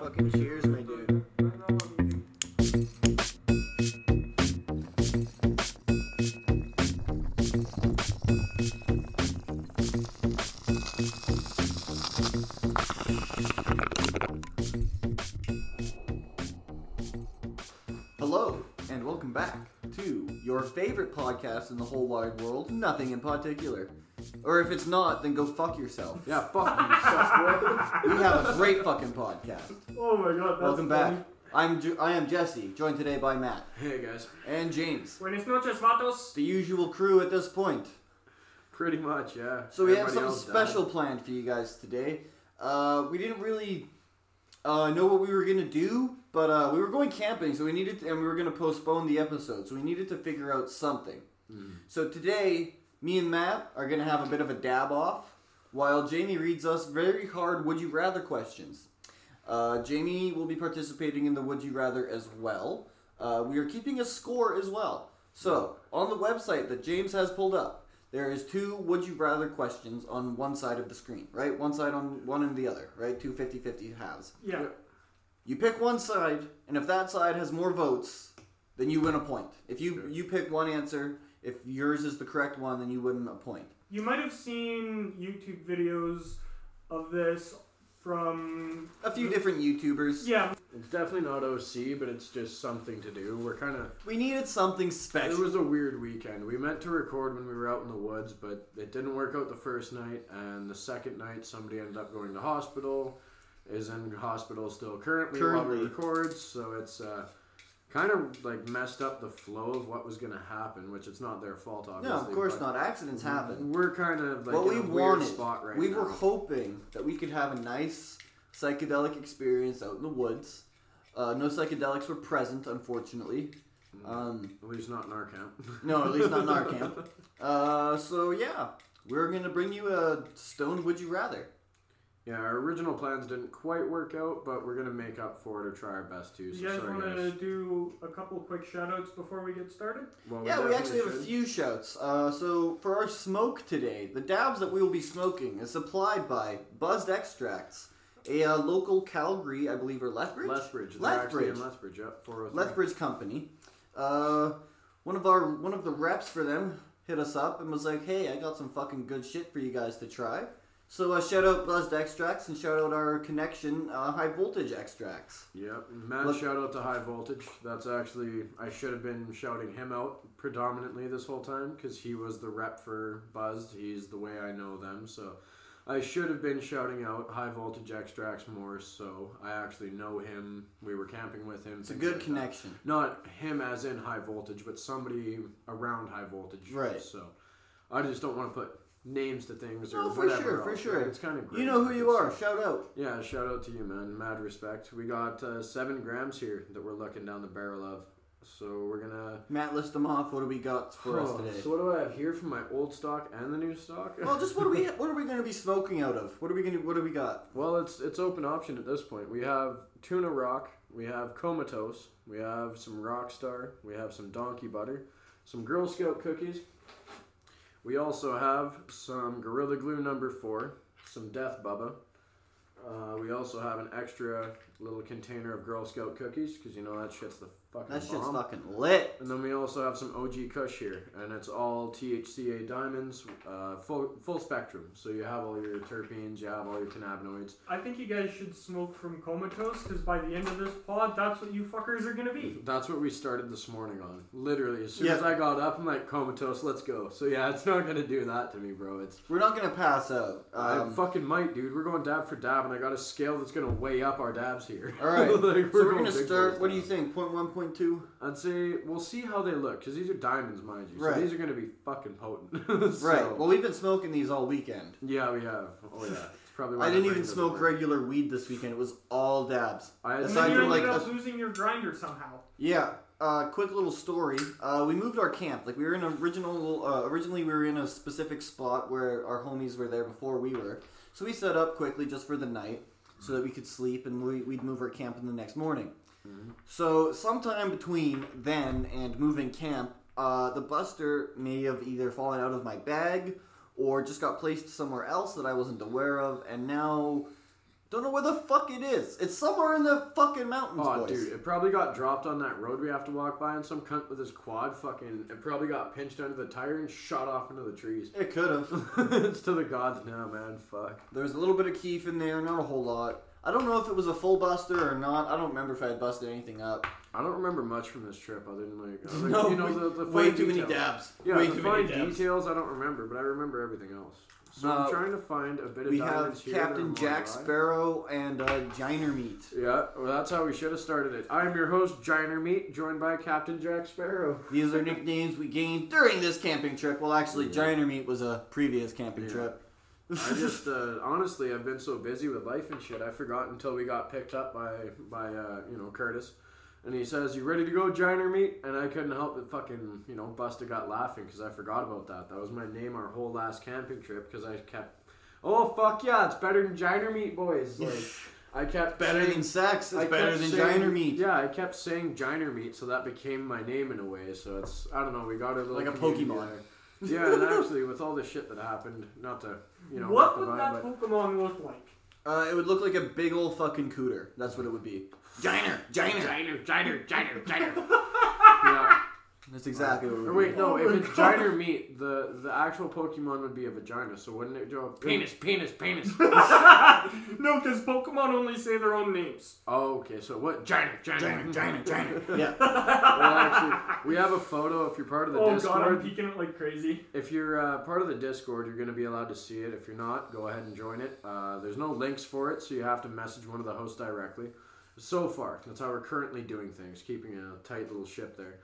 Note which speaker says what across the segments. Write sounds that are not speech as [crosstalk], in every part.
Speaker 1: fucking cheers, my dude.
Speaker 2: Oh
Speaker 1: Hello, and welcome back to your favorite podcast in the whole wide world, Nothing in Particular. Or if it's not, then go fuck yourself.
Speaker 3: Yeah, fuck you, [laughs] Sasquatch.
Speaker 1: We have a great fucking podcast.
Speaker 2: Oh my god, that's
Speaker 1: Welcome
Speaker 2: funny.
Speaker 1: back. I'm Ju- I am Jesse, joined today by Matt
Speaker 3: Hey guys,
Speaker 1: and James.
Speaker 2: Buenas noches, vatos.
Speaker 1: The usual crew at this point.
Speaker 3: pretty much, yeah.
Speaker 1: So we have something
Speaker 3: Everybody else
Speaker 1: special planned for you guys today. Uh, we didn't really uh, know what we were gonna do, but uh, we were going camping, so we needed, to, and we were gonna postpone the episode, so we needed to figure out something.
Speaker 3: Mm-hmm.
Speaker 1: So today, me and Matt are gonna have a bit of a dab off, while Jamie reads us very hard "Would you rather" questions. Uh, Jamie will be participating in the Would You Rather as well. Uh, we are keeping a score as well. So, on the website that James has pulled up, there is two Would You Rather questions on one side of the screen, right? One side on one and the other, right? Two 50 50 halves.
Speaker 2: Yeah.
Speaker 1: You pick one side, and if that side has more votes, then you win a point. If you,
Speaker 3: Sure.
Speaker 1: you pick one answer, if yours is the correct one, then you win a point.
Speaker 2: You might have seen YouTube videos of this from.
Speaker 1: A few
Speaker 3: Mm.
Speaker 1: different YouTubers.
Speaker 2: Yeah,
Speaker 3: It's definitely not OC, but it's just something to do. We're kind of.
Speaker 1: We needed something
Speaker 3: It
Speaker 1: special.
Speaker 3: was a weird weekend. We meant to record when we were out in the woods, but it didn't work out the first night, and the second night somebody ended up going to hospital. Is in hospital still currently, while
Speaker 1: Currently.
Speaker 3: we record, so it's uh, kind of like messed up the flow of what was going to happen, which it's not their fault, obviously. Mm-hmm.
Speaker 1: no, of course
Speaker 3: but
Speaker 1: not. Accidents happen.
Speaker 3: We're kind of like
Speaker 1: what
Speaker 3: in
Speaker 1: we
Speaker 3: a weird
Speaker 1: wanted,
Speaker 3: spot right
Speaker 1: we
Speaker 3: now.
Speaker 1: were hoping that we could have a nice psychedelic experience out in the woods. Uh, no psychedelics were present, unfortunately.
Speaker 3: Mm.
Speaker 1: Um,
Speaker 3: At least not in our camp.
Speaker 1: no, at least not in our
Speaker 3: [laughs]
Speaker 1: camp. Uh, so yeah, we're gonna bring you a stoned would you rather.
Speaker 3: Yeah, our original plans didn't quite work out, but we're gonna make up for it or try our best to. So
Speaker 2: you guys
Speaker 3: sorry,
Speaker 2: want to
Speaker 3: guys.
Speaker 2: do a couple quick shout outs before we get started?
Speaker 3: Well,
Speaker 1: yeah, we
Speaker 3: definitely
Speaker 1: actually have a
Speaker 3: should.
Speaker 1: few shouts. Uh, so for our smoke today, the dabs that we will be smoking is supplied by Buzzed Extracts, a uh, local Calgary, I believe, or Lethbridge.
Speaker 3: Lethbridge. They're actually
Speaker 1: Lethbridge.
Speaker 3: in Lethbridge. Yep, 403.
Speaker 1: Lethbridge Company. Uh, one of our one of the reps for them hit us up and was like, "Hey, I got some fucking good shit for you guys to try." So uh, shout out Buzzed Extracts and shout out our connection, uh, High Voltage Extracts.
Speaker 3: Yep. Matt,
Speaker 1: Leth-
Speaker 3: shout out to High Voltage. That's actually I should have been shouting him out predominantly this whole time because he was the rep for Buzzed. He's the way I know them. So I should have been shouting out High Voltage Extracts more. So I actually know him. We were camping with him.
Speaker 1: It's a good connection.
Speaker 3: not him as in high voltage, but somebody around high voltage.
Speaker 1: Right.
Speaker 3: So I just don't want to put names to things or
Speaker 1: No, for
Speaker 3: whatever.
Speaker 1: sure,
Speaker 3: else,
Speaker 1: for sure.
Speaker 3: right? It's kind of great.
Speaker 1: You know who you
Speaker 3: It's-
Speaker 1: are. Shout out.
Speaker 3: Yeah, shout out to you, man. Mad respect. We got uh, seven grams here that we're looking down the barrel of. So we're gonna.
Speaker 1: Matt, list them off. What do we got for us
Speaker 3: Oh,
Speaker 1: today?
Speaker 3: So what do I have here from my old stock and the new stock? [laughs]
Speaker 1: well, just what are we what are we going to be smoking out of? What are we going to what do we got?
Speaker 3: Well, it's it's open option at this point. We have tuna rock, we have comatose, we have some rockstar, we have some donkey butter, some Girl Scout cookies. We also have some gorilla glue number four, some death bubba. Uh, we also have an extra little container of Girl Scout cookies because you know that shit's the fucking
Speaker 1: That shit's
Speaker 3: bomb.
Speaker 1: fucking lit.
Speaker 3: And then we also have some OG Kush here, and it's all THCA diamonds, uh, full full spectrum. So you have all your terpenes, you have all your cannabinoids.
Speaker 2: I think you guys should smoke from comatose because by the end of this pod, that's what you fuckers are going to be.
Speaker 3: That's what we started this morning on. Literally, as soon
Speaker 1: Yeah.
Speaker 3: as I got up, I'm like comatose. Let's go. So yeah, it's not gonna do that to me, bro. It's
Speaker 1: We're not going to pass out.
Speaker 3: I
Speaker 1: Um,
Speaker 3: fucking might, dude. We're going dab for dab, and I got a scale that's gonna weigh up our dabs here.
Speaker 1: all right.
Speaker 3: [laughs] Like,
Speaker 1: so we're going to
Speaker 3: big
Speaker 1: start.
Speaker 3: boys
Speaker 1: What do
Speaker 3: now.
Speaker 1: you think? Point one, point two.
Speaker 3: I'd say we'll see how they look because these are diamonds, mind you. So
Speaker 1: Right.
Speaker 3: these are gonna be fucking potent. [laughs] So-
Speaker 1: Right. Well, we've been smoking these all weekend.
Speaker 3: Yeah, we have. Oh yeah. It's probably. why
Speaker 1: I
Speaker 3: my
Speaker 1: didn't
Speaker 3: brain
Speaker 1: even
Speaker 3: doesn't
Speaker 1: smoke
Speaker 3: work.
Speaker 1: regular weed this weekend. It was all dabs.
Speaker 3: I
Speaker 2: And
Speaker 1: Aside
Speaker 2: then you
Speaker 1: from,
Speaker 2: ended
Speaker 1: like,
Speaker 2: up
Speaker 1: a-
Speaker 2: losing your grinder somehow.
Speaker 1: Yeah. Uh, quick little story. Uh, we moved our camp. Like we were in an original. Uh, originally, we were in a specific spot where our homies were there before we were. So we set up quickly just for the night, so that we could sleep and we, we'd move our camp in the next morning. So sometime between then and moving camp, uh, the Buster may have either fallen out of my bag or just got placed somewhere else that I wasn't aware of, and now Don't know where the fuck it is. It's somewhere in the fucking mountains,
Speaker 3: Oh,
Speaker 1: boys.
Speaker 3: dude, it probably got dropped on that road we have to walk by, and some cunt with his quad fucking. It probably got pinched under the tire and shot off into the trees. [laughs]
Speaker 1: It could have. [laughs]
Speaker 3: it's to the gods now, man. Fuck.
Speaker 1: There was a little bit of keef in there, not a whole lot. I don't know if it was a full buster or not. I don't remember if I had busted anything up.
Speaker 3: I don't remember much from this trip other
Speaker 1: [laughs]
Speaker 3: than like, other-
Speaker 1: No,
Speaker 3: [laughs] you know,
Speaker 1: we-
Speaker 3: the, the
Speaker 1: Way
Speaker 3: fine
Speaker 1: too many
Speaker 3: details.
Speaker 1: dabs.
Speaker 3: Yeah,
Speaker 1: Way
Speaker 3: the
Speaker 1: too
Speaker 3: fine
Speaker 1: many dabs.
Speaker 3: details I don't remember, but I remember everything else. So
Speaker 1: Uh,
Speaker 3: I'm trying to find a bit of
Speaker 1: We
Speaker 3: diamonds
Speaker 1: have
Speaker 3: here.
Speaker 1: Captain
Speaker 3: that I'm
Speaker 1: Jack
Speaker 3: on by.
Speaker 1: Sparrow and uh, Jiner Meat.
Speaker 3: Yeah, well, that's how we should have started it. I am your host, Jiner Meat, joined by Captain Jack Sparrow.
Speaker 1: These are nicknames we gained during this camping trip. Well, actually, Jiner Meat was a previous camping
Speaker 3: Yeah.
Speaker 1: trip.
Speaker 3: I
Speaker 1: [laughs]
Speaker 3: just uh, honestly, I've been so busy with life and shit. I forgot until we got picked up by by uh, you know Curtis, and he says, "You ready to go, Jiner Meat?" And I couldn't help but fucking you know bust a gut laughing because I forgot about that. That was my name our whole last camping trip because I kept, oh fuck yeah, it's better than Jiner Meat, boys. Like I kept
Speaker 1: better
Speaker 3: saying-
Speaker 1: than sex. It's
Speaker 3: I
Speaker 1: better
Speaker 3: kept
Speaker 1: than
Speaker 3: saying-
Speaker 1: Jiner Meat.
Speaker 3: Yeah, I kept saying Jiner Meat, so that became my name in a way. So it's I don't know. We got a little
Speaker 1: Like a
Speaker 3: community
Speaker 1: Pokemon.
Speaker 3: there. yeah, and actually, with all the shit that happened, not to you know
Speaker 2: what
Speaker 3: not to
Speaker 2: would
Speaker 3: vibe,
Speaker 2: that
Speaker 3: but-
Speaker 2: Pokemon look like?
Speaker 1: Uh, it would look like a big old fucking cooter. That's what it would be. Jiner, Jiner.
Speaker 3: Jiner, Jiner,
Speaker 2: [laughs]
Speaker 3: Jiner, Jiner. yeah.
Speaker 1: That's exactly what it would
Speaker 3: Or wait,
Speaker 1: be.
Speaker 3: no.
Speaker 2: Oh
Speaker 3: If
Speaker 2: my
Speaker 3: it's
Speaker 2: God.
Speaker 3: Jiner meat, the the actual Pokemon would be a vagina. So wouldn't it go penis,
Speaker 1: [laughs]
Speaker 3: penis, penis?
Speaker 2: no, because Pokemon only say their own names.
Speaker 3: oh, okay. So what?
Speaker 2: [laughs]
Speaker 3: Jiner, Jiner,
Speaker 1: Jiner, Jiner. Yeah.
Speaker 3: Well, actually, we have a photo. If you're part of the
Speaker 2: oh god, I'm
Speaker 3: Discord,
Speaker 2: peeking it like crazy.
Speaker 3: if you're uh, part of the Discord, you're going to be allowed to see it. If you're not, go ahead and join it. Uh, there's no links for it, so you have to message one of the hosts directly. So far, that's how we're currently doing things, keeping a tight little ship there.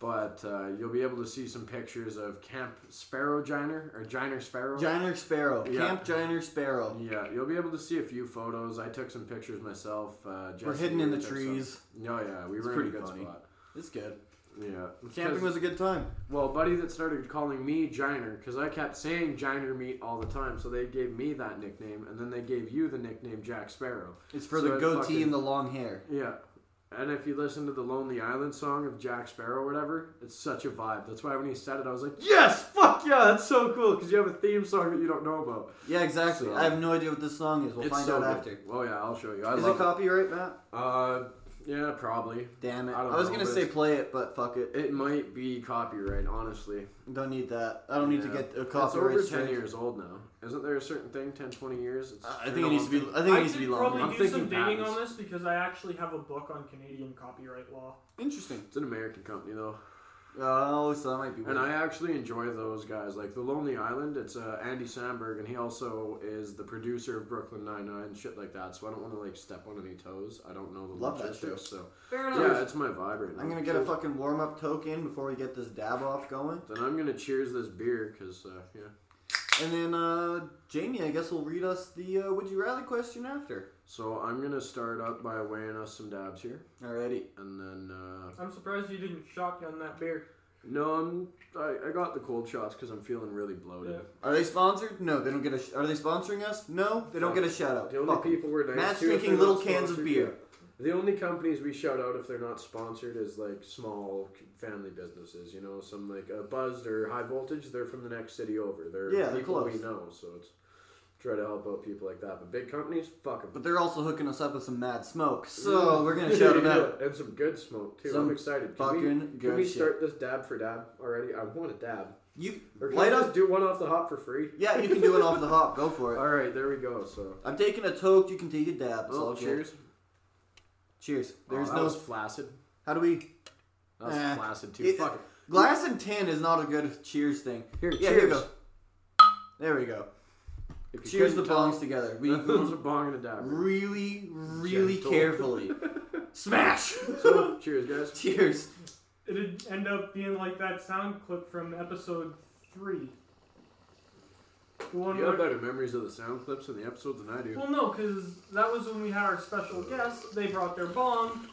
Speaker 3: But uh, you'll be able to see some pictures of Camp Sparrow Jiner or Jiner Sparrow.
Speaker 1: Jiner Sparrow.
Speaker 3: Yeah.
Speaker 1: Camp Jiner Sparrow.
Speaker 3: yeah, you'll be able to see a few photos. I took some pictures myself. Uh,
Speaker 1: We're
Speaker 3: Jesse
Speaker 1: hidden in the
Speaker 3: took some.
Speaker 1: trees.
Speaker 3: Oh yeah, we
Speaker 1: It's
Speaker 3: were in a
Speaker 1: pretty
Speaker 3: good
Speaker 1: funny.
Speaker 3: spot.
Speaker 1: It's good.
Speaker 3: Yeah,
Speaker 1: Camping
Speaker 3: 'Cause-
Speaker 1: was a good time.
Speaker 3: Well, a buddy that started calling me Jiner because I kept saying Jiner meat all the time, so they gave me that nickname, and then they gave you the nickname Jack Sparrow.
Speaker 1: It's for
Speaker 3: So
Speaker 1: the
Speaker 3: it
Speaker 1: goatee
Speaker 3: fucking-
Speaker 1: and the long hair.
Speaker 3: Yeah. And if you listen to the Lonely Island song of Jack Sparrow, or whatever, it's such a vibe. That's why when he said it, I was like, "Yes, fuck yeah, that's so cool!" Because you have a theme song that you don't know about.
Speaker 1: Yeah, exactly.
Speaker 3: So-
Speaker 1: I have no idea what this song is. We'll
Speaker 3: it's
Speaker 1: find
Speaker 3: so
Speaker 1: out
Speaker 3: good.
Speaker 1: after.
Speaker 3: Oh yeah, I'll show you. I
Speaker 1: is it
Speaker 3: love
Speaker 1: copyright, Matt?
Speaker 3: it. Uh, yeah, probably.
Speaker 1: Damn it.
Speaker 3: I
Speaker 1: I,
Speaker 3: don't
Speaker 1: was
Speaker 3: know,
Speaker 1: gonna
Speaker 3: but
Speaker 1: say
Speaker 3: it's-
Speaker 1: play it, but fuck it.
Speaker 3: It might be copyright, honestly.
Speaker 1: Don't need that. I don't need to
Speaker 3: Yeah.
Speaker 1: get a
Speaker 3: It's over
Speaker 1: copyright
Speaker 3: ten
Speaker 1: strike.
Speaker 3: years old now. Isn't there a certain thing, 10, 20 years? It's,
Speaker 1: Uh, I
Speaker 3: you
Speaker 1: think
Speaker 3: know,
Speaker 1: it needs
Speaker 3: I'm
Speaker 1: to be.
Speaker 3: thinking-
Speaker 1: I think it
Speaker 2: I
Speaker 1: needs to be
Speaker 2: could probably
Speaker 1: longer.
Speaker 3: I'm
Speaker 2: do
Speaker 3: thinking
Speaker 2: some digging
Speaker 3: patents.
Speaker 2: on this because I actually have a book on Canadian copyright law.
Speaker 1: Interesting.
Speaker 3: It's an American company though,
Speaker 1: Oh, so that might be. Weird.
Speaker 3: and I actually enjoy those guys. Like The Lonely Island, it's uh, Andy Samberg, and he also is the producer of Brooklyn Nine Nine, shit like that. So I don't want to like step on any toes. I don't know the
Speaker 1: Love that
Speaker 3: logistics, so
Speaker 2: Fair enough.
Speaker 3: yeah, it's my vibe right now.
Speaker 1: I'm gonna get a
Speaker 3: Cheers.
Speaker 1: fucking warm up token before we get this dab off going,
Speaker 3: Then I'm gonna cheers this beer because uh, yeah.
Speaker 1: and then uh, Jamie, I guess will read us the uh, would you rather question after.
Speaker 3: So I'm gonna start up by weighing us some dabs here,
Speaker 1: Alrighty.
Speaker 3: and then uh,
Speaker 2: I'm surprised you didn't shotgun that beer.
Speaker 3: no, I'm I, I got the cold shots because I'm feeling really
Speaker 1: Oh,
Speaker 3: bloated.
Speaker 2: Yeah.
Speaker 1: Are they sponsored? No, they don't get a. Sh- are they sponsoring us? No, they don't get a shout out.
Speaker 3: The only
Speaker 1: Fuck 'em.
Speaker 3: people we're nice
Speaker 1: Matt's
Speaker 3: to if
Speaker 1: drinking
Speaker 3: they're not
Speaker 1: little cans of
Speaker 3: sponsored,
Speaker 1: beer.
Speaker 3: yeah. The only companies we shout out if they're not sponsored is like small c- family businesses. You know, some like uh, Buzzed or High Voltage. They're from the next city over. They're
Speaker 1: Yeah, they're
Speaker 3: people we
Speaker 1: close.
Speaker 3: know, so it's try to help out people like that. But big companies, fuck them.
Speaker 1: But they're also hooking us up with some mad smoke, so we're gonna shout them
Speaker 3: [laughs]
Speaker 1: out.
Speaker 3: and some good smoke too.
Speaker 1: Some
Speaker 3: I'm excited. Can we,
Speaker 1: Fucking
Speaker 3: can we
Speaker 1: good shit.
Speaker 3: start this dab for dab already? I want a dab.
Speaker 1: You
Speaker 3: Or can
Speaker 1: light
Speaker 3: I just
Speaker 1: up.
Speaker 3: do one off the hop for free?
Speaker 1: Yeah, you can do it off the hop. Go for it.
Speaker 3: All right, there we go. So.
Speaker 1: I'm taking a toke. You can take a dab. It's all
Speaker 3: Oh,
Speaker 1: good.
Speaker 3: cheers.
Speaker 1: Cheers.
Speaker 3: Oh,
Speaker 1: There's
Speaker 3: that
Speaker 1: no.
Speaker 3: was flaccid.
Speaker 1: How do we?
Speaker 3: That was
Speaker 1: Eh.
Speaker 3: flaccid too.
Speaker 1: It-
Speaker 3: Fuck it.
Speaker 1: Glass and tin is not a good cheers thing.
Speaker 3: Here,
Speaker 1: yeah, here we
Speaker 3: cheers.
Speaker 1: go. There we go.
Speaker 3: If you
Speaker 1: Cheers the
Speaker 3: couldn't tell,
Speaker 1: bongs together.
Speaker 3: [laughs]
Speaker 1: We
Speaker 3: That was a bong and a dab.
Speaker 1: really, really
Speaker 3: Gentle. [laughs]
Speaker 1: carefully smash. [laughs]
Speaker 3: So, cheers, [laughs] guys.
Speaker 1: cheers.
Speaker 2: It'd end up being like that sound clip from episode three. The one
Speaker 3: You
Speaker 2: where-
Speaker 3: have better memories of the sound clips and the episodes than I do.
Speaker 2: Well, no, because that was when we had our special guest. They brought their bomb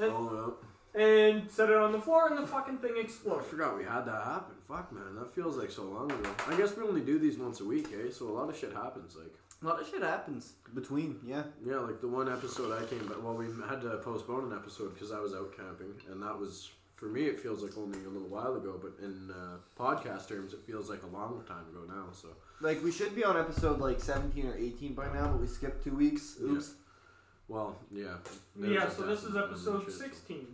Speaker 3: Oh,
Speaker 2: and set it on the floor, and the fucking thing
Speaker 3: well, Oh, I
Speaker 2: exploded.
Speaker 3: forgot we had that happen. Fuck, man, that feels like so long ago. I guess we only do these once a week, eh? So a lot of shit happens. Like,
Speaker 1: A lot of shit happens between. Yeah.
Speaker 3: yeah, like the one episode I came, but well, we had to postpone an episode because I was out camping, and that was For me, it feels like only a little while ago, but in uh, podcast terms, it feels like a long time ago now. So
Speaker 1: Like we should be on episode like seventeen or eighteen by now, but we skipped two weeks.
Speaker 3: Yeah.
Speaker 1: Oops.
Speaker 3: Well, yeah.
Speaker 2: yeah, so this is episode 16.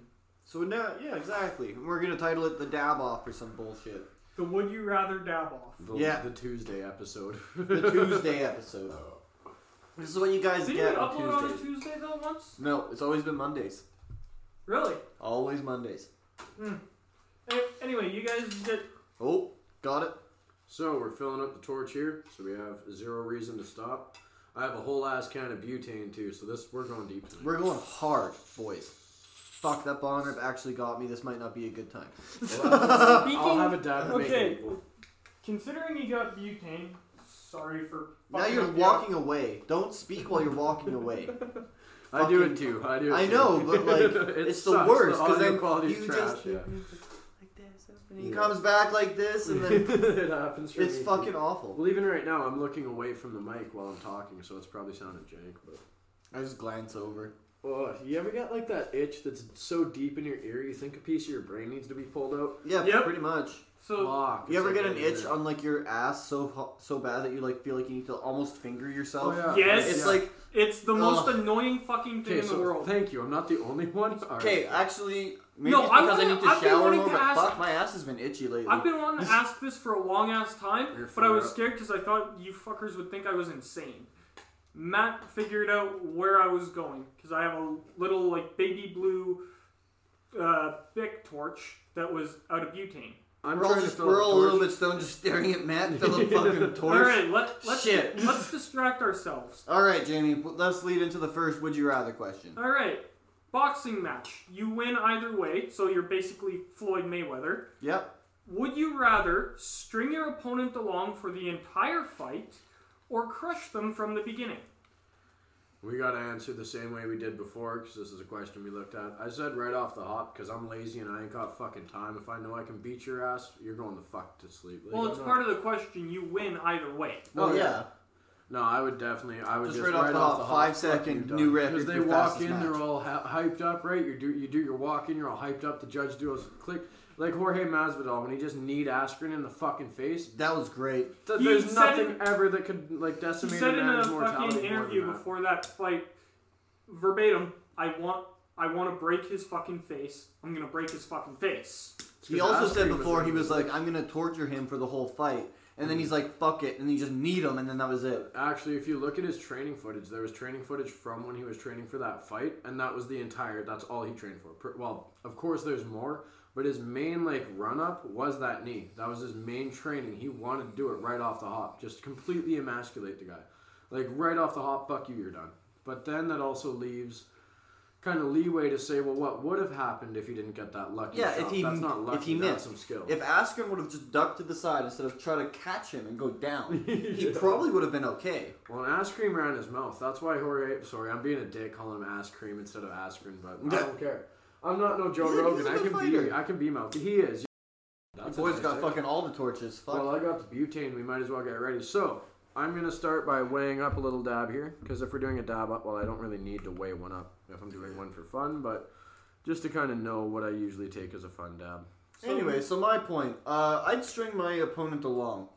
Speaker 1: So now, yeah, exactly. And We're gonna title it the dab off or some bullshit.
Speaker 2: The Would You Rather Dab Off.
Speaker 3: The,
Speaker 1: Yeah.
Speaker 3: the Tuesday episode. [laughs]
Speaker 1: [laughs] The Tuesday episode. Oh. This is what you guys
Speaker 2: Didn't
Speaker 1: get
Speaker 2: we
Speaker 1: on
Speaker 2: upload on a
Speaker 1: Tuesdays.
Speaker 2: Tuesday though once?
Speaker 1: No, it's always been Mondays.
Speaker 2: Really?
Speaker 1: Always Mondays.
Speaker 2: A- Anyway, you guys did.
Speaker 1: Oh, got it.
Speaker 3: so we're filling up the torch here, so we have zero reason to stop. I have a whole ass can of butane too, so this we're going deep. Tonight.
Speaker 1: We're going hard, boys. Fuck that bong rip actually got me. This might not be a good time. [laughs]
Speaker 3: I'll have a dab. and make it
Speaker 2: Okay.
Speaker 3: equal.
Speaker 2: Considering you got butane, sorry for.
Speaker 1: Now
Speaker 2: fucking
Speaker 1: you're
Speaker 2: up the-
Speaker 1: walking away. Don't speak while you're
Speaker 2: [laughs]
Speaker 1: walking away.
Speaker 3: I do
Speaker 1: Fucking-
Speaker 3: it too. I do. It
Speaker 1: I
Speaker 3: too.
Speaker 1: know, but,
Speaker 3: [laughs]
Speaker 1: like,
Speaker 3: It
Speaker 1: it's the
Speaker 3: sucks.
Speaker 1: worst, 'cause
Speaker 3: audio
Speaker 1: then
Speaker 3: quality's
Speaker 1: [laughs] you
Speaker 3: trash.
Speaker 1: just-
Speaker 3: yeah.
Speaker 1: He
Speaker 3: Yeah.
Speaker 1: comes back like this, and
Speaker 2: [laughs]
Speaker 1: then
Speaker 3: [laughs] it happens. For
Speaker 1: it's
Speaker 3: me, too.
Speaker 1: fucking awful.
Speaker 3: Well, even right now, I'm looking away from the mic while I'm talking, so it's probably sounding jank. But
Speaker 1: I just glance over.
Speaker 3: oh, you ever got like that itch that's so deep in your ear you think a piece of your brain needs to be pulled out?
Speaker 1: Yeah,
Speaker 2: Yep.
Speaker 1: pretty much.
Speaker 2: So,
Speaker 3: Fuck,
Speaker 1: You
Speaker 3: it's
Speaker 1: ever
Speaker 3: like
Speaker 1: get an
Speaker 3: right
Speaker 1: itch
Speaker 3: there.
Speaker 1: on like your ass so ho- so bad that you like feel like you need to almost finger yourself?
Speaker 3: Oh, yeah.
Speaker 2: Yes.
Speaker 1: It's
Speaker 3: Yeah.
Speaker 1: like
Speaker 2: it's the most
Speaker 1: Ugh.
Speaker 2: annoying fucking thing
Speaker 3: Okay,
Speaker 2: in the
Speaker 3: so
Speaker 2: world.
Speaker 3: thank you. I'm not the only one. All right.
Speaker 1: okay, actually, maybe
Speaker 2: No,
Speaker 1: it's
Speaker 2: I
Speaker 1: because I,
Speaker 2: wanna-
Speaker 1: need to
Speaker 2: I've been
Speaker 1: shower
Speaker 2: wanting
Speaker 1: more.
Speaker 2: to
Speaker 1: But
Speaker 2: ask-
Speaker 1: fuck, my ass has been itchy lately.
Speaker 2: I've been wanting to ask this for a long ass time,
Speaker 3: You're
Speaker 2: but I
Speaker 3: far
Speaker 2: was
Speaker 3: out.
Speaker 2: scared because I thought you fuckers would think I was insane. Matt figured out where I was going because I have a little like baby blue uh, Bic torch that was out of butane.
Speaker 3: I'm
Speaker 1: we're all
Speaker 3: trying to
Speaker 1: just
Speaker 3: fill
Speaker 1: we're
Speaker 3: up
Speaker 1: all
Speaker 3: the
Speaker 1: a little
Speaker 3: torch.
Speaker 1: bit stoned, just staring at
Speaker 2: [laughs]
Speaker 1: Matt and Philip fucking
Speaker 2: All
Speaker 1: torch.
Speaker 2: right, let let's
Speaker 1: Shit.
Speaker 2: let's distract ourselves.
Speaker 1: All right, Jamie, w- let's lead into the first would you rather question.
Speaker 2: All right, boxing match. You win either way, so you're basically Floyd Mayweather.
Speaker 1: Yep.
Speaker 2: Would you rather string your opponent along for the entire fight or crush them from the beginning?
Speaker 3: We got to answer the same way we did before because this is a question we looked at. I said right off the hop because I'm lazy and I ain't got fucking time. If I know I can beat your ass, you're going the fuck to sleep. Like,
Speaker 2: Well,
Speaker 3: I'm
Speaker 2: it's
Speaker 3: not-
Speaker 2: part of the question. You win either way.
Speaker 1: Oh
Speaker 3: Oh, yeah.
Speaker 1: yeah.
Speaker 3: No, I would definitely. I would
Speaker 1: Just
Speaker 3: just,
Speaker 1: right off the hop, five second, new record
Speaker 3: Because they
Speaker 1: for
Speaker 3: walk
Speaker 1: fastest
Speaker 3: in, they're
Speaker 1: match.
Speaker 3: all hy- hyped up, right? You do you do your walk in, you're all hyped up. The judge does click like Jorge Masvidal when he just kneed Askren in the fucking face.
Speaker 1: That was great.
Speaker 3: Th-
Speaker 2: He
Speaker 3: there's
Speaker 2: said
Speaker 3: nothing ever that could like
Speaker 2: He
Speaker 3: decimate a
Speaker 2: said in a
Speaker 3: man's mortality.
Speaker 2: fucking
Speaker 3: more than
Speaker 2: interview
Speaker 3: that.
Speaker 2: before that fight, verbatim, "I want, I want to break his fucking face. I'm gonna break his fucking face."
Speaker 3: It's
Speaker 1: He
Speaker 3: 'cause
Speaker 1: also said
Speaker 3: Askren
Speaker 1: before he
Speaker 3: in
Speaker 1: was
Speaker 3: the- Mm-hmm.
Speaker 1: like, I'm gonna torture him for the whole fight, and then he's like, fuck it, and he just kneed him, and then that was it.
Speaker 3: Actually, if you look at his training footage, there was training footage from when he was training for that fight, and that was the entire. That's all he trained for. Per- Well, of course, there's more, but his main like run up was that knee. That was his main training. He wanted to do it right off the hop, just completely emasculate the guy, like right off the hop. Fuck you, you're done. But then that also leaves kind of leeway to say, well, what would have happened if he didn't get that lucky
Speaker 1: Yeah, if
Speaker 3: shot?
Speaker 1: he-
Speaker 3: that's not
Speaker 1: if
Speaker 3: lucky.
Speaker 1: he
Speaker 3: that's
Speaker 1: missed.
Speaker 3: some skill.
Speaker 1: If Askren would have just ducked to the side instead of try to catch him and go
Speaker 3: [laughs]
Speaker 1: down, he probably would have been okay.
Speaker 3: Well, an ass cream around his mouth. That's why Jorge. Sorry, I'm being a dick calling him ass cream instead of aspirin, but I don't care. I'm not no Joe
Speaker 1: He's a- he's a
Speaker 3: Rogan. I
Speaker 1: good
Speaker 3: can be.
Speaker 1: fighter.
Speaker 3: I can be mouthy. He is.
Speaker 1: The
Speaker 3: That's
Speaker 1: boy's
Speaker 3: what I
Speaker 1: got
Speaker 3: said.
Speaker 1: fucking all the torches. Fuck.
Speaker 3: Well, I got the butane. We might as well get ready. So I'm gonna start by weighing up a little dab here, because if we're doing a dab up, well, I don't really need to weigh one up if I'm doing one for fun, but just to kind of know what I usually take as a fun dab.
Speaker 1: Anyway, so my point, uh, I'd string my opponent along,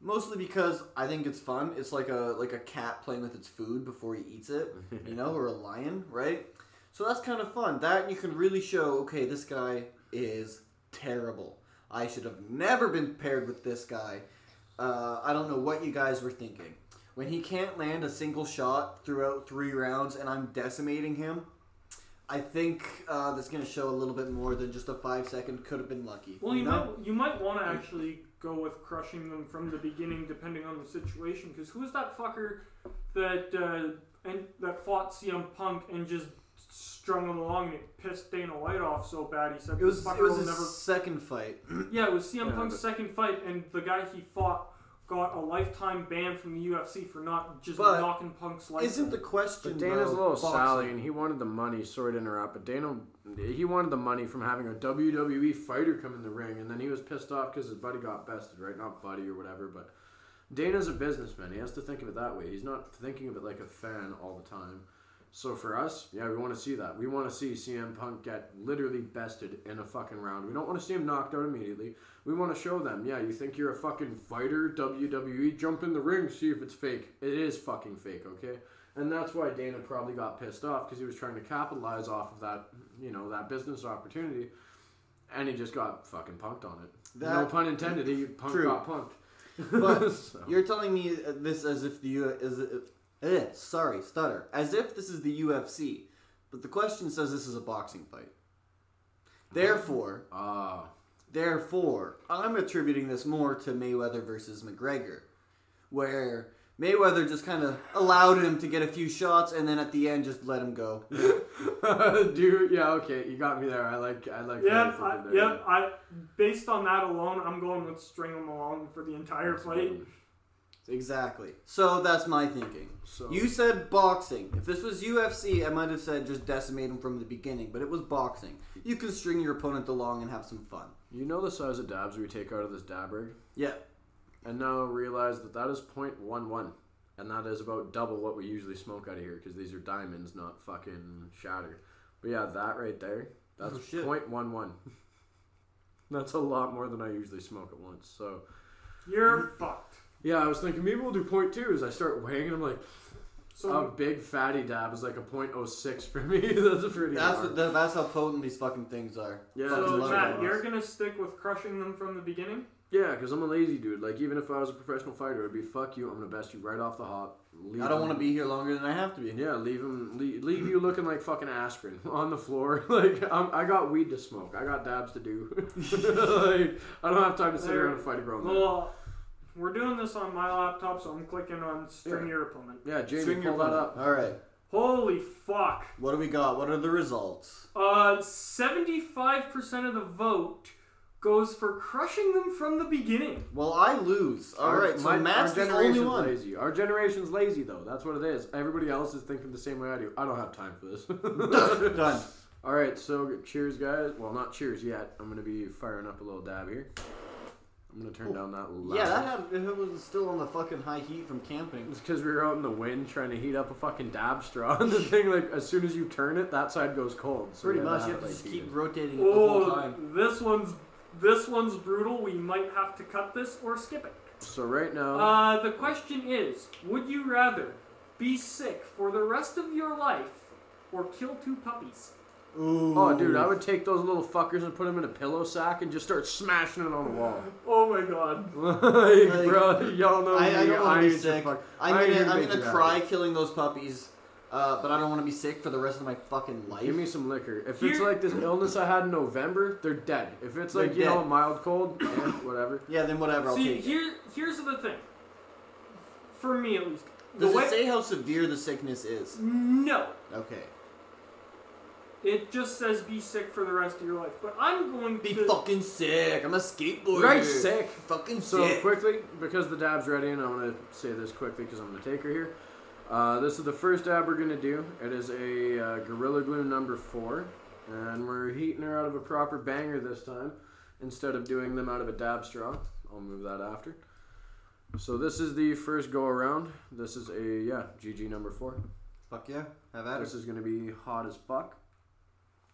Speaker 1: mostly because I think it's fun. It's like a like a cat playing with its food before he eats
Speaker 3: [laughs]
Speaker 1: it, you know, or a lion, right? So that's kind of fun. That you can really show, okay, this guy is terrible. I should have never been paired with this guy. Uh, I don't know what you guys were thinking. When he can't land a single shot throughout three rounds and I'm decimating him, I think uh, that's going to show a little bit more than just a five second could have been lucky.
Speaker 2: Well, you
Speaker 1: know?
Speaker 2: might, you might want to actually go with crushing them from the beginning, depending on the situation. Because who's that fucker that uh, and that fought CM Punk and just strung him along and it pissed Dana White off so bad he said
Speaker 1: It was
Speaker 2: this fucker
Speaker 1: it was
Speaker 2: will
Speaker 1: his
Speaker 2: never
Speaker 1: second fight.
Speaker 2: Yeah, it was CM
Speaker 3: Yeah,
Speaker 2: Punk's second fight, and the guy he fought got a lifetime ban from the UFC for not just
Speaker 1: But
Speaker 2: knocking Punk's life.
Speaker 1: Isn't the question?
Speaker 3: But Dana's a
Speaker 1: though,
Speaker 3: little
Speaker 1: boxing?
Speaker 3: Sally, and he wanted the money. Sorry to interrupt, but Dana, he wanted the money from having a WWE fighter come in the ring, and then he was pissed off because his buddy got bested, right? Not buddy or whatever, but Dana's a businessman. He has to think of it that way. He's not thinking of it like a fan all the time. So for us, yeah, we want to see that. We want to see CM Punk get literally bested in a fucking round. We don't want to see him knocked out immediately. We want to show them, yeah, you think you're a fucking fighter, WWE, jump in the ring, see if it's fake. It is fucking fake, okay? And that's why Dana probably got pissed off because he was trying to capitalize off of that, you know, that business opportunity, and he just got fucking punked on it. no
Speaker 1: That-
Speaker 3: pun intended. He punk
Speaker 1: True.
Speaker 3: got punked.
Speaker 1: [laughs] But
Speaker 3: [laughs] So.
Speaker 1: You're telling me uh, this as if the U as if, eh, sorry stutter as if this is the UFC, but the question says this is a boxing fight. Therefore,
Speaker 3: Ah, [laughs]
Speaker 1: therefore, I'm attributing this more to Mayweather versus McGregor, where Mayweather just kind of allowed him to get a few shots and then at the end just let him go.
Speaker 3: dude. Yeah, okay, you got me there. I like, I like. how you
Speaker 2: Yeah,
Speaker 3: put
Speaker 2: I,
Speaker 3: it there.
Speaker 2: yeah. I based on that alone, I'm going with string them along for the entire fight.
Speaker 1: Exactly. So that's my thinking.
Speaker 3: So
Speaker 1: You said boxing. If this was UFC, I might have said just decimate him from the beginning, but it was boxing. You can string your opponent along and have some fun.
Speaker 3: you know the size of dabs we take out of this dab rig,
Speaker 1: Yeah.
Speaker 3: and now realize that that is 0.11, and that is about double what we usually smoke out of here because these are diamonds, not fucking shatter. But yeah, that right there, that's
Speaker 1: Oh, shit.
Speaker 3: 0.11. [laughs] That's a lot more than I usually smoke at once. So
Speaker 2: You're fucked.
Speaker 3: yeah, I was thinking maybe we'll do 0.2 as I start weighing, and I'm like,
Speaker 1: Um,
Speaker 3: a
Speaker 2: So
Speaker 3: big fatty dab is like a 0.06 for me. [laughs] that's a pretty.
Speaker 1: That's
Speaker 3: hard.
Speaker 1: what, that, that's how potent these fucking things are.
Speaker 3: Yeah,
Speaker 1: Fucking
Speaker 2: so
Speaker 1: love
Speaker 2: Matt,
Speaker 1: those.
Speaker 2: you're gonna stick with crushing them from the beginning.
Speaker 3: Yeah, because I'm a lazy dude. Like, even if I was a professional fighter, I'd be fuck you. I'm gonna best you right off the hop. Leave
Speaker 1: I don't
Speaker 3: him-
Speaker 1: want to be here longer than I have to be.
Speaker 3: Yeah, leave him. Leave, leave you looking like fucking aspirin [laughs] on the floor. Like, I'm, I got weed to smoke. I got dabs to do. [laughs] like, I don't have time to sit
Speaker 2: There-
Speaker 3: around and fight a grown man.
Speaker 2: Well, we're doing this on my laptop, so I'm clicking on string your opponent.
Speaker 3: Yeah, Jamie,
Speaker 1: String your
Speaker 3: pull that
Speaker 1: opponent.
Speaker 3: up.
Speaker 1: All right.
Speaker 2: Holy fuck!
Speaker 1: What do we got? What are the results?
Speaker 2: Uh, seventy-five percent of the vote goes for crushing them from the beginning.
Speaker 1: Well, I lose. All
Speaker 3: Our-
Speaker 1: right. So
Speaker 3: my-
Speaker 1: Matt's
Speaker 3: our
Speaker 1: the only
Speaker 3: generation's
Speaker 1: one.
Speaker 3: Lazy. Our generation's lazy though. That's what it is. Everybody else is thinking the same way I do. I don't have time for this.
Speaker 1: [laughs]
Speaker 3: [laughs]
Speaker 1: Done.
Speaker 3: All right, so cheers, guys. Well, not cheers yet. I'm gonna be firing up a little dab here. I'm gonna turn
Speaker 1: Oh,
Speaker 3: down that loud.
Speaker 1: Yeah, that had, it was still on the fucking high heat from camping.
Speaker 3: It's because we were out in the wind trying to heat up a fucking dab straw, and the thing like as soon as you turn it, that side goes cold. So
Speaker 1: Pretty
Speaker 3: we had
Speaker 1: much, you have
Speaker 3: have
Speaker 1: to
Speaker 3: it,
Speaker 1: just
Speaker 3: like,
Speaker 1: keep
Speaker 3: heated.
Speaker 1: rotating it the whole
Speaker 2: Oh,
Speaker 1: time.
Speaker 2: this one's this one's brutal. We might have to cut this or skip it.
Speaker 3: So right now,
Speaker 2: Uh, the question is: Would you rather be sick for the rest of your life or kill two puppies?
Speaker 1: Ooh.
Speaker 3: oh dude, I would take those little fuckers and put them in a pillow sack and just start smashing it on the
Speaker 1: [laughs]
Speaker 3: wall. [laughs]
Speaker 2: Oh my god!
Speaker 3: like,
Speaker 1: Like,
Speaker 3: bro, y'all know
Speaker 1: I,
Speaker 3: me.
Speaker 1: I don't want to be
Speaker 3: ain't your
Speaker 1: sick.
Speaker 3: fuck-
Speaker 1: I'm
Speaker 3: I ain't
Speaker 1: gonna,
Speaker 3: your
Speaker 1: I'm
Speaker 3: bitch
Speaker 1: gonna
Speaker 3: rabbit.
Speaker 1: try killing those puppies, uh, but I don't want to be sick for the rest of my fucking life.
Speaker 3: Give me some liquor. If it's
Speaker 2: Here-
Speaker 3: like this illness I had in November, they're dead. If it's like
Speaker 1: They're
Speaker 3: you know a
Speaker 1: dead.
Speaker 3: mild cold, eh, whatever.
Speaker 1: yeah, then whatever. I'll
Speaker 2: See,
Speaker 1: take it.
Speaker 2: here here's the thing. For me, at least, the
Speaker 1: Does
Speaker 2: way
Speaker 1: it say how severe the sickness is?
Speaker 2: no.
Speaker 1: Okay.
Speaker 2: It just says be sick for the rest of your life. But I'm going
Speaker 1: Be
Speaker 2: to.
Speaker 1: fucking sick. I'm a skateboarder.
Speaker 3: Right, sick.
Speaker 1: Fucking
Speaker 3: So
Speaker 1: sick.
Speaker 3: quickly, because the dab's ready, and I want to say this quickly because I'm going to take her here. Uh, this is the first dab we're going to do. It is a uh, Gorilla Glue number four, and we're heating her out of a proper banger this time instead of doing them out of a dab straw. I'll move that after. So this is the first go around. This is a yeah GG number four.
Speaker 1: Fuck yeah. Have at
Speaker 3: This
Speaker 1: it.
Speaker 3: is going to be hot as fuck.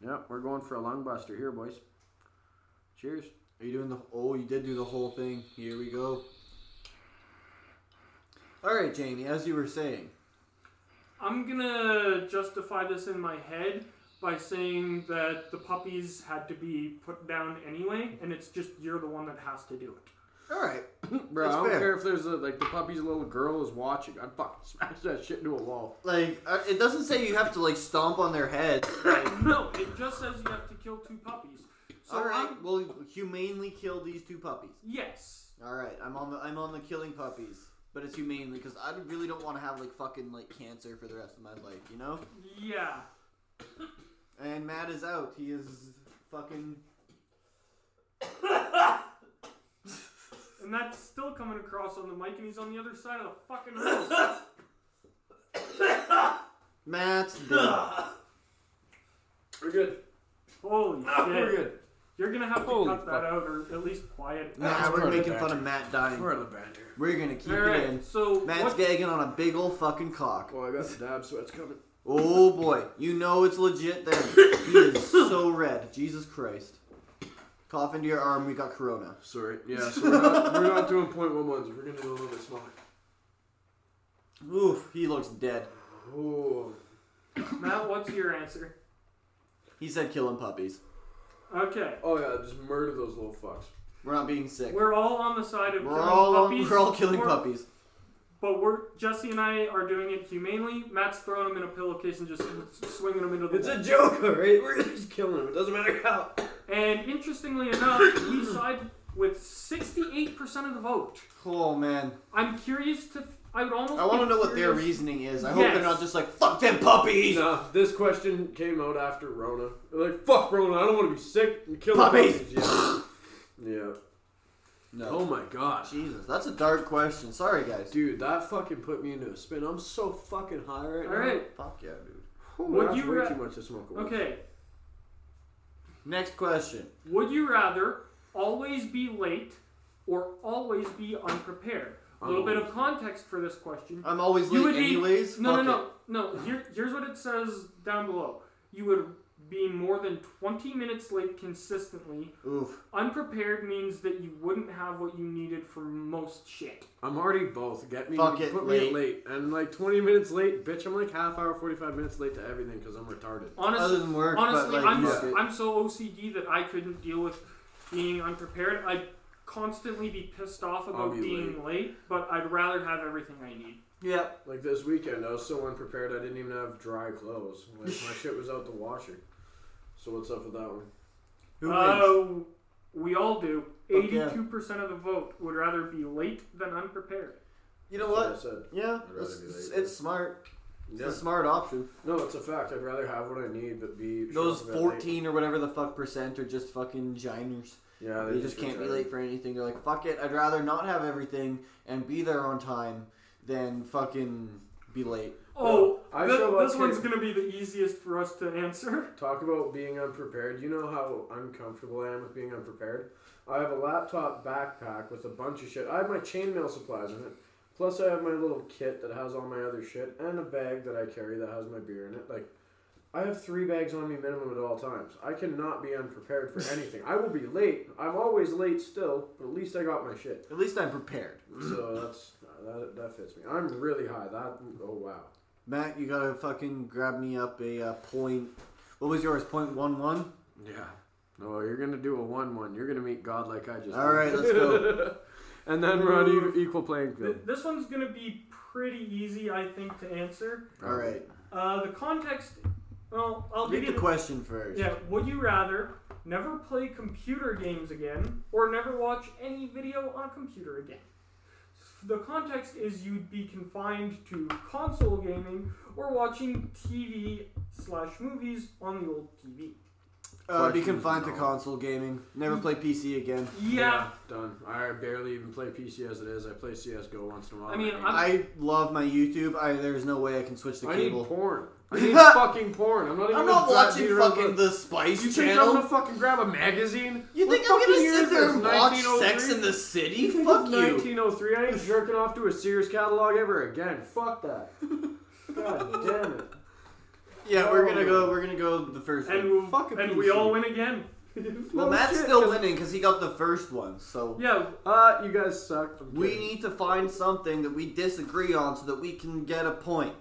Speaker 3: Yep, we're going for a lung buster here, boys. Cheers.
Speaker 1: Are you doing the? Oh, you did do the whole thing. Here we go. All right, Jamie. As you were saying,
Speaker 2: I'm gonna justify this in my head by saying that the puppies had to be put down anyway, and it's just you're the one that has to do it. [laughs]
Speaker 1: all right.
Speaker 3: Bro,
Speaker 1: That's
Speaker 3: I don't
Speaker 1: fair.
Speaker 3: care if there's a, like the puppy's little girl is watching. I'd fucking [laughs] smash that shit into a wall.
Speaker 1: Like uh, it doesn't say you have to like stomp on their
Speaker 3: [laughs]
Speaker 1: heads. Like,
Speaker 2: no, it just says you have to kill two puppies. So
Speaker 1: all right.
Speaker 2: I'm-
Speaker 1: We'll humanely kill these two puppies.
Speaker 2: yes.
Speaker 1: All right. I'm on the. I'm on the killing puppies. But it's humanely because I really don't want to have like fucking like cancer for the rest of my life, you know.
Speaker 2: Yeah.
Speaker 1: And Matt is out. He is fucking
Speaker 2: And that's still coming across on the mic, and he's on the other side of the fucking
Speaker 1: [laughs]
Speaker 2: room.
Speaker 1: Matt's dead.
Speaker 3: We're good.
Speaker 2: Holy shit.
Speaker 3: good.
Speaker 2: You're gonna have to
Speaker 3: Holy
Speaker 2: cut that
Speaker 3: fuck.
Speaker 2: out, or at least quiet it.
Speaker 1: Nah,
Speaker 3: That's part
Speaker 1: we're
Speaker 3: of the
Speaker 1: making fun
Speaker 3: banter.
Speaker 1: of Matt dying.
Speaker 3: We're out of the banter.
Speaker 1: We're gonna keep it in.
Speaker 2: Alright, so
Speaker 1: Matt's
Speaker 2: what,
Speaker 1: gagging on a big old fucking cock.
Speaker 3: [laughs] Oh, I got the dab, so it's coming.
Speaker 1: Oh boy, you know it's legit then. He is so red. Jesus Christ. Cough into your arm. We got corona.
Speaker 3: Sorry. [laughs] Yeah, so we're not, we're not doing point one ones. We're going to do a little bit smaller.
Speaker 1: Oof, he looks dead.
Speaker 3: Oh.
Speaker 2: Matt, what's your answer?
Speaker 1: He said killing puppies.
Speaker 2: Okay.
Speaker 3: Oh, yeah, just murder those little fucks.
Speaker 1: We're not being sick. We're,
Speaker 2: We're all on the side of killing
Speaker 1: all
Speaker 2: puppies.
Speaker 1: we're all killing
Speaker 2: We're-
Speaker 1: puppies.
Speaker 2: But we're Jesse and I are doing it humanely. Matt's throwing them in a pillowcase and just swinging them into the.
Speaker 3: It's
Speaker 2: wall.
Speaker 3: a joke, alright? We're just killing them. It doesn't matter how.
Speaker 2: and interestingly enough,
Speaker 3: [coughs]
Speaker 2: we side with 68% of the vote.
Speaker 1: Oh man,
Speaker 2: I'm curious to. I would almost.
Speaker 1: I want to
Speaker 2: be
Speaker 1: know what their
Speaker 2: curious-
Speaker 1: reasoning is. I hope they're
Speaker 2: Yes.
Speaker 1: not just like fuck them puppies.
Speaker 3: No, this question came out after Rona. They're like, fuck Rona, I don't want to be sick and kill the
Speaker 1: Puppies.
Speaker 3: Yeah. yeah. Oh
Speaker 1: No.
Speaker 3: my gosh.
Speaker 1: Jesus, that's a dark question. Sorry guys.
Speaker 3: Dude, that fucking put me into a spin. I'm so fucking high right
Speaker 2: All
Speaker 3: now.
Speaker 2: right.
Speaker 1: Fuck yeah, dude.
Speaker 3: Whew,
Speaker 2: Would
Speaker 3: that's
Speaker 2: you
Speaker 3: way
Speaker 2: ra-
Speaker 3: too much to smoke away.
Speaker 2: Okay.
Speaker 1: Next question.
Speaker 2: Would you rather always be late or always be unprepared? A little bit of context for this question.
Speaker 1: I'm always
Speaker 2: You
Speaker 1: late
Speaker 2: would be-
Speaker 1: anyways.
Speaker 2: No,
Speaker 1: Oh. Fuck it.
Speaker 2: no, no, no. Here, here's what it says down below. You would be more than 20 minutes late consistently.
Speaker 1: Oof.
Speaker 2: Unprepared means that you wouldn't have what you needed for most shit.
Speaker 3: I'm already both. Get me
Speaker 1: Fuck it,
Speaker 3: put
Speaker 1: late.
Speaker 3: me late. And like 20 minutes late, bitch, I'm like half hour, 45 minutes late to everything because I'm retarded.
Speaker 1: Other
Speaker 2: Honestly,
Speaker 1: than work,
Speaker 2: honestly,
Speaker 1: but like,
Speaker 2: I'm,
Speaker 1: fuck it.
Speaker 2: I'm so OCD that I couldn't deal with being unprepared. I'd constantly be pissed off about
Speaker 3: be
Speaker 2: being late. but I'd rather have everything I need.
Speaker 1: yeah.
Speaker 3: Like this weekend, I was so unprepared I didn't even have dry clothes.
Speaker 1: [laughs]
Speaker 3: Like my shit was out the washer. So what's up with that one?
Speaker 1: Who wins?
Speaker 2: Oh, we all do.
Speaker 1: Fuck
Speaker 2: Eighty-two
Speaker 1: yeah.
Speaker 2: percent of the vote would rather be late than unprepared.
Speaker 1: You know
Speaker 3: That's
Speaker 1: what?
Speaker 3: I said.
Speaker 1: Yeah,
Speaker 3: rather
Speaker 1: it's,
Speaker 3: be
Speaker 1: it's,
Speaker 3: late.
Speaker 1: it's smart. It's
Speaker 3: Yeah.
Speaker 1: a smart option.
Speaker 3: No, it's a fact. I'd rather have what I need, but be shut
Speaker 1: Those
Speaker 3: up about late.
Speaker 1: 14 or whatever the fuck percent are just fucking giners.
Speaker 3: Yeah,
Speaker 1: They just can't be late for anything. They're like, fuck it, I'd rather not have everything and be there on time than fucking be late.
Speaker 2: Oh,
Speaker 3: I
Speaker 2: thi-
Speaker 3: show up
Speaker 2: this one's
Speaker 3: to-
Speaker 2: gonna be the easiest for us to
Speaker 1: [laughs]
Speaker 2: answer.
Speaker 3: Talk about being unprepared. You know how uncomfortable I am with being unprepared. I have a laptop backpack with a bunch of shit. I have my chainmail supplies in it. Plus, I have my little kit that has all my other shit and a bag that I carry that has my beer in it. Like, I have three bags on me minimum at all times. I cannot be unprepared for anything. I will be late. I'm always late still, but at least I got my shit.
Speaker 1: At least I'm prepared.
Speaker 3: So that's that, that fits me. I'm really high. That oh wow.
Speaker 1: Matt, you gotta fucking grab me up a uh, point. What was yours? Point one one.
Speaker 3: Yeah. No, you're gonna do a one-one. You're gonna meet God like I just.
Speaker 1: All
Speaker 3: did.
Speaker 1: right, let's go.
Speaker 3: [laughs] and then we're on e- equal playing
Speaker 2: Th-
Speaker 3: field.
Speaker 2: this one's gonna be pretty easy, I think, to answer.
Speaker 1: All right.
Speaker 2: Uh, the context. Well, I'll
Speaker 1: Read
Speaker 2: give
Speaker 1: the
Speaker 2: you the
Speaker 1: question first.
Speaker 2: Yeah, would you rather never play computer games again or never watch any video on a computer again? The context is you'd be confined to console gaming or watching TV slash movies on the old TV.
Speaker 1: Uh, be
Speaker 3: Question is
Speaker 1: confined to
Speaker 3: no.
Speaker 1: console gaming. Never
Speaker 3: Mm-hmm.
Speaker 1: play PC again.
Speaker 2: Yeah,
Speaker 3: Done. I barely even play PC as it is. I play CS:GO once in a while.
Speaker 2: I mean,
Speaker 3: hate
Speaker 2: I'm-
Speaker 1: I love my YouTube. I there's no way I can switch
Speaker 3: it.
Speaker 1: the
Speaker 3: I need
Speaker 1: cable.
Speaker 3: porn.
Speaker 1: [laughs]
Speaker 3: I need fucking porn. I'm not even.
Speaker 1: I'm
Speaker 3: gonna
Speaker 1: not
Speaker 3: grab
Speaker 1: watching
Speaker 3: your-
Speaker 1: fucking the Spice
Speaker 3: You think I'm
Speaker 1: Channel.
Speaker 3: gonna fucking grab a magazine?
Speaker 1: you
Speaker 3: What
Speaker 1: think I'm gonna
Speaker 3: fucking year
Speaker 1: sit
Speaker 3: is
Speaker 1: there
Speaker 3: this,
Speaker 1: and watch
Speaker 3: 1903?
Speaker 1: Sex in the City?
Speaker 3: [laughs] You think
Speaker 1: Fuck
Speaker 3: it's
Speaker 1: you.
Speaker 3: 1903. I ain't jerking off to a Sears catalog ever again. Fuck
Speaker 1: [laughs]
Speaker 3: that. God damn it.
Speaker 1: Yeah, we're gonna go. We're gonna go the first
Speaker 2: and,
Speaker 1: one.
Speaker 2: we'll,
Speaker 3: fuck a
Speaker 2: and
Speaker 3: PC.
Speaker 2: we all win again. [laughs]
Speaker 1: Well,
Speaker 3: No
Speaker 1: Matt's
Speaker 3: shit,
Speaker 1: still
Speaker 3: 'cause-
Speaker 1: winning because he got the first one. So
Speaker 2: Yeah,
Speaker 3: Uh, you guys suck. I'm
Speaker 1: we
Speaker 3: kidding.
Speaker 1: need to find something that we disagree on so that we can get a point.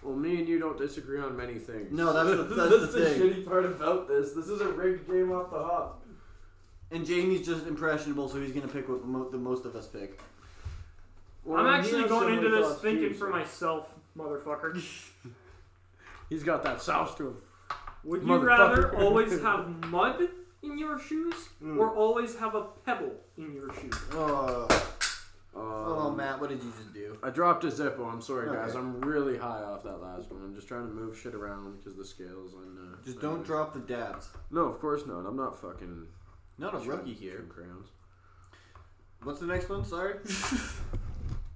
Speaker 3: Well, me and you don't disagree on many things.
Speaker 1: No, that's
Speaker 3: [laughs]
Speaker 1: the- that's the thing.
Speaker 3: shitty part about this. This is a rigged game off the hop.
Speaker 1: And Jamie's just impressionable, so he's gonna pick what mo- the most of us pick.
Speaker 3: Well,
Speaker 2: I'm
Speaker 3: he
Speaker 2: actually
Speaker 3: has
Speaker 2: going
Speaker 3: similar
Speaker 2: into this
Speaker 3: thoughts to you,
Speaker 2: thinking for
Speaker 3: so-
Speaker 2: myself, motherfucker.
Speaker 3: [laughs] He's got that sauce to him.
Speaker 2: Would you
Speaker 3: Motherfucker. Mm.
Speaker 2: rather always have mud in your shoes or always have a pebble in your shoe?
Speaker 1: Oh,
Speaker 3: [laughs] Um,
Speaker 1: oh, Matt, what did you just do?
Speaker 3: I dropped a Zippo. I'm sorry,
Speaker 1: Okay.
Speaker 3: guys. I'm really high off that last one. I'm just trying to move shit around because the scales and. Uh,
Speaker 1: Just don't drop the dabs.
Speaker 3: No, of course not. I'm not fucking.
Speaker 1: Not a rookie
Speaker 3: chugging
Speaker 1: here.
Speaker 3: two Crayons.
Speaker 1: What's the next one? Sorry.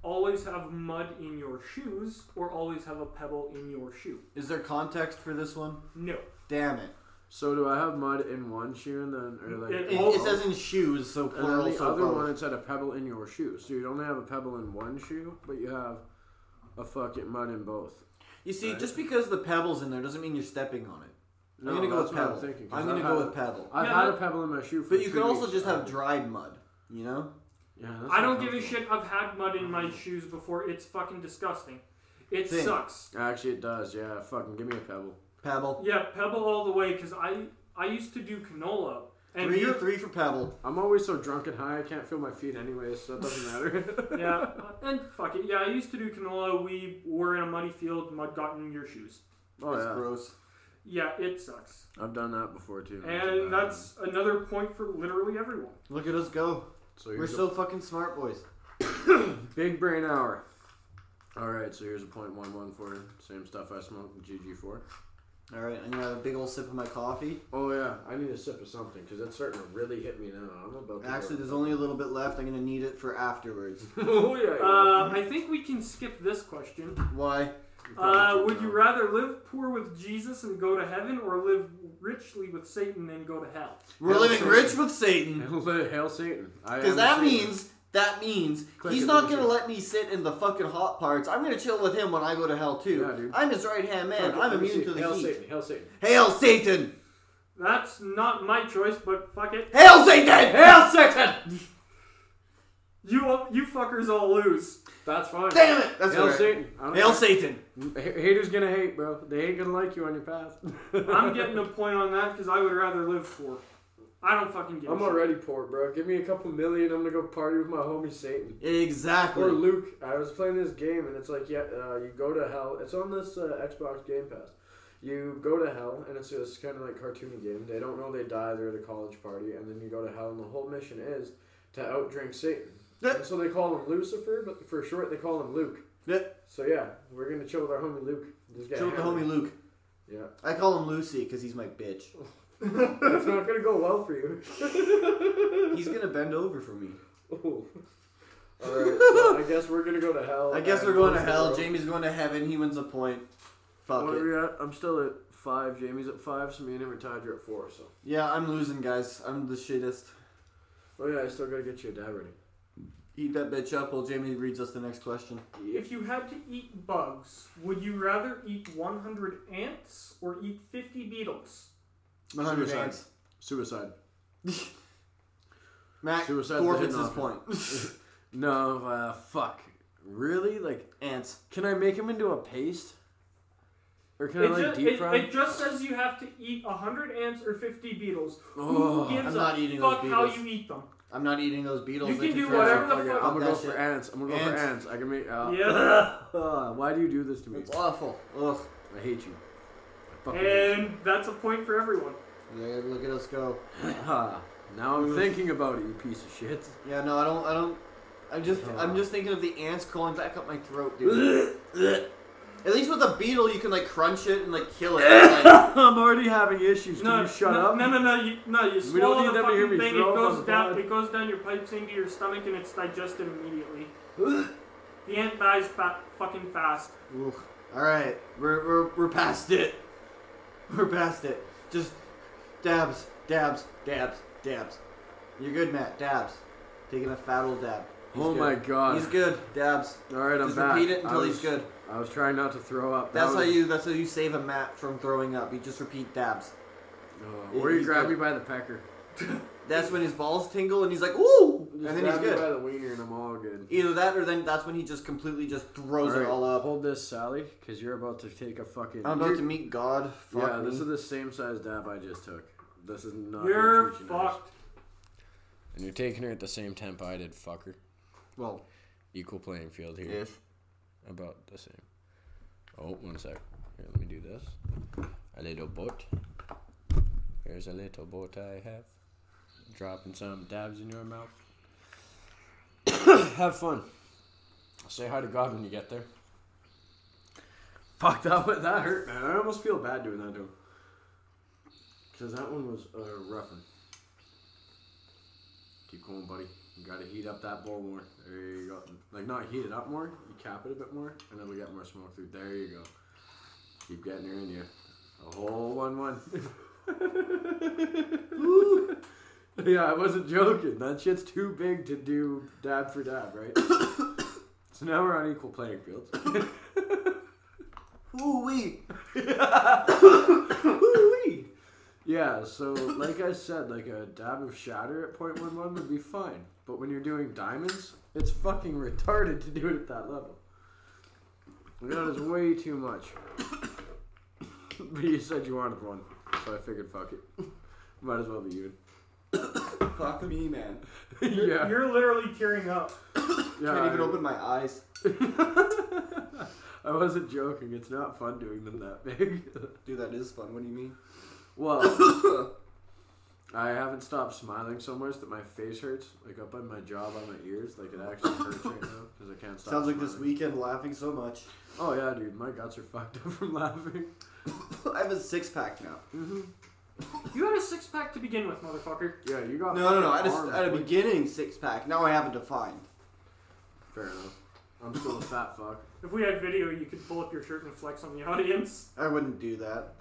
Speaker 2: always have mud in your shoes or always have a pebble in your shoe?
Speaker 1: [laughs] Is there context for this one?
Speaker 2: No.
Speaker 1: Damn it.
Speaker 3: So do I have mud in one shoe and then, or like?
Speaker 2: It-
Speaker 1: It,
Speaker 2: Oh.
Speaker 1: it says in shoes, so
Speaker 3: And then
Speaker 1: plural.
Speaker 3: the
Speaker 1: So
Speaker 3: other
Speaker 1: both.
Speaker 3: one, it said a pebble in your shoe. So you'd only have a pebble in one shoe, but you have a fucking mud in both.
Speaker 1: You see,
Speaker 3: Right.
Speaker 1: just because the pebble's in there doesn't mean you're stepping on it.
Speaker 3: No,
Speaker 1: I'm gonna go
Speaker 3: that's
Speaker 1: with
Speaker 3: what I'm
Speaker 1: pebble.
Speaker 3: thinking, 'cause
Speaker 1: I'm
Speaker 3: I've
Speaker 1: gonna
Speaker 3: had
Speaker 1: go
Speaker 3: it-
Speaker 1: with pebble.
Speaker 3: I've
Speaker 2: Yeah,
Speaker 3: had
Speaker 2: no-
Speaker 3: a pebble in my shoe for
Speaker 1: But you
Speaker 3: two
Speaker 1: could also
Speaker 3: weeks.
Speaker 1: just
Speaker 3: Uh,
Speaker 1: have dried mud. You know?
Speaker 3: Yeah, that's
Speaker 2: I
Speaker 3: not
Speaker 2: don't give a
Speaker 3: helpful.
Speaker 2: shit. I've had mud in my shoes before. It's fucking disgusting. It
Speaker 1: Thing.
Speaker 2: sucks.
Speaker 3: Actually, it does. Yeah, fucking give me a pebble.
Speaker 1: Pebble.
Speaker 2: Yeah, pebble all the way because I I used to do canola and
Speaker 1: Three,
Speaker 2: you-
Speaker 1: three for pebble.
Speaker 3: I'm always so drunk and high, I can't feel my feet anyways, so it
Speaker 2: [laughs]
Speaker 3: doesn't matter.
Speaker 2: [laughs] yeah and fuck it yeah I used to do canola. We were in a muddy field. Mud got in your shoes.
Speaker 3: oh
Speaker 1: That's
Speaker 3: yeah,
Speaker 1: gross.
Speaker 2: Yeah, it sucks.
Speaker 3: I've done that before too.
Speaker 2: And that's another point for literally everyone.
Speaker 1: Look at us go.
Speaker 3: so
Speaker 1: We're
Speaker 3: here's a
Speaker 1: so fucking smart, boys.
Speaker 3: big brain hour. All right, so here's a point one one for same stuff I smoked in GG four.
Speaker 1: All right, I'm gonna have a big old sip of my coffee.
Speaker 3: Oh yeah, I need a sip of something because it's starting to really hit me now. I'm about to
Speaker 1: Actually, there's only a little bit left. I'm gonna need it for afterwards.
Speaker 3: [laughs]
Speaker 1: [laughs]
Speaker 3: oh yeah.
Speaker 2: Uh, I think we can skip this question.
Speaker 1: Why?
Speaker 2: Uh, would you rather live poor with Jesus and go to heaven, or live richly with Satan and go to hell?
Speaker 1: We're
Speaker 3: Hail
Speaker 1: living
Speaker 3: Satan.
Speaker 1: rich with Satan.
Speaker 3: [laughs] rather? Hail Satan! I
Speaker 1: Because
Speaker 3: am
Speaker 1: that
Speaker 3: Satan.
Speaker 1: means that means
Speaker 3: Click
Speaker 1: he's
Speaker 3: it,
Speaker 1: not
Speaker 3: lose
Speaker 1: gonna
Speaker 3: it.
Speaker 1: let me sit in the fucking hot parts. I'm gonna chill with him when I go to hell too.
Speaker 3: Yeah, dude.
Speaker 1: I'm his right hand man.
Speaker 3: Fuck it,
Speaker 1: I'm
Speaker 3: let me
Speaker 1: immune
Speaker 3: see.
Speaker 1: to the
Speaker 3: Hail
Speaker 1: heat.
Speaker 3: Satan! Hail Satan!
Speaker 1: Hail Satan!
Speaker 2: That's not my choice, but fuck it.
Speaker 1: Hail Satan!
Speaker 3: Hail Satan!
Speaker 2: You you fuckers all lose.
Speaker 3: That's fine.
Speaker 1: Damn it! That's
Speaker 3: Hail
Speaker 1: all right.
Speaker 3: Satan! I don't
Speaker 1: Hail
Speaker 3: care.
Speaker 1: Satan!
Speaker 3: H- Haters gonna hate, bro. They ain't gonna like you on your path. [laughs]
Speaker 2: I'm getting a point on that because I would rather live poor. I don't fucking give. a
Speaker 3: I'm
Speaker 2: shit.
Speaker 3: already poor, bro. Give me a couple million. I'm gonna go party with my homie Satan. Or
Speaker 1: Exactly.
Speaker 3: Luke. I was playing this game and it's like, yeah, uh, you go to hell. It's on this uh, Xbox Game Pass. You go to hell and it's this kind of like cartoony game. They don't know they die. They're at a college party and then you go to hell and the whole mission is to outdrink Satan.
Speaker 1: Yeah.
Speaker 3: and so they call him Lucifer, but for short they call him Luke.
Speaker 1: Yeah.
Speaker 3: So yeah, we're gonna chill with our homie Luke. Just get
Speaker 1: Chill with the
Speaker 3: hammered.
Speaker 1: homie Luke.
Speaker 3: Yeah.
Speaker 1: I call him Lucy because he's my bitch.
Speaker 3: it's not gonna go well
Speaker 1: [laughs]
Speaker 3: for you. [laughs]
Speaker 1: He's gonna bend over for me.
Speaker 3: Ooh. All right, so I guess we're gonna go to hell.
Speaker 1: I guess
Speaker 3: and
Speaker 1: we're going to
Speaker 3: close the
Speaker 1: hell.
Speaker 3: road.
Speaker 1: Jamie's going to heaven. He wins a point. Fuck
Speaker 3: What are
Speaker 1: it.
Speaker 3: we at? I'm still at five. Jamie's at five. So me and him are tied. You're at four. So.
Speaker 1: Yeah, I'm losing, guys. I'm the shittest.
Speaker 3: Oh yeah, I still gotta get you a dad ready.
Speaker 1: Eat that bitch up while Jamie reads us the next question.
Speaker 2: If you had to eat bugs, would you rather eat 100 ants or eat 50 beetles?
Speaker 1: 100
Speaker 3: Suicide.
Speaker 1: ants.
Speaker 3: Suicide.
Speaker 1: [laughs] Matt
Speaker 3: Suicide
Speaker 1: forfeits
Speaker 3: did
Speaker 1: his
Speaker 3: not.
Speaker 1: point.
Speaker 3: [laughs] No, uh, fuck. Really? Like,
Speaker 1: ants.
Speaker 3: can I make him into a paste? Or can
Speaker 2: it,
Speaker 3: I like
Speaker 2: just,
Speaker 3: deep
Speaker 2: it,
Speaker 3: fry?
Speaker 2: it just says you have to eat 100 ants or 50 beetles.
Speaker 3: Oh,
Speaker 2: Who gives
Speaker 1: I'm not
Speaker 2: a
Speaker 1: eating
Speaker 2: fuck
Speaker 1: those
Speaker 2: how
Speaker 1: beetles.
Speaker 2: you eat them?
Speaker 1: [laughs] I'm not eating those beetles.
Speaker 2: You
Speaker 1: They
Speaker 2: can do
Speaker 1: turn
Speaker 2: whatever
Speaker 1: out.
Speaker 2: the
Speaker 3: Fuck it,
Speaker 2: fuck-
Speaker 3: I'm gonna go
Speaker 1: That
Speaker 3: for
Speaker 1: shit.
Speaker 3: ants. I'm gonna go
Speaker 1: Ants.
Speaker 3: for ants. I can make. Uh,
Speaker 2: Yeah. [laughs]
Speaker 3: uh, [laughs] why do you do this to me?
Speaker 1: It's awful. Ugh.
Speaker 3: I hate you. I fucking hate you.
Speaker 2: and that's a point for everyone.
Speaker 1: Yeah, look at us go.
Speaker 3: [laughs] Ah, now I'm thinking about it, you piece of
Speaker 2: [laughs]
Speaker 3: shit.
Speaker 1: Yeah, no, I don't. I don't. I'm just.
Speaker 3: Oh.
Speaker 1: I'm just thinking of the ants crawling back up my throat, dude. At least with a beetle, you can like crunch it and like kill it.
Speaker 3: [laughs]
Speaker 1: Like,
Speaker 3: I'm already having issues. Can
Speaker 2: No,
Speaker 3: you shut
Speaker 2: no,
Speaker 3: up?
Speaker 2: No, no, no, you, no. You
Speaker 3: We don't
Speaker 2: swallow
Speaker 3: need
Speaker 2: the
Speaker 3: them to hear
Speaker 2: fucking
Speaker 3: me
Speaker 2: thing. It
Speaker 3: throw up on
Speaker 2: goes
Speaker 3: the
Speaker 2: down.
Speaker 3: pod.
Speaker 2: It goes down your pipes into your stomach, and it's digested
Speaker 3: [gasps]
Speaker 2: immediately. the ant dies fa- fucking fast.
Speaker 1: Oof. All right, we're, we're we're past it. We're past it. Just dabs, dabs, dabs, dabs. You're good, Matt. Dabs. Taking a fat old dab. He's
Speaker 3: Oh
Speaker 1: good.
Speaker 3: my god.
Speaker 1: He's good. Dabs.
Speaker 3: All right, I'm
Speaker 1: Just
Speaker 3: back.
Speaker 1: repeat it until
Speaker 3: I was,
Speaker 1: he's good.
Speaker 3: I was trying not to throw up. That
Speaker 1: That's how
Speaker 3: was-
Speaker 1: you. That's how you save a Matt from throwing up. You just repeat dabs.
Speaker 3: Oh, or you
Speaker 1: He's
Speaker 3: grab
Speaker 1: good.
Speaker 3: me by the pecker.
Speaker 1: That's when his balls tingle and he's like, ooh,
Speaker 3: Just
Speaker 1: and then he's
Speaker 3: grab me
Speaker 1: good.
Speaker 3: by the wiener, and I'm all good.
Speaker 1: Either that, or then that's when he just completely just throws
Speaker 3: All
Speaker 1: it
Speaker 3: right,
Speaker 1: all up.
Speaker 3: Hold this, Sally, because you're about to take a fucking.
Speaker 1: I'm about
Speaker 3: you're-
Speaker 1: to meet God. Fuck
Speaker 3: Yeah,
Speaker 1: me.
Speaker 3: this is the same size dab I just took. This is not. gonna
Speaker 2: You're
Speaker 3: treat you nice.
Speaker 2: fucked.
Speaker 3: And you're taking her at the same temp I did, fucker.
Speaker 1: well,
Speaker 3: Equal playing field here.
Speaker 1: yes.
Speaker 3: About the same. Oh, one sec. Here, let me do this. A little boat. Here's a little boat I have. Dropping some dabs in your mouth. [coughs] have fun. Say hi to God when you get there. Fuck that! wa- That hurt, man. I almost feel bad doing that to him. Cause that one was uh, rough. one. Keep going, buddy. You gotta heat up that bowl more. There you go. Like not heat it up more. You cap it a bit more, and then we get more smoke through. There you go. Keep getting her in you. A whole one one. yeah, I wasn't joking. That shit's too big to do dab for dab, right? so now we're on equal playing fields.
Speaker 1: Ooh
Speaker 3: [laughs]
Speaker 1: wee.
Speaker 3: Woo-wee. yeah, so like I said, like a dab of shatter at 0.11 would be fine. But when you're doing diamonds, it's fucking retarded to do it at that level. That is way too much. [coughs] but you said you wanted one, so I figured fuck it. Might as well be you. [laughs]
Speaker 1: Fuck me, man.
Speaker 3: yeah.
Speaker 2: You're literally tearing up.
Speaker 3: yeah
Speaker 1: Can't even
Speaker 3: I-
Speaker 1: open my eyes.
Speaker 3: I wasn't joking. It's not fun doing them that big.
Speaker 1: Dude, that is fun. What do you mean?
Speaker 3: well,
Speaker 1: [laughs]
Speaker 3: I haven't stopped smiling so much that my face hurts, like up on my jaw, by my ears, like it actually hurts right now because I can't stop.
Speaker 1: Sounds like this
Speaker 3: smiling.
Speaker 1: weekend laughing so much.
Speaker 3: Oh yeah, dude, my guts are fucked up from laughing.
Speaker 1: [laughs] I have a six pack now.
Speaker 2: You had a six pack to begin with, motherfucker.
Speaker 3: Yeah, you got.
Speaker 1: No, no, no.
Speaker 3: fucking
Speaker 1: At
Speaker 3: arms,
Speaker 1: a, at a
Speaker 3: boy.
Speaker 1: beginning six pack. Now I haven't defined.
Speaker 3: Fair enough. I'm still a fat fuck. [laughs]
Speaker 2: If we had video, you could pull up your shirt and flex on the audience.
Speaker 1: I wouldn't do that.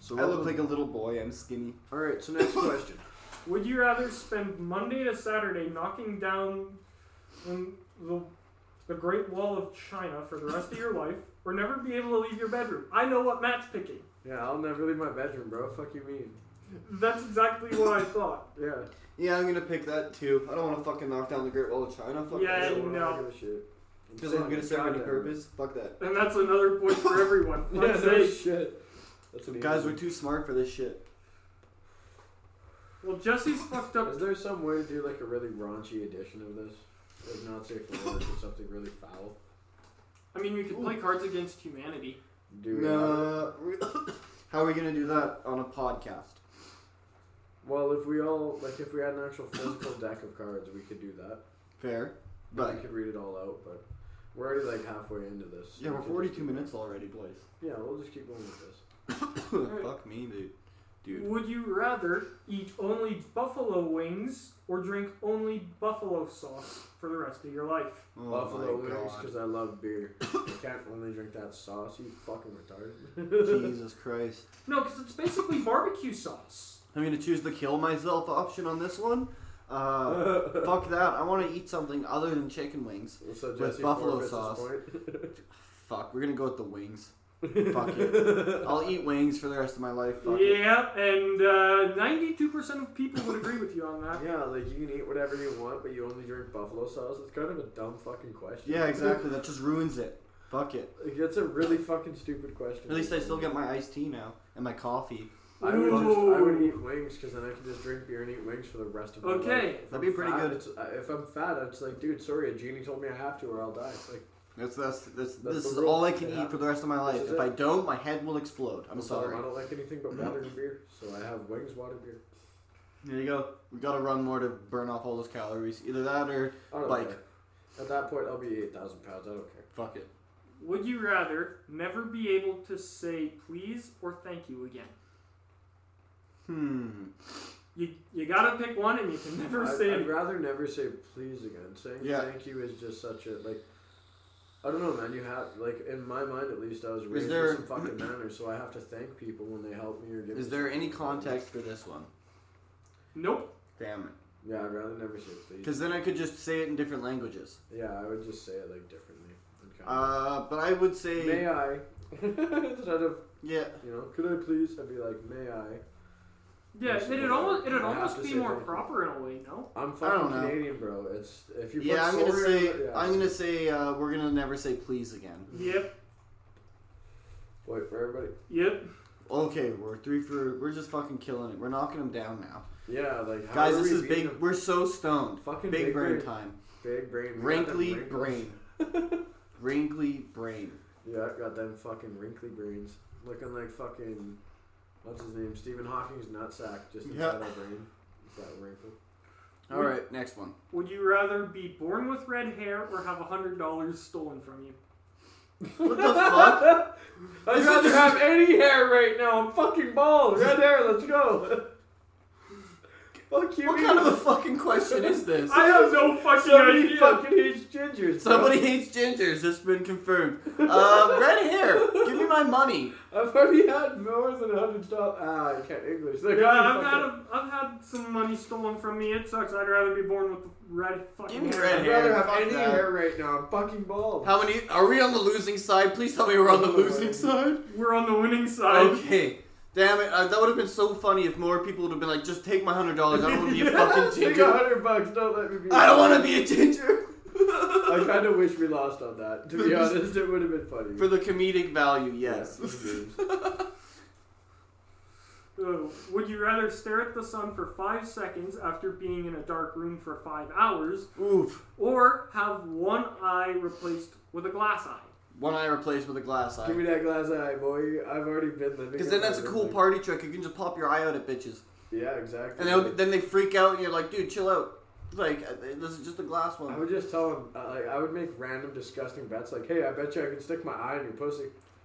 Speaker 3: So
Speaker 1: I look like a little boy. I'm skinny.
Speaker 3: All right. So
Speaker 1: [laughs]
Speaker 3: next question.
Speaker 2: Would you rather spend Monday to Saturday knocking down um, the, the Great Wall of China for the rest of your life, or never be able to leave your bedroom? I know what Matt's picking.
Speaker 3: Yeah, I'll never leave my bedroom, bro. Fuck you mean?
Speaker 2: That's exactly what I thought.
Speaker 3: Yeah.
Speaker 1: Yeah, I'm gonna pick that too. I don't want to fucking knock down the Great Wall of China. Fuck
Speaker 2: Yeah,
Speaker 1: that.
Speaker 2: I know.
Speaker 1: Because I'm gonna serve any purpose. Fuck that.
Speaker 2: And that's another point for everyone.
Speaker 3: [laughs] Yeah,
Speaker 2: Fuck's
Speaker 3: no
Speaker 2: sake.
Speaker 3: shit. That's an
Speaker 1: Guys,
Speaker 3: easy
Speaker 1: we're too smart for this shit.
Speaker 2: Well, Jesse's fucked
Speaker 3: one.
Speaker 2: up.
Speaker 3: Is there some way to do like a really raunchy edition of this? Like not safe for work or something really foul?
Speaker 2: I mean, we could play Cards Against Humanity.
Speaker 3: Do we have-
Speaker 1: No. [coughs] How are we gonna do that on a podcast?
Speaker 3: Well, if we all like, if we had an actual physical deck of cards, we could do that.
Speaker 1: Fair,
Speaker 3: we
Speaker 1: but
Speaker 3: could read it all out, but we're already like halfway into this. so
Speaker 1: yeah,
Speaker 3: we
Speaker 1: we're
Speaker 3: could
Speaker 1: 42
Speaker 3: just-
Speaker 1: minutes already, boys.
Speaker 3: Yeah, we'll just keep going with
Speaker 1: [laughs]
Speaker 3: this.
Speaker 1: Fuck me, dude. Dude,
Speaker 2: Would you rather eat only buffalo wings or drink only buffalo sauce for the rest of your life?
Speaker 1: oh
Speaker 3: Buffalo
Speaker 1: my
Speaker 3: wings
Speaker 1: God.
Speaker 3: because I love beer. I can't only drink that sauce. You fucking retarded.
Speaker 1: [laughs] Jesus Christ.
Speaker 2: No, because it's basically barbecue sauce.
Speaker 1: I'm gonna choose the kill myself option on this one. Uh, fuck that. I want to eat something other than chicken wings.
Speaker 3: [laughs] so
Speaker 1: With
Speaker 3: Jesse
Speaker 1: buffalo
Speaker 3: forfeits his
Speaker 1: sauce.
Speaker 3: point.
Speaker 1: Fuck, we're gonna go with the wings. Fuck
Speaker 3: [laughs]
Speaker 1: it. I'll eat wings for the rest of my life. Fuck it.
Speaker 2: yeah, and uh, 92% of people would agree with you on that.
Speaker 3: Yeah, like you can eat whatever you want, but you only drink buffalo sauce. It's kind of a dumb fucking question.
Speaker 1: Yeah, exactly. That just ruins it. Fuck it.
Speaker 3: Like, That's a really fucking stupid question.
Speaker 1: At least I still get my iced tea now and my coffee.
Speaker 3: I would just, I would
Speaker 2: Ooh.
Speaker 3: eat wings because then I can just drink beer and eat wings for the rest of my life.
Speaker 2: Okay.
Speaker 3: If
Speaker 1: That'd
Speaker 3: I'm
Speaker 1: be pretty
Speaker 3: fat,
Speaker 1: good.
Speaker 3: It's, I- if I'm fat, it's like, dude, sorry, a genie told me I have to or I'll die. Like,
Speaker 1: That's that's, that's,
Speaker 3: That's
Speaker 1: this
Speaker 3: the
Speaker 1: is
Speaker 3: rule.
Speaker 1: all I can
Speaker 3: Yeah.
Speaker 1: eat for the rest of my life.
Speaker 3: is
Speaker 1: If
Speaker 3: it.
Speaker 1: I don't, my head will explode. I'm
Speaker 3: dumb.
Speaker 1: sorry.
Speaker 3: I don't like anything but water and beer, so I have wings, water, beer.
Speaker 1: There you go. We gotta run more to burn off all those calories. Either that or
Speaker 3: I don't
Speaker 1: Like-
Speaker 3: care. At that point, I'll be eight thousand pounds. I don't care.
Speaker 1: fuck it.
Speaker 2: Would you rather never be able to say please or thank you again?
Speaker 1: Hmm.
Speaker 2: You, you gotta pick one and you can never
Speaker 3: I'd,
Speaker 2: say
Speaker 3: I'd
Speaker 2: it.
Speaker 3: rather never say please again. Saying
Speaker 1: Yeah.
Speaker 3: thank you is just such a like. I don't know, man. You have like in my mind at least, I was raised
Speaker 1: there-
Speaker 3: with some fucking manners, so I have to thank people when they help me or give.
Speaker 1: Is
Speaker 3: me
Speaker 1: there any
Speaker 3: something.
Speaker 1: context for this one?
Speaker 2: Nope.
Speaker 1: Damn it.
Speaker 3: Yeah, I'd rather never say please.
Speaker 1: Because then I could just say it in different languages.
Speaker 3: Yeah, I would just say it like differently. and kinda-
Speaker 1: Uh, but I would
Speaker 3: may
Speaker 1: say
Speaker 3: I? [laughs] Instead of
Speaker 1: yeah.
Speaker 3: you know, could I please? I'd be like, may I?
Speaker 2: Yeah,
Speaker 3: Yes,
Speaker 2: it'd
Speaker 3: you
Speaker 2: almost,
Speaker 3: would.
Speaker 2: it'd
Speaker 3: You have
Speaker 2: almost
Speaker 3: to
Speaker 2: be
Speaker 3: say
Speaker 2: more
Speaker 3: thank you.
Speaker 2: proper in a way, no?
Speaker 3: I'm
Speaker 1: I don't
Speaker 3: fucking
Speaker 1: know.
Speaker 3: Canadian, bro. It's if you. Put
Speaker 1: Yeah, I'm gonna
Speaker 3: sorry-
Speaker 1: say
Speaker 3: yeah.
Speaker 1: I'm gonna say uh, we're gonna never say please again.
Speaker 3: Mm-hmm.
Speaker 2: Yep,
Speaker 3: wait for everybody.
Speaker 2: yep.
Speaker 1: Okay, we're three for we're just fucking killing it. We're knocking them down now,
Speaker 3: Yeah, like how
Speaker 1: guys.
Speaker 3: are
Speaker 1: This
Speaker 3: we
Speaker 1: is
Speaker 3: beating
Speaker 1: big.
Speaker 3: them?
Speaker 1: We're so stoned.
Speaker 3: Fucking
Speaker 1: big,
Speaker 3: big
Speaker 1: brain
Speaker 3: brain.
Speaker 1: time.
Speaker 3: Big brain. We got them
Speaker 1: Wrinkly
Speaker 3: wrinkles.
Speaker 1: brain. Wrinkly brain.
Speaker 3: Yeah, I got them fucking wrinkly brains. Looking like fucking what's his name? Stephen Hawking's nutsack just inside
Speaker 1: Yeah.
Speaker 3: our brain. It's that wrinkle.
Speaker 1: All right, next one.
Speaker 2: Would you rather be born with red hair or have $100 stolen from you?
Speaker 1: [laughs] What the
Speaker 3: [laughs]
Speaker 1: fuck?
Speaker 3: I'd
Speaker 1: This is
Speaker 3: rather
Speaker 1: just-
Speaker 3: have any hair right now. I'm fucking bald. Red hair, let's go. [laughs] Fuck you.
Speaker 1: What
Speaker 3: mean?
Speaker 1: kind of a fucking question is this?
Speaker 2: I have no fucking
Speaker 3: Somebody
Speaker 2: idea.
Speaker 3: fucking hates gingers.
Speaker 1: Somebody hates gingers. It's been confirmed. Um, red hair. Give me my money.
Speaker 3: I've already had more than a hundred dollars. Ah, I can't English.
Speaker 2: Yeah,
Speaker 3: They're gonna
Speaker 2: I've
Speaker 3: fuck
Speaker 2: had
Speaker 3: it.
Speaker 2: a, I've had some money stolen from me. It sucks. I'd rather be born with red fucking
Speaker 1: Give me
Speaker 2: hair.
Speaker 1: red
Speaker 3: I'd
Speaker 1: hair.
Speaker 3: rather have
Speaker 1: Fuck
Speaker 3: any
Speaker 1: that.
Speaker 3: hair right now. I'm fucking bald.
Speaker 1: How many? Are we on the losing side? Please tell me we're on the losing side.
Speaker 2: We're on the winning side.
Speaker 1: Okay. Damn it. Uh, that would have been so funny if more people would have been like, just take my $100. I don't want to
Speaker 3: [laughs]
Speaker 1: be a fucking
Speaker 3: Take
Speaker 1: ginger.
Speaker 3: a hundred bucks. Don't let me be.
Speaker 1: I don't want to be a ginger.
Speaker 3: I kind of wish we lost on that. To be honest, it would have been funny.
Speaker 1: For the comedic value, [laughs] yes.
Speaker 2: Uh, would you rather stare at the sun for five seconds after being in a dark room for five hours,
Speaker 1: Oof.
Speaker 2: or have one eye replaced with a glass eye?
Speaker 1: One eye replaced with a glass
Speaker 3: Give
Speaker 1: eye.
Speaker 3: me that glass eye, boy. I've already been living.
Speaker 1: Because then
Speaker 3: in my
Speaker 1: that's a cool
Speaker 3: living-
Speaker 1: party trick. You can just pop your eye out at bitches.
Speaker 3: Yeah, exactly.
Speaker 1: And then, then they freak out and you're like, dude, chill out. Like, uh, this is just a glass
Speaker 3: I
Speaker 1: one.
Speaker 3: would just tell him, uh, like, I would make random disgusting bets, like, hey, I bet you I can stick my eye in your pussy.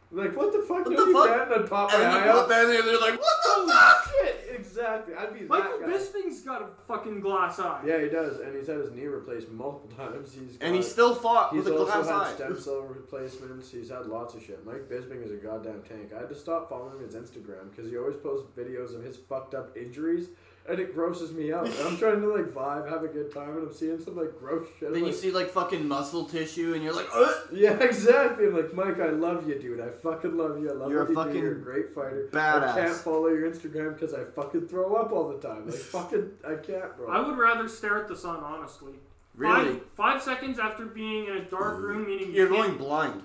Speaker 3: I'm like, what the
Speaker 1: What
Speaker 3: fuck? Don't
Speaker 1: the
Speaker 3: you
Speaker 1: fuck?
Speaker 3: bet? And I'd pop
Speaker 1: And
Speaker 3: my
Speaker 1: then
Speaker 3: eye
Speaker 1: they pop
Speaker 3: out.
Speaker 1: that in there and they're like, what the fuck?
Speaker 3: Oh, shit! Exactly. I'd be
Speaker 2: Michael
Speaker 3: that guy.
Speaker 2: Bisping's got a fucking glass eye.
Speaker 3: Yeah, he does, and he's had his knee replaced multiple [laughs] times. He's
Speaker 1: And
Speaker 3: got-
Speaker 1: he still fought
Speaker 3: He's
Speaker 1: with a
Speaker 3: also
Speaker 1: glass
Speaker 3: had
Speaker 1: eye.
Speaker 3: stem cell replacements. He's had lots of shit. Mike Bisping is a goddamn tank. I had to stop following his Instagram because he always posts videos of his fucked up injuries, and it grosses me out. And
Speaker 1: [laughs]
Speaker 3: I'm trying to like vibe, have a good time, and I'm seeing some like gross shit. I'm
Speaker 1: Then you
Speaker 3: like,
Speaker 1: see like fucking muscle tissue and you're like, Ugh!
Speaker 3: [laughs] yeah, exactly. I'm like, Mike, I love you, dude. I fucking love you. I love
Speaker 1: You're
Speaker 3: what
Speaker 1: a
Speaker 3: you do.
Speaker 1: fucking
Speaker 3: You're a great fighter. I can't
Speaker 1: badass.
Speaker 3: follow your Instagram because I fucking throw up all the
Speaker 1: [laughs]
Speaker 3: time. Like, fucking, I can't, bro.
Speaker 2: I would rather stare at the sun, honestly.
Speaker 1: Really?
Speaker 2: Five, five seconds after being in a dark room, meaning
Speaker 1: You're
Speaker 2: you can't-
Speaker 1: going blind.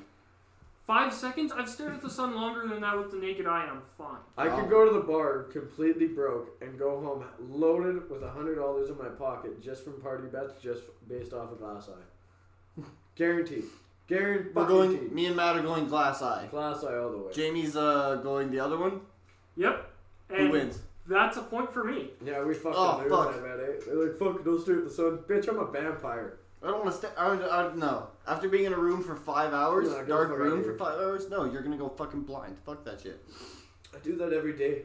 Speaker 2: Five seconds? I've stared at the sun longer than that with the naked eye, and I'm fine.
Speaker 3: I could go to the bar completely broke and go home loaded with a hundred dollars in my pocket just from party bets, just based off of glass
Speaker 1: [laughs]
Speaker 3: eye. Guaranteed. Guaranteed.
Speaker 1: We're going. Me and Matt are going glass eye.
Speaker 3: glass eye all the way.
Speaker 1: Jamie's uh going the other one.
Speaker 2: Yep. And
Speaker 1: Who wins?
Speaker 2: That's a point for me.
Speaker 3: Yeah, we fucking
Speaker 1: Oh,
Speaker 3: lose
Speaker 1: fuck.
Speaker 3: that man. Eh? They're like, fuck, don't stare at the sun, bitch. I'm a vampire.
Speaker 1: I don't want to stay. I don't, I don't know. After being in a room for five hours,
Speaker 3: No, get the
Speaker 1: dark
Speaker 3: fuck
Speaker 1: room
Speaker 3: outta
Speaker 1: for
Speaker 3: here.
Speaker 1: five hours. No, you're gonna go fucking blind. Fuck that shit.
Speaker 3: I do that every day.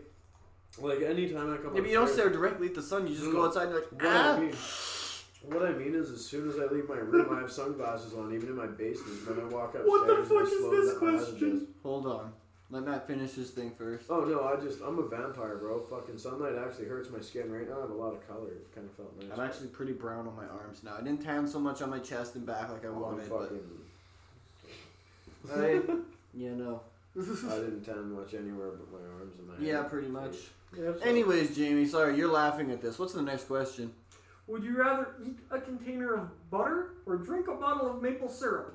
Speaker 3: Like anytime I come.
Speaker 1: Yeah, but you don't stare
Speaker 3: upstairs-
Speaker 1: directly at the sun. You just go
Speaker 3: No.
Speaker 1: outside and you're like,
Speaker 3: What I
Speaker 1: ah.
Speaker 3: mean,
Speaker 1: [laughs]
Speaker 3: what I mean is, as soon as I leave my room, I have sunglasses on, even in my basement. Then I walk upstairs.
Speaker 2: What the
Speaker 3: and I
Speaker 2: fuck is this
Speaker 3: slow down my eyes and
Speaker 2: question?
Speaker 3: just-
Speaker 1: Hold on. Let Matt finish his thing first.
Speaker 3: Oh no, I just I'm a vampire, bro. Fucking sunlight actually hurts my skin right now. I have a lot of color. It kind of felt nice.
Speaker 1: I'm actually pretty brown on my arms now. I didn't tan so much on my chest and back like I
Speaker 3: I'm
Speaker 1: wanted, but [laughs]
Speaker 3: Oh, fucking.
Speaker 1: I,
Speaker 3: [laughs]
Speaker 1: yeah, no.
Speaker 3: I didn't tan much anywhere but my arms and my.
Speaker 1: Yeah,
Speaker 3: head.
Speaker 1: pretty much.
Speaker 3: Yeah, so-
Speaker 1: Anyways, Jamie, sorry, you're laughing at this. What's the next question?
Speaker 2: Would you rather eat a container of butter or drink a bottle of maple syrup?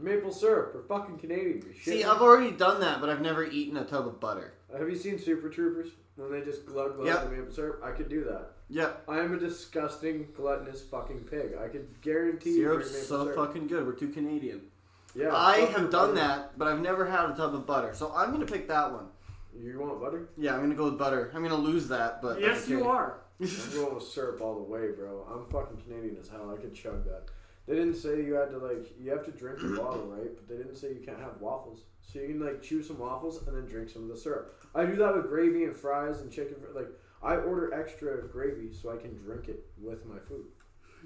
Speaker 3: Maple syrup. We're fucking Canadian. you
Speaker 1: See,
Speaker 3: shit.
Speaker 1: I've already done that, but I've never eaten a tub of butter.
Speaker 3: Have you seen Super Troopers when they just glug glug
Speaker 1: Yep.
Speaker 3: the maple syrup? I could do that.
Speaker 1: Yep.
Speaker 3: I am a disgusting gluttonous fucking pig. I could guarantee. you drink
Speaker 1: Syrup's
Speaker 3: maple
Speaker 1: so
Speaker 3: syrup.
Speaker 1: fucking good. We're too Canadian.
Speaker 3: Yeah.
Speaker 1: I
Speaker 3: fuck
Speaker 1: have
Speaker 3: your
Speaker 1: done
Speaker 3: butter.
Speaker 1: that, but I've never had a tub of butter. So I'm gonna pick that one.
Speaker 3: You want butter?
Speaker 1: Yeah, I'm gonna go with butter. I'm gonna lose that, but
Speaker 2: yes, you are.
Speaker 3: I'm going with syrup all the way, bro. I'm fucking Canadian as hell. I could chug that. They didn't say you had to like you have to drink
Speaker 1: [clears throat]
Speaker 3: the bottle, right? But they didn't say you can't have waffles. So you can like chew some waffles and then drink some of the syrup. I do that with gravy and fries and chicken. fr- Like I order extra gravy so I can drink it with my food.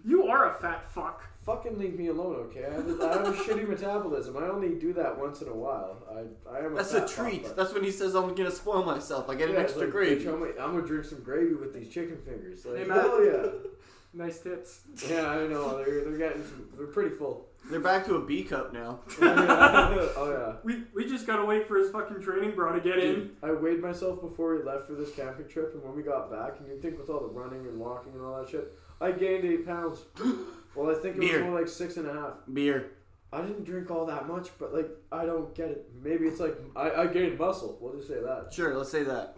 Speaker 2: You are a fat fuck.
Speaker 3: Fucking leave me alone, okay? I have, I have a
Speaker 1: [laughs]
Speaker 3: shitty metabolism. I only do that once in a while. I I am. A
Speaker 1: That's
Speaker 3: fat
Speaker 1: a treat.
Speaker 3: fuck, but-
Speaker 1: That's when he says I'm gonna spoil myself. I get an
Speaker 3: Yeah,
Speaker 1: extra
Speaker 3: like,
Speaker 1: gravy.
Speaker 3: bitch, I'm, gonna- I'm gonna drink some gravy with these chicken fingers. Like,
Speaker 2: Hey, Matt.
Speaker 3: hell yeah.
Speaker 2: Nice tips.
Speaker 3: Yeah, I know. They're, they're getting some, they're pretty [laughs] full.
Speaker 1: They're back to a B cup now.
Speaker 3: oh
Speaker 2: We, we just gotta wait for his fucking training bra to get
Speaker 3: yeah.
Speaker 2: in.
Speaker 3: I weighed myself before we left for this camping trip, and when we got back, and you think with all the running and walking and all that shit, I gained eight [gasps] pounds. Well, I think it was
Speaker 1: Beer.
Speaker 3: more like six and a half.
Speaker 1: Beer.
Speaker 3: I didn't drink all that much, but like I don't get it. Maybe it's like I, I gained muscle. We'll just say that.
Speaker 1: Sure, let's say that.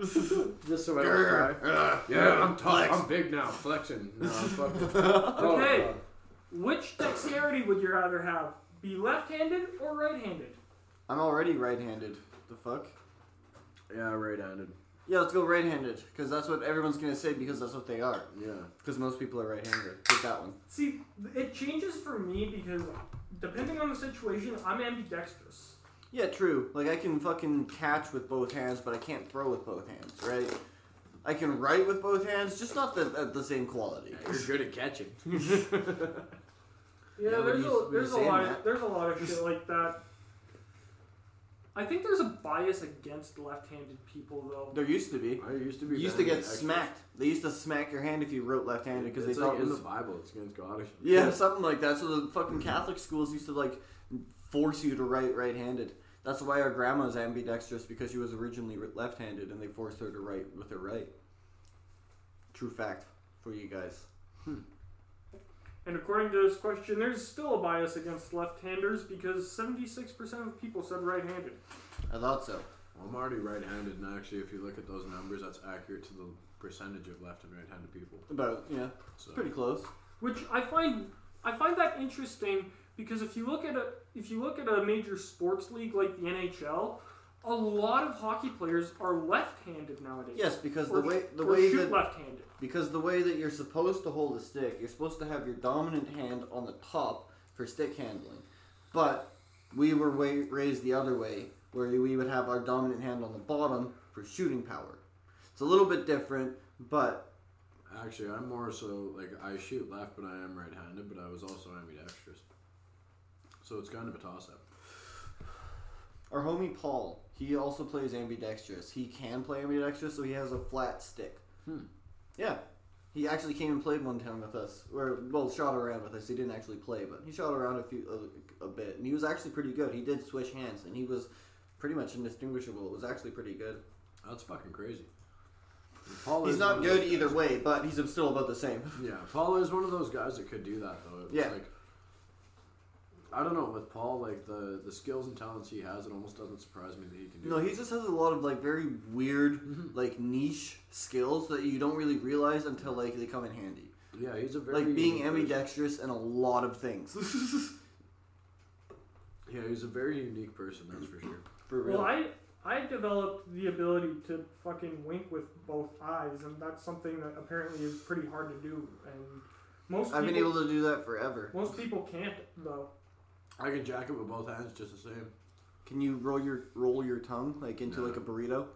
Speaker 3: Just so I don't cry.
Speaker 1: yeah,
Speaker 3: tough. big now, [laughs] flexing. No, Oh,
Speaker 2: Okay. Which dexterity would you rather have? Be left handed or right handed?
Speaker 1: I'm already right-handed. The fuck?
Speaker 3: Yeah, right-handed.
Speaker 1: Yeah, let's go right-handed, because that's what everyone's gonna say, because that's what they are.
Speaker 3: Yeah.
Speaker 1: Because most people are right-handed. Take that one.
Speaker 2: See, it changes for me because depending on the situation, I'm ambidextrous.
Speaker 1: Yeah, true. Like I can fucking catch with both hands, but I can't throw with both hands, right? I can write with both hands, just not the, at the same quality.
Speaker 3: You're good at catching.
Speaker 2: Yeah,
Speaker 1: Yeah, what
Speaker 2: there's
Speaker 1: do you-
Speaker 2: a
Speaker 1: what do you
Speaker 2: there's a
Speaker 1: say in
Speaker 2: lot of,
Speaker 1: that?
Speaker 2: there's a lot of shit like that. I think there's a bias against left-handed people though.
Speaker 1: [laughs] There used to be.
Speaker 3: I used to be.
Speaker 1: You used to
Speaker 3: bad
Speaker 1: get
Speaker 3: at actually-
Speaker 1: smacked. They used to smack your hand if you wrote left-handed because they
Speaker 3: It's
Speaker 1: thought
Speaker 3: like
Speaker 1: it
Speaker 3: in
Speaker 1: was
Speaker 3: the Bible. It's against God.
Speaker 1: yeah something like that. So the fucking Catholic schools used to like force you to write right-handed. That's why our grandma's ambidextrous because she was originally ri- left-handed and they forced her to write with her right. True fact for you guys.
Speaker 2: And according to this question, there's still a bias against left-handers because 76% of people said right-handed.
Speaker 1: I thought so.
Speaker 3: Well, I'm already right-handed, and actually, if you look at those numbers, that's accurate to the percentage of left and right-handed people.
Speaker 1: About yeah,
Speaker 3: So
Speaker 1: it's pretty close.
Speaker 2: which I find I find that interesting because if you look at a if you look at a major sports league like the NHL, a lot of hockey players are left-handed nowadays.
Speaker 1: Yes, because
Speaker 2: Or
Speaker 1: the way
Speaker 2: sh-
Speaker 1: the
Speaker 2: or
Speaker 1: way
Speaker 2: shoot
Speaker 1: that
Speaker 2: left-handed.
Speaker 1: Because the way that you're supposed to hold a stick, you're supposed to have your dominant hand on the top for stick handling. But we were way, raised the other way, where we would have our dominant hand on the bottom for shooting power. It's a little bit different, but
Speaker 3: actually, I'm more so like I shoot left, but I am right-handed, but I was also ambidextrous. So it's kind of a toss-up.
Speaker 1: our homie Paul, he also plays ambidextrous. He can play ambidextrous, so he has a flat stick.
Speaker 3: Hmm.
Speaker 1: Yeah. He actually came and played one time with us, or well, shot around with us. He didn't actually play, but he shot around a few a, a bit, and he was actually pretty good. He did swish hands, and he was pretty much indistinguishable. It was actually pretty good. That's
Speaker 3: Fucking crazy. And Paul
Speaker 1: He's
Speaker 3: is
Speaker 1: not
Speaker 3: one of those
Speaker 1: good either
Speaker 3: guys-
Speaker 1: way, but he's still about the same. [laughs]
Speaker 3: Yeah, Paul is one of those guys that could do that though. It's
Speaker 1: Yeah.
Speaker 3: like I don't know with Paul, like the the skills and talents he has, it almost doesn't surprise me that he can do.
Speaker 1: No,
Speaker 3: that.
Speaker 1: he just has a lot of like very weird,
Speaker 3: Mhm.
Speaker 1: like niche skills that you don't really realize until like they come in handy.
Speaker 3: yeah, he's a very
Speaker 1: Like being
Speaker 3: unique
Speaker 1: ambidextrous and a lot of things.
Speaker 3: person. Yeah, he's a very unique person, that's for sure.
Speaker 1: For real.
Speaker 2: Well, I I developed the ability to fucking wink with both eyes, and that's something that apparently is pretty hard to do. And most
Speaker 1: I've been
Speaker 2: people,
Speaker 1: able to do that forever.
Speaker 2: most people can't though.
Speaker 3: I can jack it with both hands just the same.
Speaker 1: Can you roll your roll your tongue like into
Speaker 3: No.
Speaker 1: like a burrito?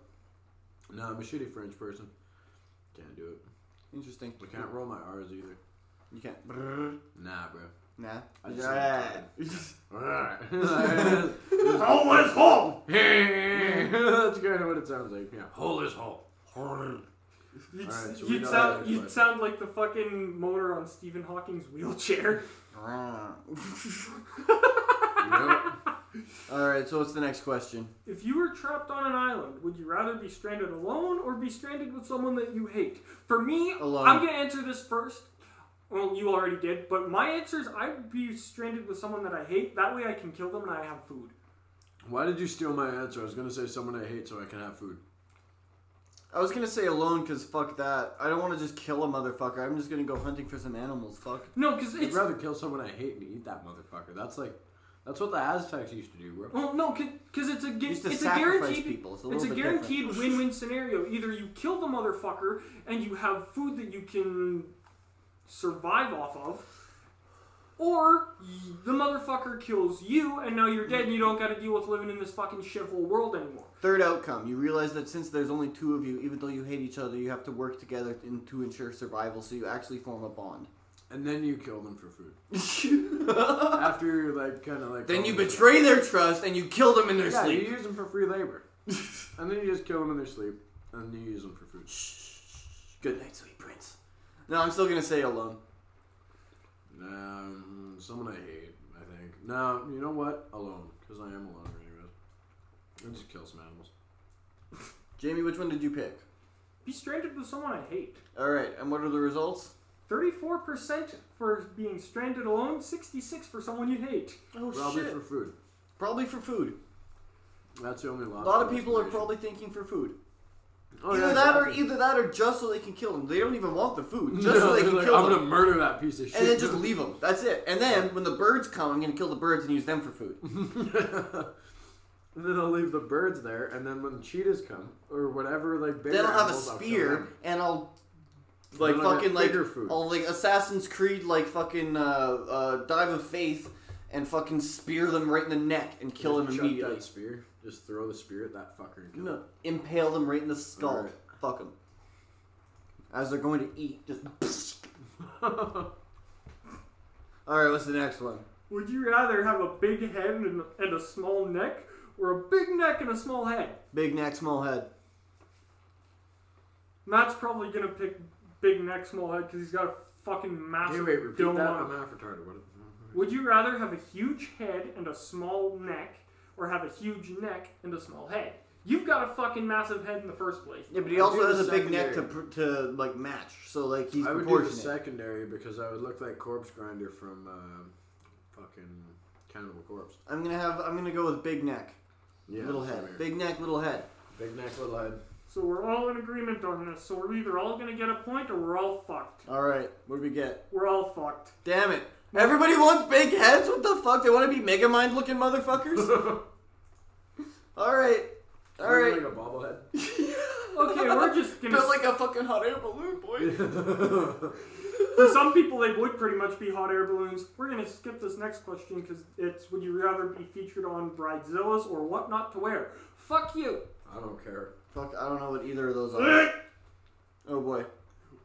Speaker 3: No, I'm a shitty French person. Can't do it.
Speaker 1: Interesting.
Speaker 3: I can't roll my R's either.
Speaker 1: You can't.
Speaker 3: Nah, [laughs] bro.
Speaker 1: Nah.
Speaker 3: I just-
Speaker 1: Yeah.
Speaker 3: Hole is hole. [laughs] That's kind of what it sounds like. Yeah, hole is hole.
Speaker 2: You'd,
Speaker 3: All right, so we
Speaker 2: you'd
Speaker 3: got the
Speaker 2: sound
Speaker 3: next
Speaker 2: you'd
Speaker 3: question.
Speaker 2: sound like the fucking motor on Stephen Hawking's wheelchair.
Speaker 3: Yep.
Speaker 1: All right. So what's the next question?
Speaker 2: If you were trapped on an island, would you rather be stranded alone or be stranded with someone that you hate? For me,
Speaker 1: Alone.
Speaker 2: I'm gonna answer this first. Well, you already did, but my answer is I'd be stranded with someone that I hate. That way, I can kill them and I have food.
Speaker 3: Why did you steal my answer? I was gonna say someone I hate so I can have food.
Speaker 1: I was gonna say alone because fuck that. I don't want to just kill a motherfucker. I'm just gonna go hunting for some animals. Fuck.
Speaker 2: No, because
Speaker 3: I'd
Speaker 2: it's
Speaker 3: rather kill someone I hate and eat that motherfucker. That's like, that's what the Aztecs used to do, bro.
Speaker 2: well, no, because it's a gu-
Speaker 1: Used to
Speaker 2: it's a
Speaker 1: sacrifice
Speaker 2: guaranteed
Speaker 1: people. It's a
Speaker 2: it's a
Speaker 1: little bit different.
Speaker 2: guaranteed win-win scenario. Either you kill the motherfucker and you have food that you can survive off of, or y- the motherfucker kills you and now you're dead and you don't got to deal with living in this fucking shithole world anymore.
Speaker 1: Third outcome, you realize that since there's only two of you, even though you hate each other, you have to work together in, to ensure survival. So you actually form a
Speaker 3: [laughs]
Speaker 1: bond. [laughs]
Speaker 3: And then you kill them for food. After you're like, kind of like.
Speaker 1: then you
Speaker 3: calling them.
Speaker 1: betray their trust and you kill them in their
Speaker 3: Yeah,
Speaker 1: sleep.
Speaker 3: you use them for free labor, [laughs] and then you just kill them in their sleep, and you use them for food.
Speaker 1: Good night, sweet prince. No, I'm still gonna say alone.
Speaker 3: Um, someone I hate, I think. No, you know what? Alone, because I am alone anyways. I just kill some animals.
Speaker 1: Jamie, which one did you pick?
Speaker 2: Be stranded with someone I hate.
Speaker 1: All right, and what are the results?
Speaker 2: Thirty-four percent for being stranded alone. Sixty-six for someone you hate.
Speaker 1: Oh
Speaker 3: Probably for food.
Speaker 1: probably for food.
Speaker 3: That's the only
Speaker 1: A
Speaker 3: logical
Speaker 1: lot of people are
Speaker 3: explanation.
Speaker 1: probably thinking for food.
Speaker 3: Oh,
Speaker 1: either
Speaker 3: yeah,
Speaker 1: that or
Speaker 3: exactly.
Speaker 1: either that or just so they can kill them. They don't even want the
Speaker 3: [laughs]
Speaker 1: food, just
Speaker 3: No,
Speaker 1: so they
Speaker 3: they're
Speaker 1: can
Speaker 3: like,
Speaker 1: kill
Speaker 3: I'm
Speaker 1: them.
Speaker 3: gonna murder that piece of shit.
Speaker 1: And then just
Speaker 3: [laughs]
Speaker 1: leave them. That's it. And then when the birds come, I'm gonna kill the birds and use them for food.
Speaker 3: And then I'll leave the birds there, and then when cheetahs come or whatever, like bigger
Speaker 1: then I'll have a
Speaker 3: animals, I'll kill
Speaker 1: spear
Speaker 3: them.
Speaker 1: and I'll like
Speaker 3: Then I'll get
Speaker 1: fucking like
Speaker 3: bigger food.
Speaker 1: I'll like Assassin's Creed like fucking uh, uh, dive of faith and fucking spear them right in the neck and kill
Speaker 3: Just
Speaker 1: them
Speaker 3: chuck
Speaker 1: immediately.
Speaker 3: That spear, just throw the spear at that fucker. And kill him.
Speaker 1: No, impale them right in the skull.
Speaker 3: Alright.
Speaker 1: Fuck them. as they're going to eat.
Speaker 3: [laughs]
Speaker 1: Just. All right, what's the next one?
Speaker 2: Would you rather have a big head and, and a small neck, or a big neck and a small head?
Speaker 1: Big neck, small head.
Speaker 2: Matt's probably gonna pick big neck, small head because he's got a fucking
Speaker 3: Hey,
Speaker 2: massive
Speaker 3: wait, repeat
Speaker 2: dome
Speaker 3: that.
Speaker 2: on
Speaker 3: I'm half retarded. What?
Speaker 2: Would you rather have a huge head and a small neck, or have a huge neck and a small head? You've got a fucking massive head in the first place.
Speaker 1: Yeah, but he
Speaker 3: I'd
Speaker 1: also
Speaker 3: do the
Speaker 1: has a big neck to,
Speaker 3: secondary.
Speaker 1: pr- to like match, so like he's
Speaker 3: I would do the
Speaker 1: proportionate.
Speaker 3: secondary because I would look like Corpse Grinder from uh, fucking Cannibal Corpse.
Speaker 1: I'm gonna have. I'm gonna go with big neck,
Speaker 3: Yeah,
Speaker 1: little
Speaker 3: same
Speaker 1: head.
Speaker 3: here.
Speaker 1: Big neck, little head.
Speaker 3: big neck, little head.
Speaker 2: So we're all in agreement on this. So we're either all gonna get a point, or we're all fucked.
Speaker 1: All right, what do we get?
Speaker 2: We're all fucked.
Speaker 1: Damn it! Everybody wants big heads. What the fuck? They want to be Mega Mind looking motherfuckers. All right, all
Speaker 3: Look
Speaker 1: right.
Speaker 3: like a bobblehead. [laughs]
Speaker 2: Okay, we're just
Speaker 1: [laughs]
Speaker 2: gonna.
Speaker 1: Built like a fucking hot air balloon,
Speaker 3: [laughs]
Speaker 1: boy.
Speaker 2: For some people, they would pretty much be hot air balloons. We're going to skip this next question because it's would you rather be featured on Bridezilla's or what not to wear? Fuck you.
Speaker 3: I don't care.
Speaker 1: Fuck, I don't know what either of
Speaker 2: [laughs]
Speaker 1: those are. Oh boy.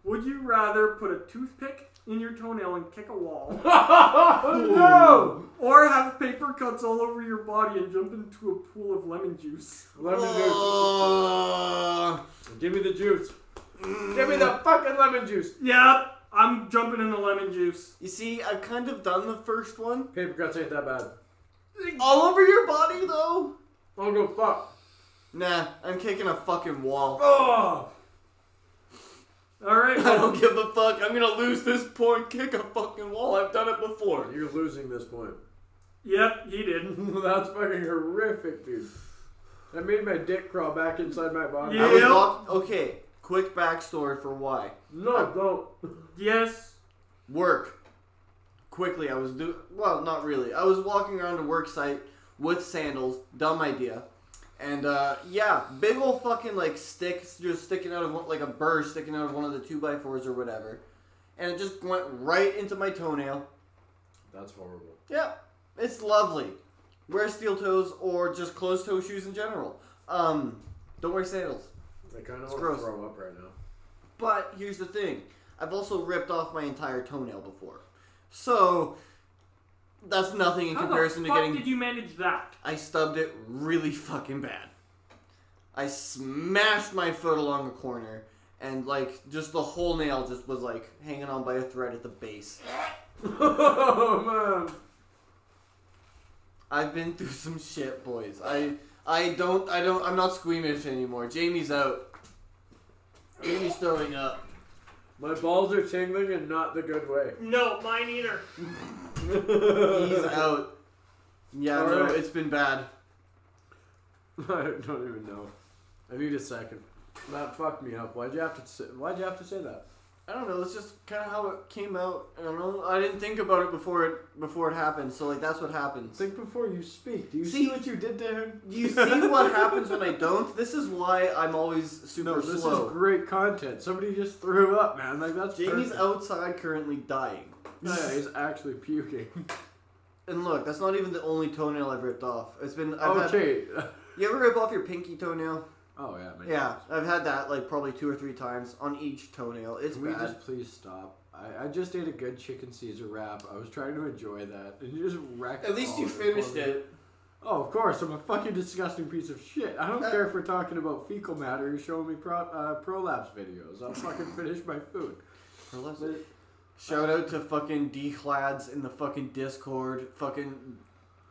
Speaker 2: Would you rather put a toothpick in your toenail and kick a wall? [laughs]
Speaker 3: no!
Speaker 2: or have paper cuts all over your body and jump into a pool of lemon juice?
Speaker 3: Lemon
Speaker 1: Oh.
Speaker 3: juice. Give me the juice. Give me the fucking lemon juice.
Speaker 2: Yep, I'm jumping in the lemon juice.
Speaker 1: You see, I've kind of done the first one.
Speaker 3: Paper cuts ain't that bad.
Speaker 1: All over your body, though.
Speaker 3: I'll go fuck.
Speaker 1: Nah, I'm kicking a fucking wall. [laughs]
Speaker 3: Oh!
Speaker 2: Alright,
Speaker 3: [laughs]
Speaker 1: I don't give a fuck. I'm gonna lose this point. Kick a fucking wall. I've done it before.
Speaker 3: You're losing this point.
Speaker 2: yep, he did.
Speaker 3: [laughs] That's fucking horrific, dude. That made my dick crawl back inside my body.
Speaker 1: I was
Speaker 2: Yep.
Speaker 1: locked. Okay, quick backstory for why.
Speaker 3: No, don't.
Speaker 2: Yes.
Speaker 1: Work. Quickly, I was do well, not really. I was walking around a work site with sandals. Dumb idea. And uh, yeah, big old fucking like sticks just sticking out of one, like a burr sticking out of one of the two by fours or whatever, and it just went right into my toenail.
Speaker 3: That's horrible.
Speaker 1: Yeah, it's lovely. Wear steel toes or just closed toe shoes in general. Um, don't wear sandals.
Speaker 3: I kind of
Speaker 1: It's
Speaker 3: want
Speaker 1: gross.
Speaker 3: to throw up right now.
Speaker 1: But here's the thing I've also ripped off my entire toenail before. So, that's nothing in
Speaker 2: How
Speaker 1: comparison
Speaker 2: the
Speaker 1: to
Speaker 2: fuck
Speaker 1: getting.
Speaker 2: did you manage that?
Speaker 1: I stubbed it really fucking bad. I smashed my foot along a corner, and like, just the whole nail just was like hanging on by a thread at the base.
Speaker 3: [laughs] oh, man.
Speaker 1: I've been through [laughs] some shit, boys. I I don't I don't I'm not squeamish anymore. Jamie's out. Jamie's throwing up.
Speaker 3: My balls are tingling and not the good way.
Speaker 2: No, mine either.
Speaker 3: [laughs]
Speaker 1: He's out. Yeah, no,
Speaker 3: Alright.
Speaker 1: it's been bad.
Speaker 3: I don't even know. I need a second. That fucked me up. Why'd you have to say, Why'd you have to say that?
Speaker 1: I don't know. It's just kind of how it came out. I don't know. I didn't think about it before it before it happened. So like that's what happens.
Speaker 3: Think before you speak. Do you
Speaker 1: See-
Speaker 3: see what you did to him?
Speaker 1: Do you see what happens when I don't? This is why I'm always super
Speaker 3: No, this
Speaker 1: slow.
Speaker 3: is great content. Somebody just threw up, man. Like that's
Speaker 1: Jamie's
Speaker 3: perfect.
Speaker 1: outside currently dying.
Speaker 3: Yeah, he's actually puking.
Speaker 1: And look, that's not even the only toenail I've ripped off. It's been I've had,
Speaker 3: okay. [laughs]
Speaker 1: You ever rip off your pinky toenail?
Speaker 3: Oh yeah. Man.
Speaker 1: Yeah, I've had that like probably two or three times on each toenail. It's
Speaker 3: Can we
Speaker 1: bad.
Speaker 3: just please stop? I, I just ate a good chicken Caesar wrap. I was trying to enjoy that, and you just wrecked. all of for me. Oh, of course. I'm a fucking disgusting piece of shit. I
Speaker 1: Uh,
Speaker 3: don't care if we're talking about fecal matter. You're showing me pro, uh, prolapse videos.
Speaker 1: [laughs]
Speaker 3: I'll fucking finish my food. But-
Speaker 1: Shout out to fucking declads in the fucking Discord, fucking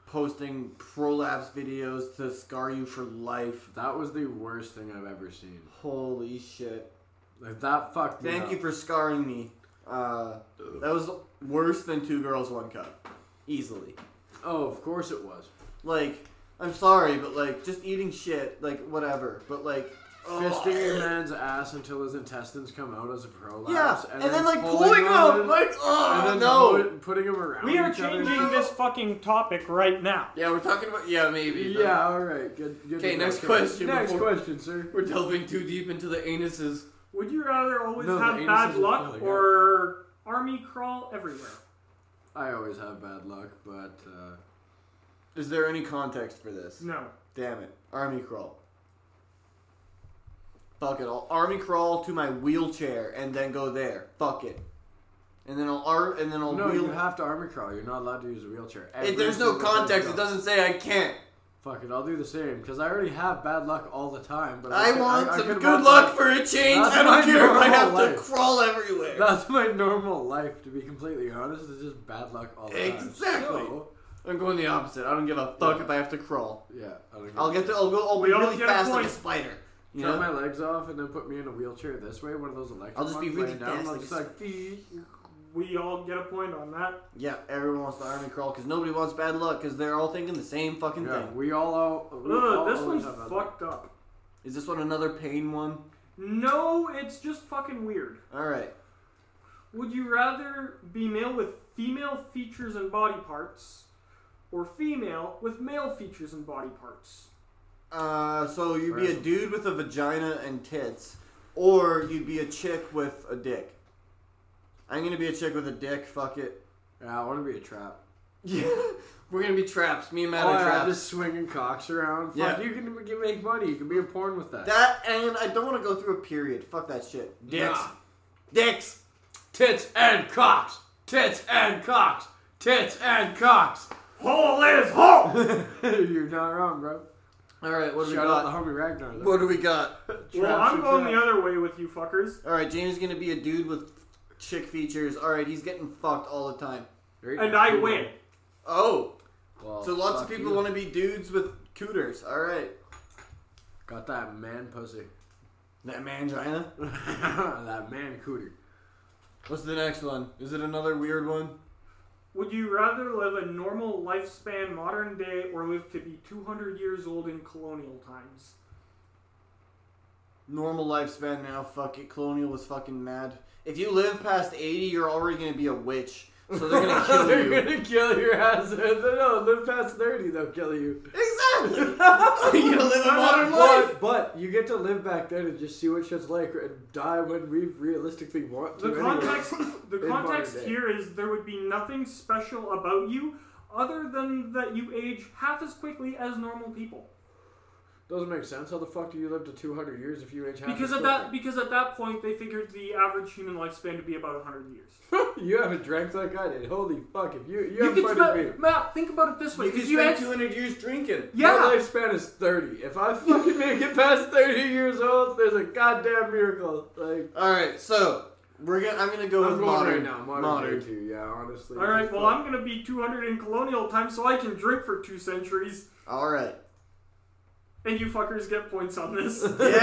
Speaker 1: posting prolapse videos to scar you for life.
Speaker 3: That was the worst thing I've ever seen.
Speaker 1: Holy shit!
Speaker 3: Like that fucked me
Speaker 1: Thank
Speaker 3: up.
Speaker 1: you for scarring me. Uh, that was worse than two girls one cup, easily.
Speaker 3: Oh, of course it was.
Speaker 1: Like, I'm sorry, but like, just eating shit, like whatever. But like,
Speaker 3: Fisting your man's ass until his intestines come out as a prolapse.
Speaker 1: Oh. Yeah, and, then, like
Speaker 3: pulling
Speaker 1: pulling them,
Speaker 3: him,
Speaker 1: like oh
Speaker 3: and then
Speaker 1: [laughs] no.
Speaker 3: pu- putting him around.
Speaker 2: We are
Speaker 3: each other.
Speaker 2: changing this fucking topic right now.
Speaker 1: Yeah, we're talking about yeah maybe. but
Speaker 3: Yeah, all right. Good. good
Speaker 1: Okay,
Speaker 3: to know.
Speaker 1: next question
Speaker 3: Next
Speaker 1: before-
Speaker 3: question, sir.
Speaker 1: We're delving too deep into the anuses.
Speaker 2: Would you rather always
Speaker 3: No, the
Speaker 2: have
Speaker 3: anus
Speaker 2: bad
Speaker 3: isn't
Speaker 2: luck
Speaker 3: really good.
Speaker 2: or army crawl everywhere?
Speaker 3: I always have bad luck, but uh,
Speaker 1: Is there any context for this?
Speaker 2: No.
Speaker 1: Damn it, army crawl. Fuck it. I'll army crawl to my wheelchair and then go there. Fuck it. And then I'll ar- and then I'll
Speaker 3: No,
Speaker 1: wheel.
Speaker 3: you have to army crawl. You're not allowed to use a wheelchair.
Speaker 1: If
Speaker 3: Every
Speaker 1: there's no
Speaker 3: single time
Speaker 1: context,
Speaker 3: you
Speaker 1: it
Speaker 3: go.
Speaker 1: doesn't say I can't.
Speaker 3: Fuck it, I'll do the same because I already have bad luck all the time. But
Speaker 1: I
Speaker 3: could-
Speaker 1: want
Speaker 3: I
Speaker 1: some
Speaker 3: could
Speaker 1: good
Speaker 3: walk
Speaker 1: luck
Speaker 3: by-
Speaker 1: for a change.
Speaker 3: That's
Speaker 1: I
Speaker 3: my
Speaker 1: don't care if I
Speaker 3: normal
Speaker 1: have
Speaker 3: life.
Speaker 1: to crawl everywhere.
Speaker 3: [laughs] That's my normal life, to be completely honest. It's just bad luck all the time.
Speaker 1: Exactly.
Speaker 3: So,
Speaker 1: I'm going the opposite. I don't give a fuck if I have to crawl.
Speaker 3: yeah, I don't
Speaker 1: I'll get to. I'll go. I'll
Speaker 2: We
Speaker 1: be
Speaker 2: all
Speaker 1: really
Speaker 2: get a
Speaker 1: fast like a
Speaker 2: point.
Speaker 1: spider. You
Speaker 3: Cut
Speaker 1: know?
Speaker 3: my legs off and then put me in a wheelchair this way, one of those electric
Speaker 1: I'll just be
Speaker 3: ones
Speaker 1: really
Speaker 3: laying down,
Speaker 1: fast
Speaker 3: I'll
Speaker 1: like
Speaker 3: just
Speaker 1: a
Speaker 3: like,
Speaker 2: We all get a point on that.
Speaker 1: Yeah. Everyone wants the army crawl because nobody wants bad luck because they're all thinking the same fucking
Speaker 3: yeah,
Speaker 1: thing.
Speaker 3: we all all. we all
Speaker 2: Ugh, this one's
Speaker 3: always have bad luck.
Speaker 2: fucked up.
Speaker 1: Is this one another pain one?
Speaker 2: No, it's just fucking weird.
Speaker 1: All right.
Speaker 2: Would you rather be male with female features and body parts, or female with male features and body parts?
Speaker 1: Uh, so you'd
Speaker 3: Where
Speaker 1: be
Speaker 3: is
Speaker 1: a
Speaker 3: it?
Speaker 1: dude with a vagina and tits, or you'd be a chick with a dick. I'm gonna be a chick with a dick. Fuck it.
Speaker 3: Yeah, I want to be a trap.
Speaker 1: [laughs] Yeah, we're gonna be traps. Me and Matt
Speaker 3: Oh,
Speaker 1: are
Speaker 3: yeah,
Speaker 1: traps.
Speaker 3: just swinging cocks around. Fuck,
Speaker 1: Yeah.
Speaker 3: you can you can make money. You can be in porn with that.
Speaker 1: That and I don't want to go through a period. Fuck that shit. Dicks.
Speaker 3: Nah.
Speaker 1: Dicks.
Speaker 3: Tits and cocks. Tits and cocks. Tits and cocks.
Speaker 2: Hole is
Speaker 3: [laughs]
Speaker 2: hole.
Speaker 3: You're not wrong, bro.
Speaker 1: All right. What do we
Speaker 3: Shout out the
Speaker 1: got?
Speaker 3: homie Ragnar. though.
Speaker 1: What do we got?
Speaker 2: well,
Speaker 3: Traps
Speaker 2: I'm
Speaker 3: and
Speaker 2: going the
Speaker 3: traps.
Speaker 2: other way with you fuckers.
Speaker 1: All right. James is gonna be a dude with chick features. All right. He's getting fucked all the time.
Speaker 3: Very
Speaker 2: And I
Speaker 3: cool.
Speaker 2: win.
Speaker 1: Oh,
Speaker 3: Well,
Speaker 1: so lots of
Speaker 3: fuck
Speaker 1: people
Speaker 3: you.
Speaker 1: want to be dudes with cooters. All right.
Speaker 3: Got that man pussy. [laughs]
Speaker 1: That mangina.
Speaker 3: that man cooter.
Speaker 1: What's the next one? Is it another weird one?
Speaker 2: Would you rather live a normal lifespan modern day or live to be 200 years old in colonial times?
Speaker 1: Normal lifespan now. Fuck it. Colonial was fucking mad. If you live past 80, you're already gonna be a witch. So they're gonna
Speaker 3: [laughs]
Speaker 1: kill
Speaker 3: They're
Speaker 1: you.
Speaker 3: gonna kill your ass. [laughs] No, live past thirty, they'll kill you. [laughs]
Speaker 1: Exactly. [laughs] you gonna live a modern life.
Speaker 3: But, but you get to live back then and just see what shit's like and die when we realistically want to.
Speaker 2: The
Speaker 3: anyway.
Speaker 2: context, the
Speaker 3: [laughs] In modern
Speaker 2: context
Speaker 3: day.
Speaker 2: here is there would be nothing special about you, other than that you age half as quickly as normal people.
Speaker 3: Doesn't make sense. How the fuck do you live to 200 years if you age half
Speaker 2: Because
Speaker 3: as
Speaker 2: at that, because at that point they figured the average human lifespan to be about 100 years.
Speaker 3: quickly? [laughs] You haven't drank like I did. Holy fuck. If you, you,
Speaker 2: You
Speaker 3: haven't
Speaker 2: could
Speaker 3: fucking me.
Speaker 2: spend, Matt, think about it this way.
Speaker 1: You could
Speaker 2: 'cause you
Speaker 1: spend
Speaker 2: ans-
Speaker 1: 200 years drinking.
Speaker 3: My
Speaker 2: yeah,
Speaker 3: lifespan is 30. If I fucking make it past 30 years old, there's a goddamn miracle. Like,
Speaker 1: All right, so we're gonna. I'm gonna go
Speaker 3: I'm
Speaker 1: with
Speaker 3: going
Speaker 1: modern
Speaker 3: right now. Modern,
Speaker 1: Modern.
Speaker 3: day too, yeah, honestly.
Speaker 2: All right. Well,
Speaker 3: Fuck.
Speaker 2: I'm gonna be 200 in colonial time, so I can drink for two centuries,
Speaker 1: All
Speaker 3: [laughs]
Speaker 1: right.
Speaker 2: and you fuckers get points on this.
Speaker 1: Yeah.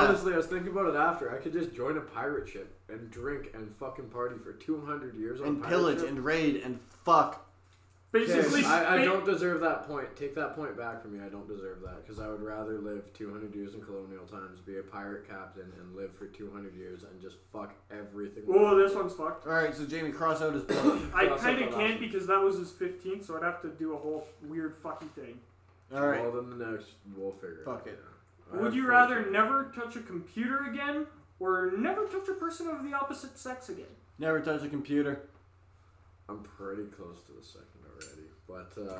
Speaker 3: Uh, Honestly, I was thinking about it after. I could just join a pirate ship and drink and fucking party for 200 years on a
Speaker 1: And
Speaker 3: pirate
Speaker 1: pillage
Speaker 3: ship.
Speaker 1: and raid and fuck.
Speaker 2: [laughs] Basically,
Speaker 3: Okay, I, I
Speaker 2: ba-
Speaker 3: don't deserve that point. Take that point back from me. I don't deserve that because I would rather live 200 years in colonial times, be a pirate captain, and live for 200 years and just fuck everything.
Speaker 2: Whoa, this one's fucked.
Speaker 1: All right, so Jamie, cross out his pillage.
Speaker 2: I
Speaker 3: Cross out
Speaker 2: kind
Speaker 3: that
Speaker 2: of can't
Speaker 3: option.
Speaker 2: because that was his 15th, so I'd have to do a whole weird fucky thing.
Speaker 1: All right.
Speaker 3: Well, then the next we'll figure.
Speaker 1: Fuck
Speaker 3: it.
Speaker 1: it.
Speaker 3: out. I
Speaker 2: Would
Speaker 3: have
Speaker 2: you
Speaker 3: four
Speaker 2: rather
Speaker 3: children.
Speaker 2: never touch a computer again or never touch a person of the opposite sex again?
Speaker 1: Never touch a computer.
Speaker 3: I'm pretty close to the second already, but uh,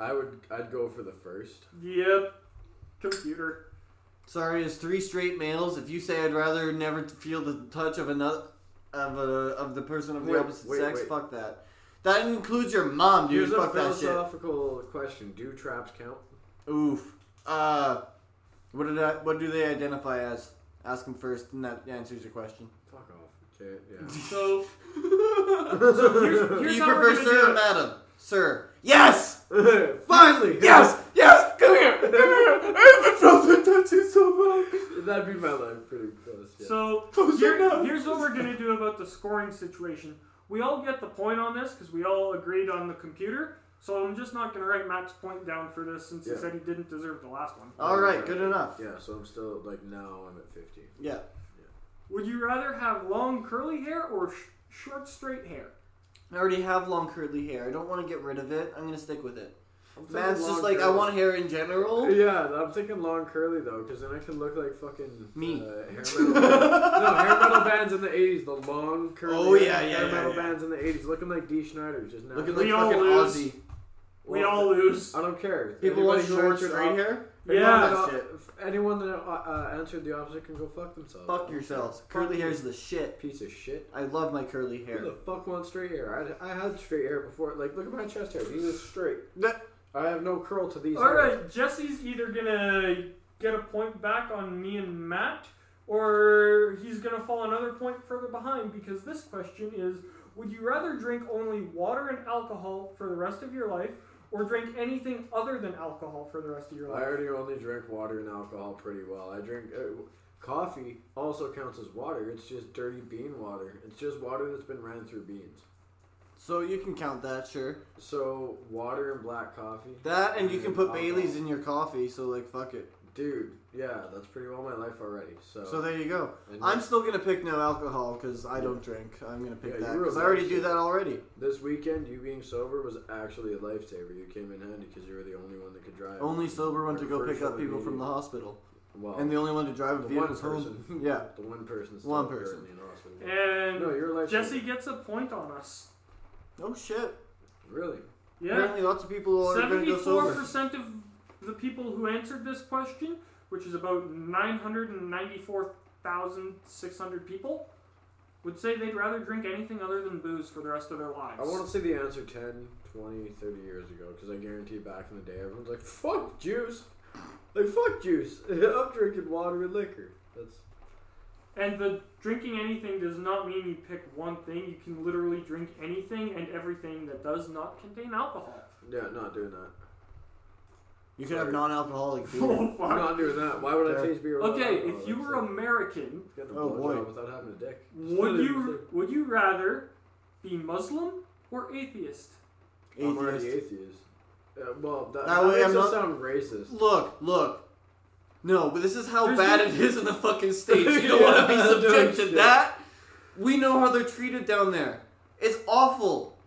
Speaker 3: I would. I'd go for the first.
Speaker 2: Yep.
Speaker 3: [laughs]
Speaker 2: Computer.
Speaker 1: Sorry, it's three straight males. If you say I'd rather never t- feel the touch of another of a of the person of the
Speaker 3: Wait,
Speaker 1: opposite
Speaker 3: wait,
Speaker 1: sex,
Speaker 3: wait.
Speaker 1: fuck that. That includes your mom, dude.
Speaker 3: Here's a
Speaker 1: fuck that shit.
Speaker 3: philosophical question: Do traps count?
Speaker 1: Oof. Uh, what did I, what do they identify as? Ask them first, and that answers your question.
Speaker 3: Fuck off. Okay. Yeah.
Speaker 2: So, [laughs] so here's,
Speaker 1: do
Speaker 2: here's
Speaker 1: you
Speaker 2: how we're
Speaker 1: prefer
Speaker 2: gonna
Speaker 1: sir or
Speaker 2: do it.
Speaker 1: madam? Sir. Yes.
Speaker 3: [laughs] Finally,
Speaker 1: Yes. Yes. Come here. Come here. I've been frozen touching so much.
Speaker 3: That'd be my life, pretty close. Yeah.
Speaker 2: So,
Speaker 1: Close your
Speaker 2: here-
Speaker 1: mouth.
Speaker 2: here's what we're going to do about the scoring situation. We all get the point on this because we all agreed on the computer. So I'm just not going to write Matt's point down for this since
Speaker 3: Yeah.
Speaker 2: he said he didn't deserve the last one.
Speaker 1: All right. Good enough.
Speaker 3: yeah, so I'm still like now I'm at 50.
Speaker 1: Yeah.
Speaker 2: Would you rather have long curly hair or sh- short straight hair?
Speaker 1: I already have long curly hair. I don't want to get rid of it. I'm gonna stick with it.
Speaker 3: I'm thinking
Speaker 1: Matt's
Speaker 3: long
Speaker 1: just like I
Speaker 3: curly.
Speaker 1: want hair in general.
Speaker 3: Yeah, I'm thinking long curly though, because then I can look like fucking
Speaker 1: Me.
Speaker 3: Uh, hair metal
Speaker 1: [laughs]
Speaker 3: band- no, hair metal bands in the 80s, the long curly.
Speaker 1: Oh, yeah,
Speaker 3: hair
Speaker 1: yeah,
Speaker 3: Hair
Speaker 1: yeah,
Speaker 3: metal
Speaker 1: yeah.
Speaker 3: bands in the 80s, looking like D. Schneider, just now.
Speaker 1: Looking
Speaker 2: We
Speaker 1: like
Speaker 2: all
Speaker 1: fucking
Speaker 2: lose.
Speaker 1: Aussie.
Speaker 2: We all lose.
Speaker 3: I don't care.
Speaker 1: People want
Speaker 3: Anybody who
Speaker 1: short
Speaker 3: wants to
Speaker 1: straight
Speaker 3: op-
Speaker 1: hair.
Speaker 2: Yeah,
Speaker 1: None of that
Speaker 3: no,
Speaker 1: shit.
Speaker 3: f- anyone that uh, uh, answered the opposite can go fuck themselves.
Speaker 1: Fuck yourselves. Curly hair's the shit.
Speaker 3: Piece of shit.
Speaker 1: I love my curly
Speaker 3: Who
Speaker 1: hair.
Speaker 3: the fuck wants straight hair? I, I had straight hair before. Like, look at my chest hair. These are straight.
Speaker 1: Nah.
Speaker 3: I have no curl to these.
Speaker 2: All
Speaker 3: hairs.
Speaker 2: right, Jesse's either gonna get a point back on me and Matt, or he's gonna fall another point further behind because this question is: Would you rather drink only water and alcohol for the rest of your life, or drink anything other than alcohol for the rest of your
Speaker 3: I
Speaker 2: life?
Speaker 3: already only drink water and alcohol pretty well. I drink uh, coffee also counts as water. It's just dirty bean water. It's just water that's been ran through beans.
Speaker 1: So you can count that, sure.
Speaker 3: So water and black coffee.
Speaker 1: That and you can put
Speaker 3: Alcohol.
Speaker 1: Bailey's in your coffee, so like fuck it.
Speaker 3: Dude, yeah, that's pretty well my life already. So,
Speaker 1: So there you go.
Speaker 3: and
Speaker 1: I'm still gonna pick no alcohol because I don't drink. I'm gonna pick
Speaker 3: Yeah,
Speaker 1: that
Speaker 3: you were
Speaker 1: because I already do
Speaker 3: upset.
Speaker 1: that already.
Speaker 3: this weekend, you being sober was actually a lifesaver. You came in handy because you were the only one that could drive.
Speaker 1: Only sober one to go
Speaker 3: Pretty
Speaker 1: pick
Speaker 3: sure
Speaker 1: up people
Speaker 3: me-
Speaker 1: from the hospital,
Speaker 3: Well,
Speaker 1: and the only one to drive a
Speaker 3: Oh. the
Speaker 1: vehicle
Speaker 3: one
Speaker 1: home.
Speaker 3: person.
Speaker 1: [laughs] Yeah.
Speaker 3: the one person. Still
Speaker 1: One person.
Speaker 3: currently in hospital.
Speaker 2: And
Speaker 3: no, you're a lifesaver.
Speaker 2: Jesse gets a point on us.
Speaker 1: Oh shit.
Speaker 3: Really?
Speaker 2: Yeah.
Speaker 1: Apparently, lots of people are gonna go
Speaker 2: Seventy-four
Speaker 1: sober.
Speaker 2: percent of the people who answered this question, which is about nine hundred and ninety-four thousand six hundred people, would say they'd rather drink anything other than booze for the rest of their lives.
Speaker 3: I want to say the answer 10, 20, 30 years ago because I guarantee back in the day everyone's like, fuck juice. Like, fuck juice. [laughs] I'm drinking water and liquor. That's
Speaker 2: and the drinking anything does not mean you pick one thing. You can literally drink anything and everything that does not contain alcohol.
Speaker 3: Yeah, not doing that.
Speaker 1: You could have non-alcoholic
Speaker 2: [laughs]
Speaker 1: beer.
Speaker 2: Oh, fuck.
Speaker 3: Not doing that. Why would I
Speaker 1: Okay.
Speaker 3: taste beer? without
Speaker 2: Okay,
Speaker 3: alcohol?
Speaker 2: if you
Speaker 3: That's
Speaker 2: were
Speaker 3: like
Speaker 2: American,
Speaker 3: getting a
Speaker 1: Oh, boy.
Speaker 3: blowjob without having a dick.
Speaker 2: would you would you rather be Muslim or atheist?
Speaker 3: I'm already
Speaker 1: Atheist.
Speaker 3: atheist. Uh, well, that,
Speaker 1: That
Speaker 3: that
Speaker 1: way
Speaker 3: makes
Speaker 1: I'm
Speaker 3: us
Speaker 1: not-
Speaker 3: sound racist.
Speaker 1: Look, look. No, but this is how
Speaker 2: There's
Speaker 1: bad
Speaker 2: no-
Speaker 1: it is in
Speaker 2: [laughs]
Speaker 1: the fucking states. You don't
Speaker 3: Yeah,
Speaker 1: want to be
Speaker 3: no
Speaker 1: subject to
Speaker 3: shit.
Speaker 1: that. We know how they're treated down there. It's awful.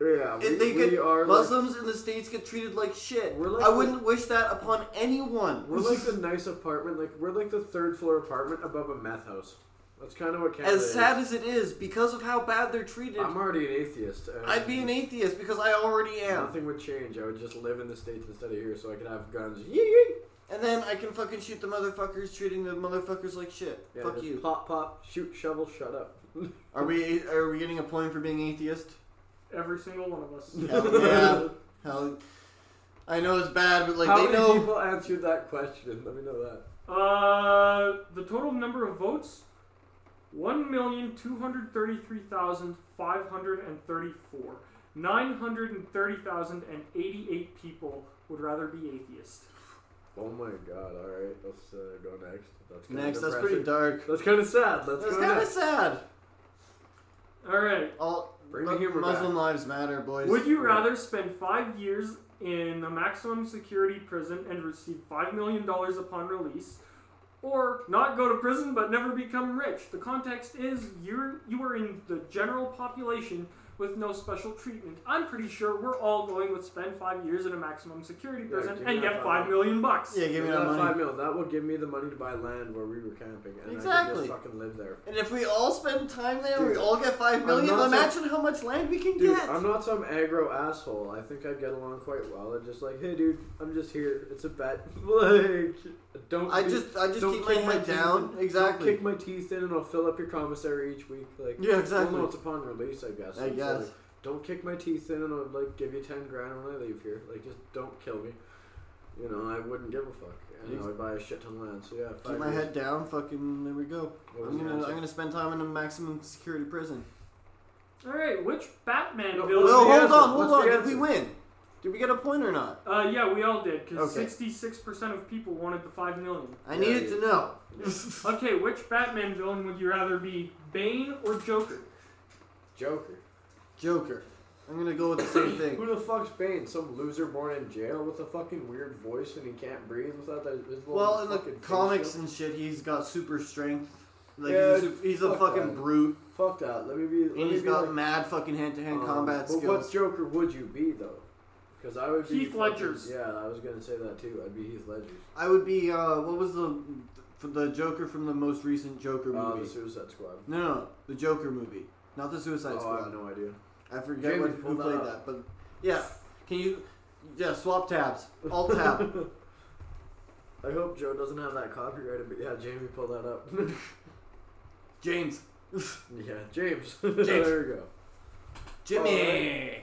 Speaker 3: Yeah, we,
Speaker 1: It- they
Speaker 3: we
Speaker 1: get-
Speaker 3: are like-
Speaker 1: Muslims in the states get treated like shit.
Speaker 3: We're like
Speaker 1: I
Speaker 3: the-
Speaker 1: wouldn't wish that upon anyone.
Speaker 3: we're like the nice apartment. Like we're like the third floor apartment above a meth house. That's kind of what Canada
Speaker 1: as sad
Speaker 3: is.
Speaker 1: as it is, because of how bad they're treated,
Speaker 3: I'm already an atheist. and-
Speaker 1: I'd be an atheist because I already am.
Speaker 3: Nothing would change. I would just live in the States instead of here so I could have guns. Yee, yee.
Speaker 1: And then I can fucking shoot the motherfuckers, treating the motherfuckers like shit.
Speaker 3: Yeah,
Speaker 1: Fuck
Speaker 3: just
Speaker 1: you.
Speaker 3: Pop, pop, shoot, shovel, shut up.
Speaker 1: Are we are we getting a point for being atheist?
Speaker 2: Every single one of us.
Speaker 1: Hell yeah. Hell, I know it's bad, but like
Speaker 3: [laughs] How
Speaker 1: they
Speaker 3: many
Speaker 1: know.
Speaker 3: people answered that question? Let me know that.
Speaker 2: Uh, the total number of votes, one million two hundred thirty-three thousand five hundred and thirty-four. Nine hundred and thirty thousand and eighty-eight people would rather be atheist.
Speaker 3: Oh my god, alright, let's uh, go next. That's kinda
Speaker 1: Next, that's
Speaker 3: depressing.
Speaker 1: pretty dark.
Speaker 3: That's kind of sad. Let's
Speaker 1: That's
Speaker 3: go
Speaker 1: kind of
Speaker 3: next.
Speaker 1: sad.
Speaker 2: All right.
Speaker 1: All
Speaker 3: Bring the humor
Speaker 1: Muslim lives matter, boys.
Speaker 2: Would you rather spend five years in a maximum security prison and receive five million dollars upon release, or not go to prison but never become rich? The context is you're you are in the general population with no special treatment. I'm pretty sure we're all going with spend five years in a maximum security
Speaker 3: Yeah,
Speaker 2: prison
Speaker 3: give me
Speaker 2: and
Speaker 3: that
Speaker 2: get
Speaker 3: five
Speaker 2: five million bucks.
Speaker 1: Yeah, give me
Speaker 3: Give
Speaker 1: that
Speaker 3: me
Speaker 1: money.
Speaker 3: Five mil. That will give me the money to buy land where we were camping, and I
Speaker 1: Exactly.
Speaker 3: can just fucking live there.
Speaker 1: And if we all spend time there, we
Speaker 3: Dude,
Speaker 1: all get five
Speaker 3: I'm
Speaker 1: million.
Speaker 3: not
Speaker 1: Imagine how much land we can
Speaker 3: Dude,
Speaker 1: get.
Speaker 3: I'm not some aggro asshole. I think I get along quite well. I'm just like, hey, dude, I'm just here. It's a bet. [laughs] like, don't.
Speaker 1: I
Speaker 3: be-
Speaker 1: just I just
Speaker 3: don't
Speaker 1: keep my
Speaker 3: kick
Speaker 1: head
Speaker 3: teeth in.
Speaker 1: down.
Speaker 3: Don't
Speaker 1: Exactly.
Speaker 3: kick my teeth in, and I'll fill up your commissary each week. Like,
Speaker 1: Yeah, exactly.
Speaker 3: Well, no, it's upon release, I guess.
Speaker 1: I
Speaker 3: It's
Speaker 1: guess.
Speaker 3: like, don't kick my teeth in, and I'll like give you ten grand when I leave here. Like, just don't kill me. You know, I wouldn't give a fuck. And I would buy a shit ton of land. So yeah,
Speaker 1: Keep
Speaker 3: five
Speaker 1: my
Speaker 3: years.
Speaker 1: head down. Fucking there we go.
Speaker 3: What was
Speaker 1: I'm
Speaker 3: the
Speaker 1: gonna
Speaker 3: answer?
Speaker 1: I'm gonna spend time in a maximum security prison.
Speaker 2: All right, which Batman
Speaker 3: No,
Speaker 2: villain?
Speaker 3: What's
Speaker 1: no,
Speaker 3: the
Speaker 1: hold
Speaker 3: answer?
Speaker 1: on, hold
Speaker 3: What's the
Speaker 1: on. Did we
Speaker 3: answer?
Speaker 1: win? Did we get a point or not?
Speaker 2: Uh, yeah, we all did because
Speaker 1: Okay.
Speaker 2: sixty-six percent of people wanted the five million.
Speaker 1: I
Speaker 3: Yeah,
Speaker 1: needed
Speaker 3: you-
Speaker 1: to know.
Speaker 3: [laughs]
Speaker 2: Okay, which Batman villain would you rather be, Bane or Joker?
Speaker 3: Joker.
Speaker 1: Joker. I'm gonna go with the same thing.
Speaker 3: [coughs] Who the fuck's Bane? Some loser born in jail with a fucking weird voice and he can't breathe without that. His little
Speaker 1: Well, in the
Speaker 3: fucking face
Speaker 1: comics
Speaker 3: shield?
Speaker 1: and shit, he's got super strength. Like
Speaker 3: Yeah,
Speaker 1: he's, a, su- he's a
Speaker 3: fuck
Speaker 1: fucking
Speaker 3: that.
Speaker 1: brute,
Speaker 3: Fuck that. Let me be.
Speaker 1: and
Speaker 3: Let me
Speaker 1: he's
Speaker 3: be
Speaker 1: got
Speaker 3: like,
Speaker 1: mad fucking hand-to-hand
Speaker 3: um,
Speaker 1: combat
Speaker 3: But what
Speaker 1: skills.
Speaker 3: Joker would you be though? Because I would be
Speaker 2: Heath
Speaker 3: fucking-
Speaker 2: Ledger's.
Speaker 3: Yeah, I was gonna say that too. I'd be Heath Ledger's.
Speaker 1: I would be. Uh, what was the for the Joker from the most recent Joker
Speaker 3: Uh,
Speaker 1: movie?
Speaker 3: the Suicide Squad.
Speaker 1: no, no, the Joker movie, not the Suicide
Speaker 3: Oh, I
Speaker 1: Squad.
Speaker 3: have no idea.
Speaker 1: I forget
Speaker 3: Jamie,
Speaker 1: what, who
Speaker 3: pull that
Speaker 1: played that,
Speaker 3: up. [laughs]
Speaker 1: but yeah. Can you? Yeah, swap tabs. Alt tab.
Speaker 3: I hope Joe doesn't have that copyrighted, but yeah, Jamie, pull that up. [laughs]
Speaker 1: James. [laughs]
Speaker 3: yeah, James. [laughs] there we go.
Speaker 1: Jimmy.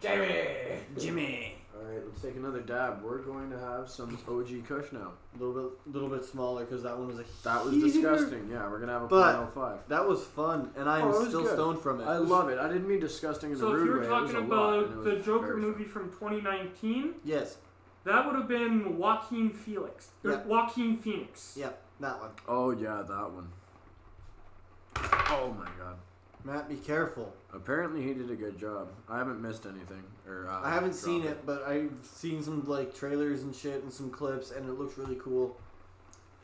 Speaker 3: Jamie!
Speaker 1: Jimmy.
Speaker 3: Alright, let's take another dab. We're going to have some OG Kush now.
Speaker 1: A little bit, little bit smaller because that one was a.
Speaker 3: That was
Speaker 1: heater.
Speaker 3: disgusting. Yeah, we're going to have a
Speaker 1: But-
Speaker 3: .05.
Speaker 1: That was fun, and I am
Speaker 3: Oh, it was
Speaker 1: still
Speaker 3: good.
Speaker 1: stoned from it.
Speaker 3: I love it. I didn't mean disgusting in
Speaker 2: So
Speaker 3: a
Speaker 2: if
Speaker 3: rude
Speaker 2: you were
Speaker 3: way.
Speaker 2: talking
Speaker 3: it was a lot, and
Speaker 2: about
Speaker 3: it
Speaker 2: the
Speaker 3: was
Speaker 2: Joker
Speaker 3: very
Speaker 2: movie from 2019,
Speaker 1: Yes,
Speaker 2: that would have been Joaquin Felix. or
Speaker 1: Yeah.
Speaker 2: Joaquin Phoenix.
Speaker 1: yep, that one.
Speaker 3: fun. Oh yeah, that one. Oh my god.
Speaker 1: Matt, be careful.
Speaker 3: Apparently he did a good job. I haven't missed anything. Or uh,
Speaker 1: I haven't
Speaker 3: dropped
Speaker 1: seen it, but I've seen some like trailers and shit and some clips, and it looks really cool.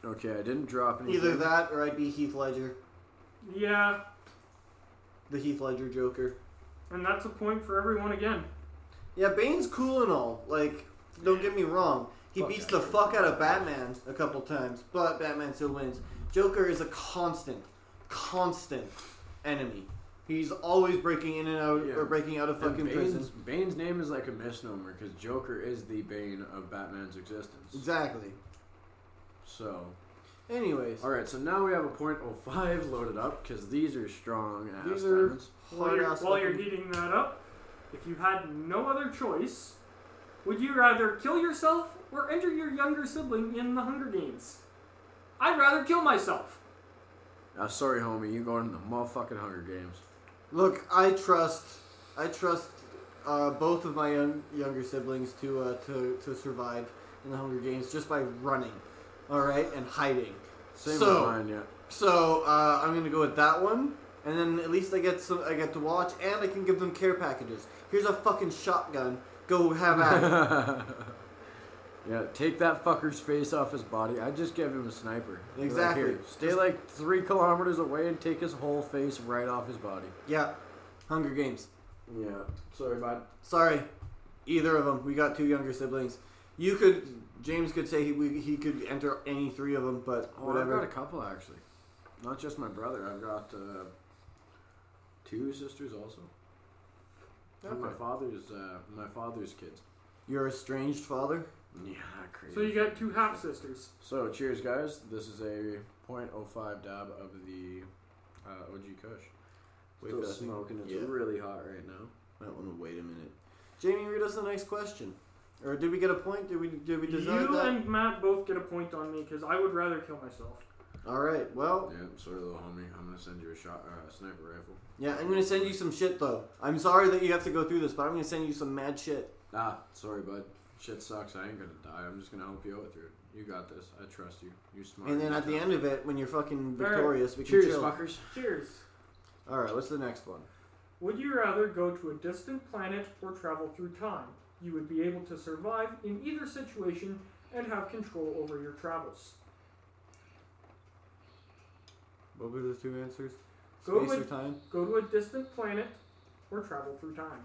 Speaker 3: Okay, I didn't drop anything.
Speaker 1: Either that, or I'd be Heath Ledger,
Speaker 2: Yeah,
Speaker 1: the Heath Ledger Joker.
Speaker 2: and that's a point for everyone again.
Speaker 1: Yeah, Bane's cool and all. Like, don't get me wrong. He
Speaker 3: Fuck
Speaker 1: beats
Speaker 3: yeah.
Speaker 1: the fuck out of Batman a couple times, but Batman still wins. Joker is a constant, constant enemy. He's always breaking in and out
Speaker 3: Yeah.
Speaker 1: or breaking out of
Speaker 3: And
Speaker 1: fucking
Speaker 3: Bane's,
Speaker 1: prison.
Speaker 3: Bane's name is like a misnomer because Joker is the bane of Batman's existence.
Speaker 1: Exactly.
Speaker 3: So,
Speaker 1: Anyways,
Speaker 3: all right. So now we have a .05 loaded up because these are strong ass
Speaker 1: These are-
Speaker 3: diamonds.
Speaker 2: While you're,
Speaker 1: hard-ass
Speaker 2: while you're
Speaker 1: fucking-
Speaker 2: heating that up, if you had no other choice, would you rather kill yourself or enter your younger sibling in the Hunger Games? I'd rather kill myself.
Speaker 3: Uh, sorry, homie, you going to the motherfucking Hunger Games?
Speaker 1: look, I trust, I trust uh, both of my young, younger siblings to uh, to to survive in the Hunger Games just by running, all right, and hiding.
Speaker 3: Same
Speaker 1: So-
Speaker 3: with mine, yeah. [laughs]
Speaker 1: So uh, I'm gonna go with that one, and then at least I get some. I get to watch, and I can give them care packages. Here's a fucking shotgun. Go have at it.
Speaker 3: [laughs] yeah, take that fucker's face off his body. I just gave him a sniper. Be like,
Speaker 1: Exactly.
Speaker 3: "Here, stay
Speaker 1: Just-
Speaker 3: like three kilometers away and take his whole face right off his body.
Speaker 1: Yeah, Hunger Games.
Speaker 3: Yeah. Sorry, bud.
Speaker 1: Sorry, either of them. We got two younger siblings. You could, James could say he we, he could enter any three of them, but
Speaker 3: Oh, I've got a
Speaker 1: whatever.
Speaker 3: couple actually. Not just my brother. I've got uh, two sisters also. And my
Speaker 1: Okay.
Speaker 3: father's uh, my father's kids.
Speaker 1: You're a estranged father.
Speaker 3: Yeah, crazy.
Speaker 2: So you got two half sisters.
Speaker 3: So, cheers, guys. This is a .05 dab of the uh, OG Kush.
Speaker 1: Wait
Speaker 3: Still
Speaker 1: for that thing.
Speaker 3: smoking. It's
Speaker 1: Yeah.
Speaker 3: really hot right now.
Speaker 1: Might want to wait a minute. Jamie, read us the next question. Or did we get a point? Did we did we decide
Speaker 2: You
Speaker 1: that?
Speaker 2: and Matt both get a point on me because I would rather kill myself.
Speaker 1: All right. Well,
Speaker 3: Yeah, sorry, little homie. I'm gonna send you a shot, uh, sniper rifle.
Speaker 1: yeah. I'm gonna send you some shit though. I'm sorry that you have to go through this, but I'm gonna send you some mad shit.
Speaker 3: Ah, sorry, bud. Shit sucks. I ain't gonna die. I'm just gonna help you out through it. You got this. I trust you. You smart.
Speaker 1: And then
Speaker 3: You
Speaker 1: at the
Speaker 3: tough.
Speaker 1: end of it, when you're fucking
Speaker 2: All right.
Speaker 1: victorious, we can
Speaker 3: cheers,
Speaker 1: chill.
Speaker 3: fuckers.
Speaker 2: Cheers.
Speaker 1: All right. What's the next one?
Speaker 2: Would you rather go to a distant planet or travel through time? You would be able to survive in either situation and have control over your travels.
Speaker 1: What were the two answers?
Speaker 2: Go
Speaker 1: Space or
Speaker 2: with-
Speaker 1: time?
Speaker 2: Go to a distant planet or travel through time.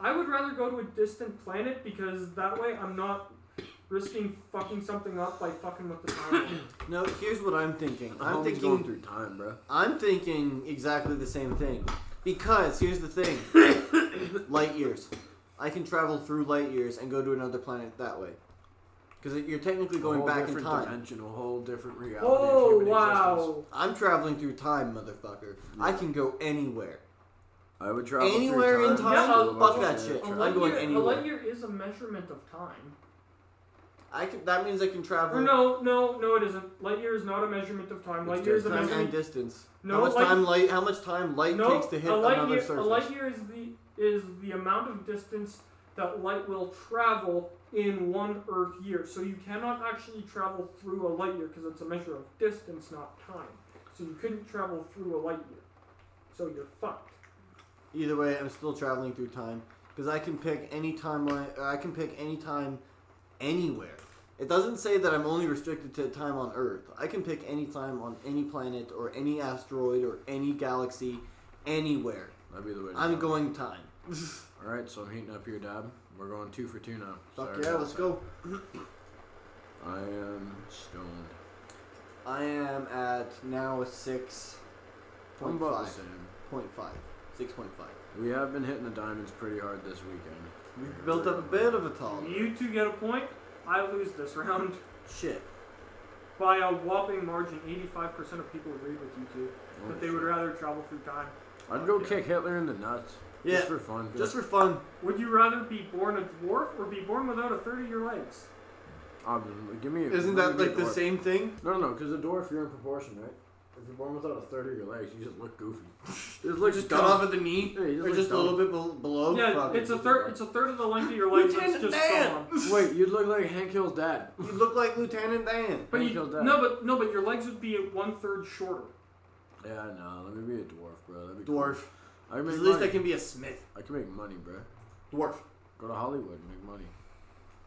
Speaker 2: I would rather go to a distant planet because that way I'm not risking fucking something up by fucking
Speaker 1: [coughs]
Speaker 2: with the time.
Speaker 1: No. Here's what I'm thinking. I'm
Speaker 3: Homie's going
Speaker 1: thinking.
Speaker 3: through time, bro.
Speaker 1: I'm thinking exactly the same thing. Because here's the thing. [coughs] light years. I can travel through light years and go to another planet that way. Because you're technically
Speaker 3: a
Speaker 1: going
Speaker 3: whole
Speaker 1: back in
Speaker 3: different
Speaker 1: time.
Speaker 3: dimension, a whole different reality. of
Speaker 2: oh
Speaker 3: human existence.
Speaker 2: wow!
Speaker 1: I'm traveling through time, motherfucker. I can go anywhere.
Speaker 3: I would travel through
Speaker 1: Anywhere in
Speaker 3: time.
Speaker 2: time?
Speaker 3: Travel
Speaker 1: Fuck
Speaker 3: about
Speaker 1: that
Speaker 3: the
Speaker 1: shit.
Speaker 2: A
Speaker 1: I'm
Speaker 3: travel.
Speaker 2: light,
Speaker 1: going
Speaker 2: year, a
Speaker 1: anywhere.
Speaker 2: light year is a measurement of time.
Speaker 1: I can, that means I can travel
Speaker 2: Or no, no, no, it isn't. Light year is not a measurement of time. Light
Speaker 3: It's
Speaker 2: year is a
Speaker 1: time
Speaker 3: different.
Speaker 1: and
Speaker 2: measurement.
Speaker 1: distance.
Speaker 2: No,
Speaker 1: how much
Speaker 2: light-
Speaker 1: time light? How much time light
Speaker 2: no,
Speaker 1: takes to hit
Speaker 2: a light
Speaker 1: another
Speaker 2: year,
Speaker 1: surface?
Speaker 2: a light year is the is the amount of distance that light will travel in one Earth year. So you cannot actually travel through a light year because it's a measure of distance, not time. So you couldn't travel through a light year. So you're fucked.
Speaker 1: Either way, I'm still traveling through time because I can pick any timeline. I can pick any time, anywhere. It doesn't say that I'm only restricted to time on Earth. I can pick any time on any planet or any asteroid or any galaxy, anywhere.
Speaker 3: That'd be the way. To
Speaker 1: I'm
Speaker 3: go.
Speaker 1: going time.
Speaker 3: All right, so I'm heating up your dab. We're going two for two now.
Speaker 1: Fuck
Speaker 3: Sorry
Speaker 1: yeah,
Speaker 3: about
Speaker 1: let's
Speaker 3: that.
Speaker 1: go.
Speaker 3: I am stoned.
Speaker 1: I am at now a six
Speaker 3: I'm
Speaker 1: point
Speaker 3: about the
Speaker 1: five.
Speaker 3: same.
Speaker 1: Point five. Six point five.
Speaker 3: We have been hitting the diamonds pretty hard this weekend.
Speaker 1: Um. We've built up a bit of a tolerance.
Speaker 2: You two get a point. I lose this round. [laughs]
Speaker 1: Shit.
Speaker 2: By a whopping margin, 85% of people agreed with you two that
Speaker 1: Oh,
Speaker 2: they would rather travel through time.
Speaker 3: I'd go
Speaker 1: Yeah.
Speaker 3: kick Hitler in the nuts.
Speaker 1: Yeah.
Speaker 3: Just for fun.
Speaker 1: Just for fun.
Speaker 2: Would you rather be born a dwarf or be born without a third of your legs?
Speaker 3: Obviously. um, Give me a,
Speaker 1: Isn't
Speaker 3: give
Speaker 1: that
Speaker 3: me a
Speaker 1: like the
Speaker 3: dwarf.
Speaker 1: same thing?
Speaker 3: No, no, because a dwarf, you're in proportion, right? If you're born without a third of your legs, you just look
Speaker 1: [laughs]
Speaker 3: goofy. You just look
Speaker 1: Just
Speaker 3: dumb.
Speaker 1: cut off at the knee,
Speaker 3: Yeah, you
Speaker 1: or
Speaker 3: look
Speaker 1: just a
Speaker 3: dumb.
Speaker 1: little bit bel below.
Speaker 2: yeah,
Speaker 1: Oh, Fuck.
Speaker 2: it's a third. It's a third of the length of your legs. That's
Speaker 1: Lieutenant
Speaker 2: just
Speaker 1: Dan!
Speaker 2: gone.
Speaker 3: Wait, you'd look like Hank Hill's dad.
Speaker 1: You look like Lieutenant Dan.
Speaker 2: But
Speaker 3: Hank
Speaker 2: you,
Speaker 3: Hill's dad.
Speaker 2: no, but no, but your legs would be one third shorter.
Speaker 3: Yeah, no, let me be a dwarf, bro. That'd be
Speaker 1: Dwarf.
Speaker 3: Cool. I can make
Speaker 1: At least
Speaker 3: money.
Speaker 1: I can be a Smith.
Speaker 3: I can make money, bro.
Speaker 1: Dwarf.
Speaker 3: Go to Hollywood, and make money.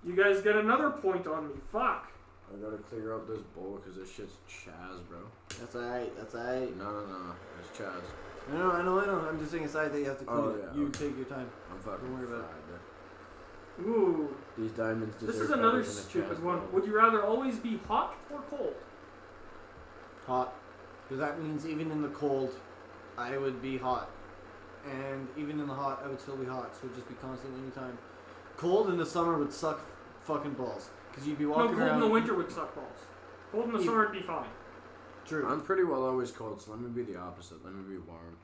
Speaker 2: You guys get another point on me. Fuck.
Speaker 3: I gotta clear out this bowl because this shit's Chaz, bro.
Speaker 1: That's alright. That's alright.
Speaker 3: No, no, no, it's Chaz.
Speaker 1: I know. I know. I know. I'm just saying aside that you have to clean
Speaker 3: Oh,
Speaker 1: it.
Speaker 3: yeah,
Speaker 1: you
Speaker 3: okay.
Speaker 1: take your time.
Speaker 3: I'm fucking
Speaker 1: Don't worry about it.
Speaker 3: fried, bro.
Speaker 2: Ooh,
Speaker 3: These diamonds deserve
Speaker 2: this is
Speaker 3: better
Speaker 2: another
Speaker 3: than a
Speaker 2: stupid
Speaker 3: Chaz
Speaker 2: one.
Speaker 3: bowl.
Speaker 2: Would you rather always be hot or cold?
Speaker 1: Hot. Because that means even in the cold, I would be hot. And even in the hot, I would still be hot. So it'd just be constant anytime. Cold in the summer would suck fucking balls. Because you'd be
Speaker 2: No,
Speaker 1: walking
Speaker 2: cold
Speaker 1: around.
Speaker 2: in the winter would suck balls. Cold in the
Speaker 1: Yeah.
Speaker 2: summer would be fine.
Speaker 1: True.
Speaker 3: I'm pretty well always cold, so let me be the opposite. Let me be warm.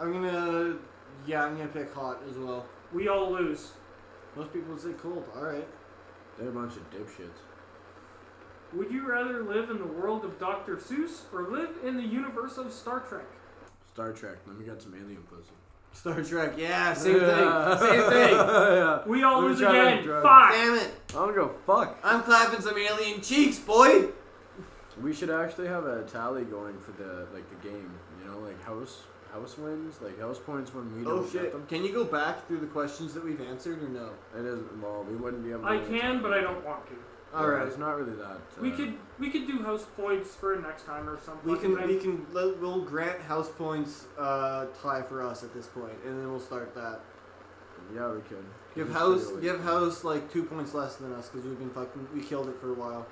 Speaker 1: I'm gonna. Yeah, I'm gonna pick hot as well.
Speaker 2: We all lose.
Speaker 1: Most people would say cold. Alright.
Speaker 3: They're a bunch of dipshits.
Speaker 2: Would you rather live in the world of Dr. Seuss or live in the universe of Star Trek?
Speaker 3: Star Trek, let me get some alien pussy.
Speaker 1: Star Trek. Yeah, same
Speaker 3: [laughs]
Speaker 1: thing. Same thing.
Speaker 3: yeah.
Speaker 2: We all
Speaker 3: Let me
Speaker 2: lose
Speaker 3: try that
Speaker 2: again.
Speaker 3: drug.
Speaker 2: Fuck.
Speaker 1: Damn it.
Speaker 3: I don't go fuck.
Speaker 1: I'm clapping some alien cheeks, boy.
Speaker 3: We should actually have a tally going for the like the game. You know, like house house wins, like house points when we don't
Speaker 1: Oh
Speaker 3: get
Speaker 1: shit.
Speaker 3: them.
Speaker 1: Can you go back through the questions that we've answered or no?
Speaker 3: It isn't well, we wouldn't be able. to
Speaker 2: I
Speaker 3: really
Speaker 2: can,
Speaker 3: tally.
Speaker 2: but I don't want to.
Speaker 3: Yeah,
Speaker 1: Alright.
Speaker 3: it's not really that. Uh,
Speaker 2: We could we could do house points for next time or something.
Speaker 1: We can we can let, we'll grant house points uh, tie for us at this point, and then we'll start that.
Speaker 3: Yeah, we could.
Speaker 1: Give
Speaker 3: It's
Speaker 1: house
Speaker 3: really-
Speaker 1: give house like two points less than us because we've been fucking we killed it for a while.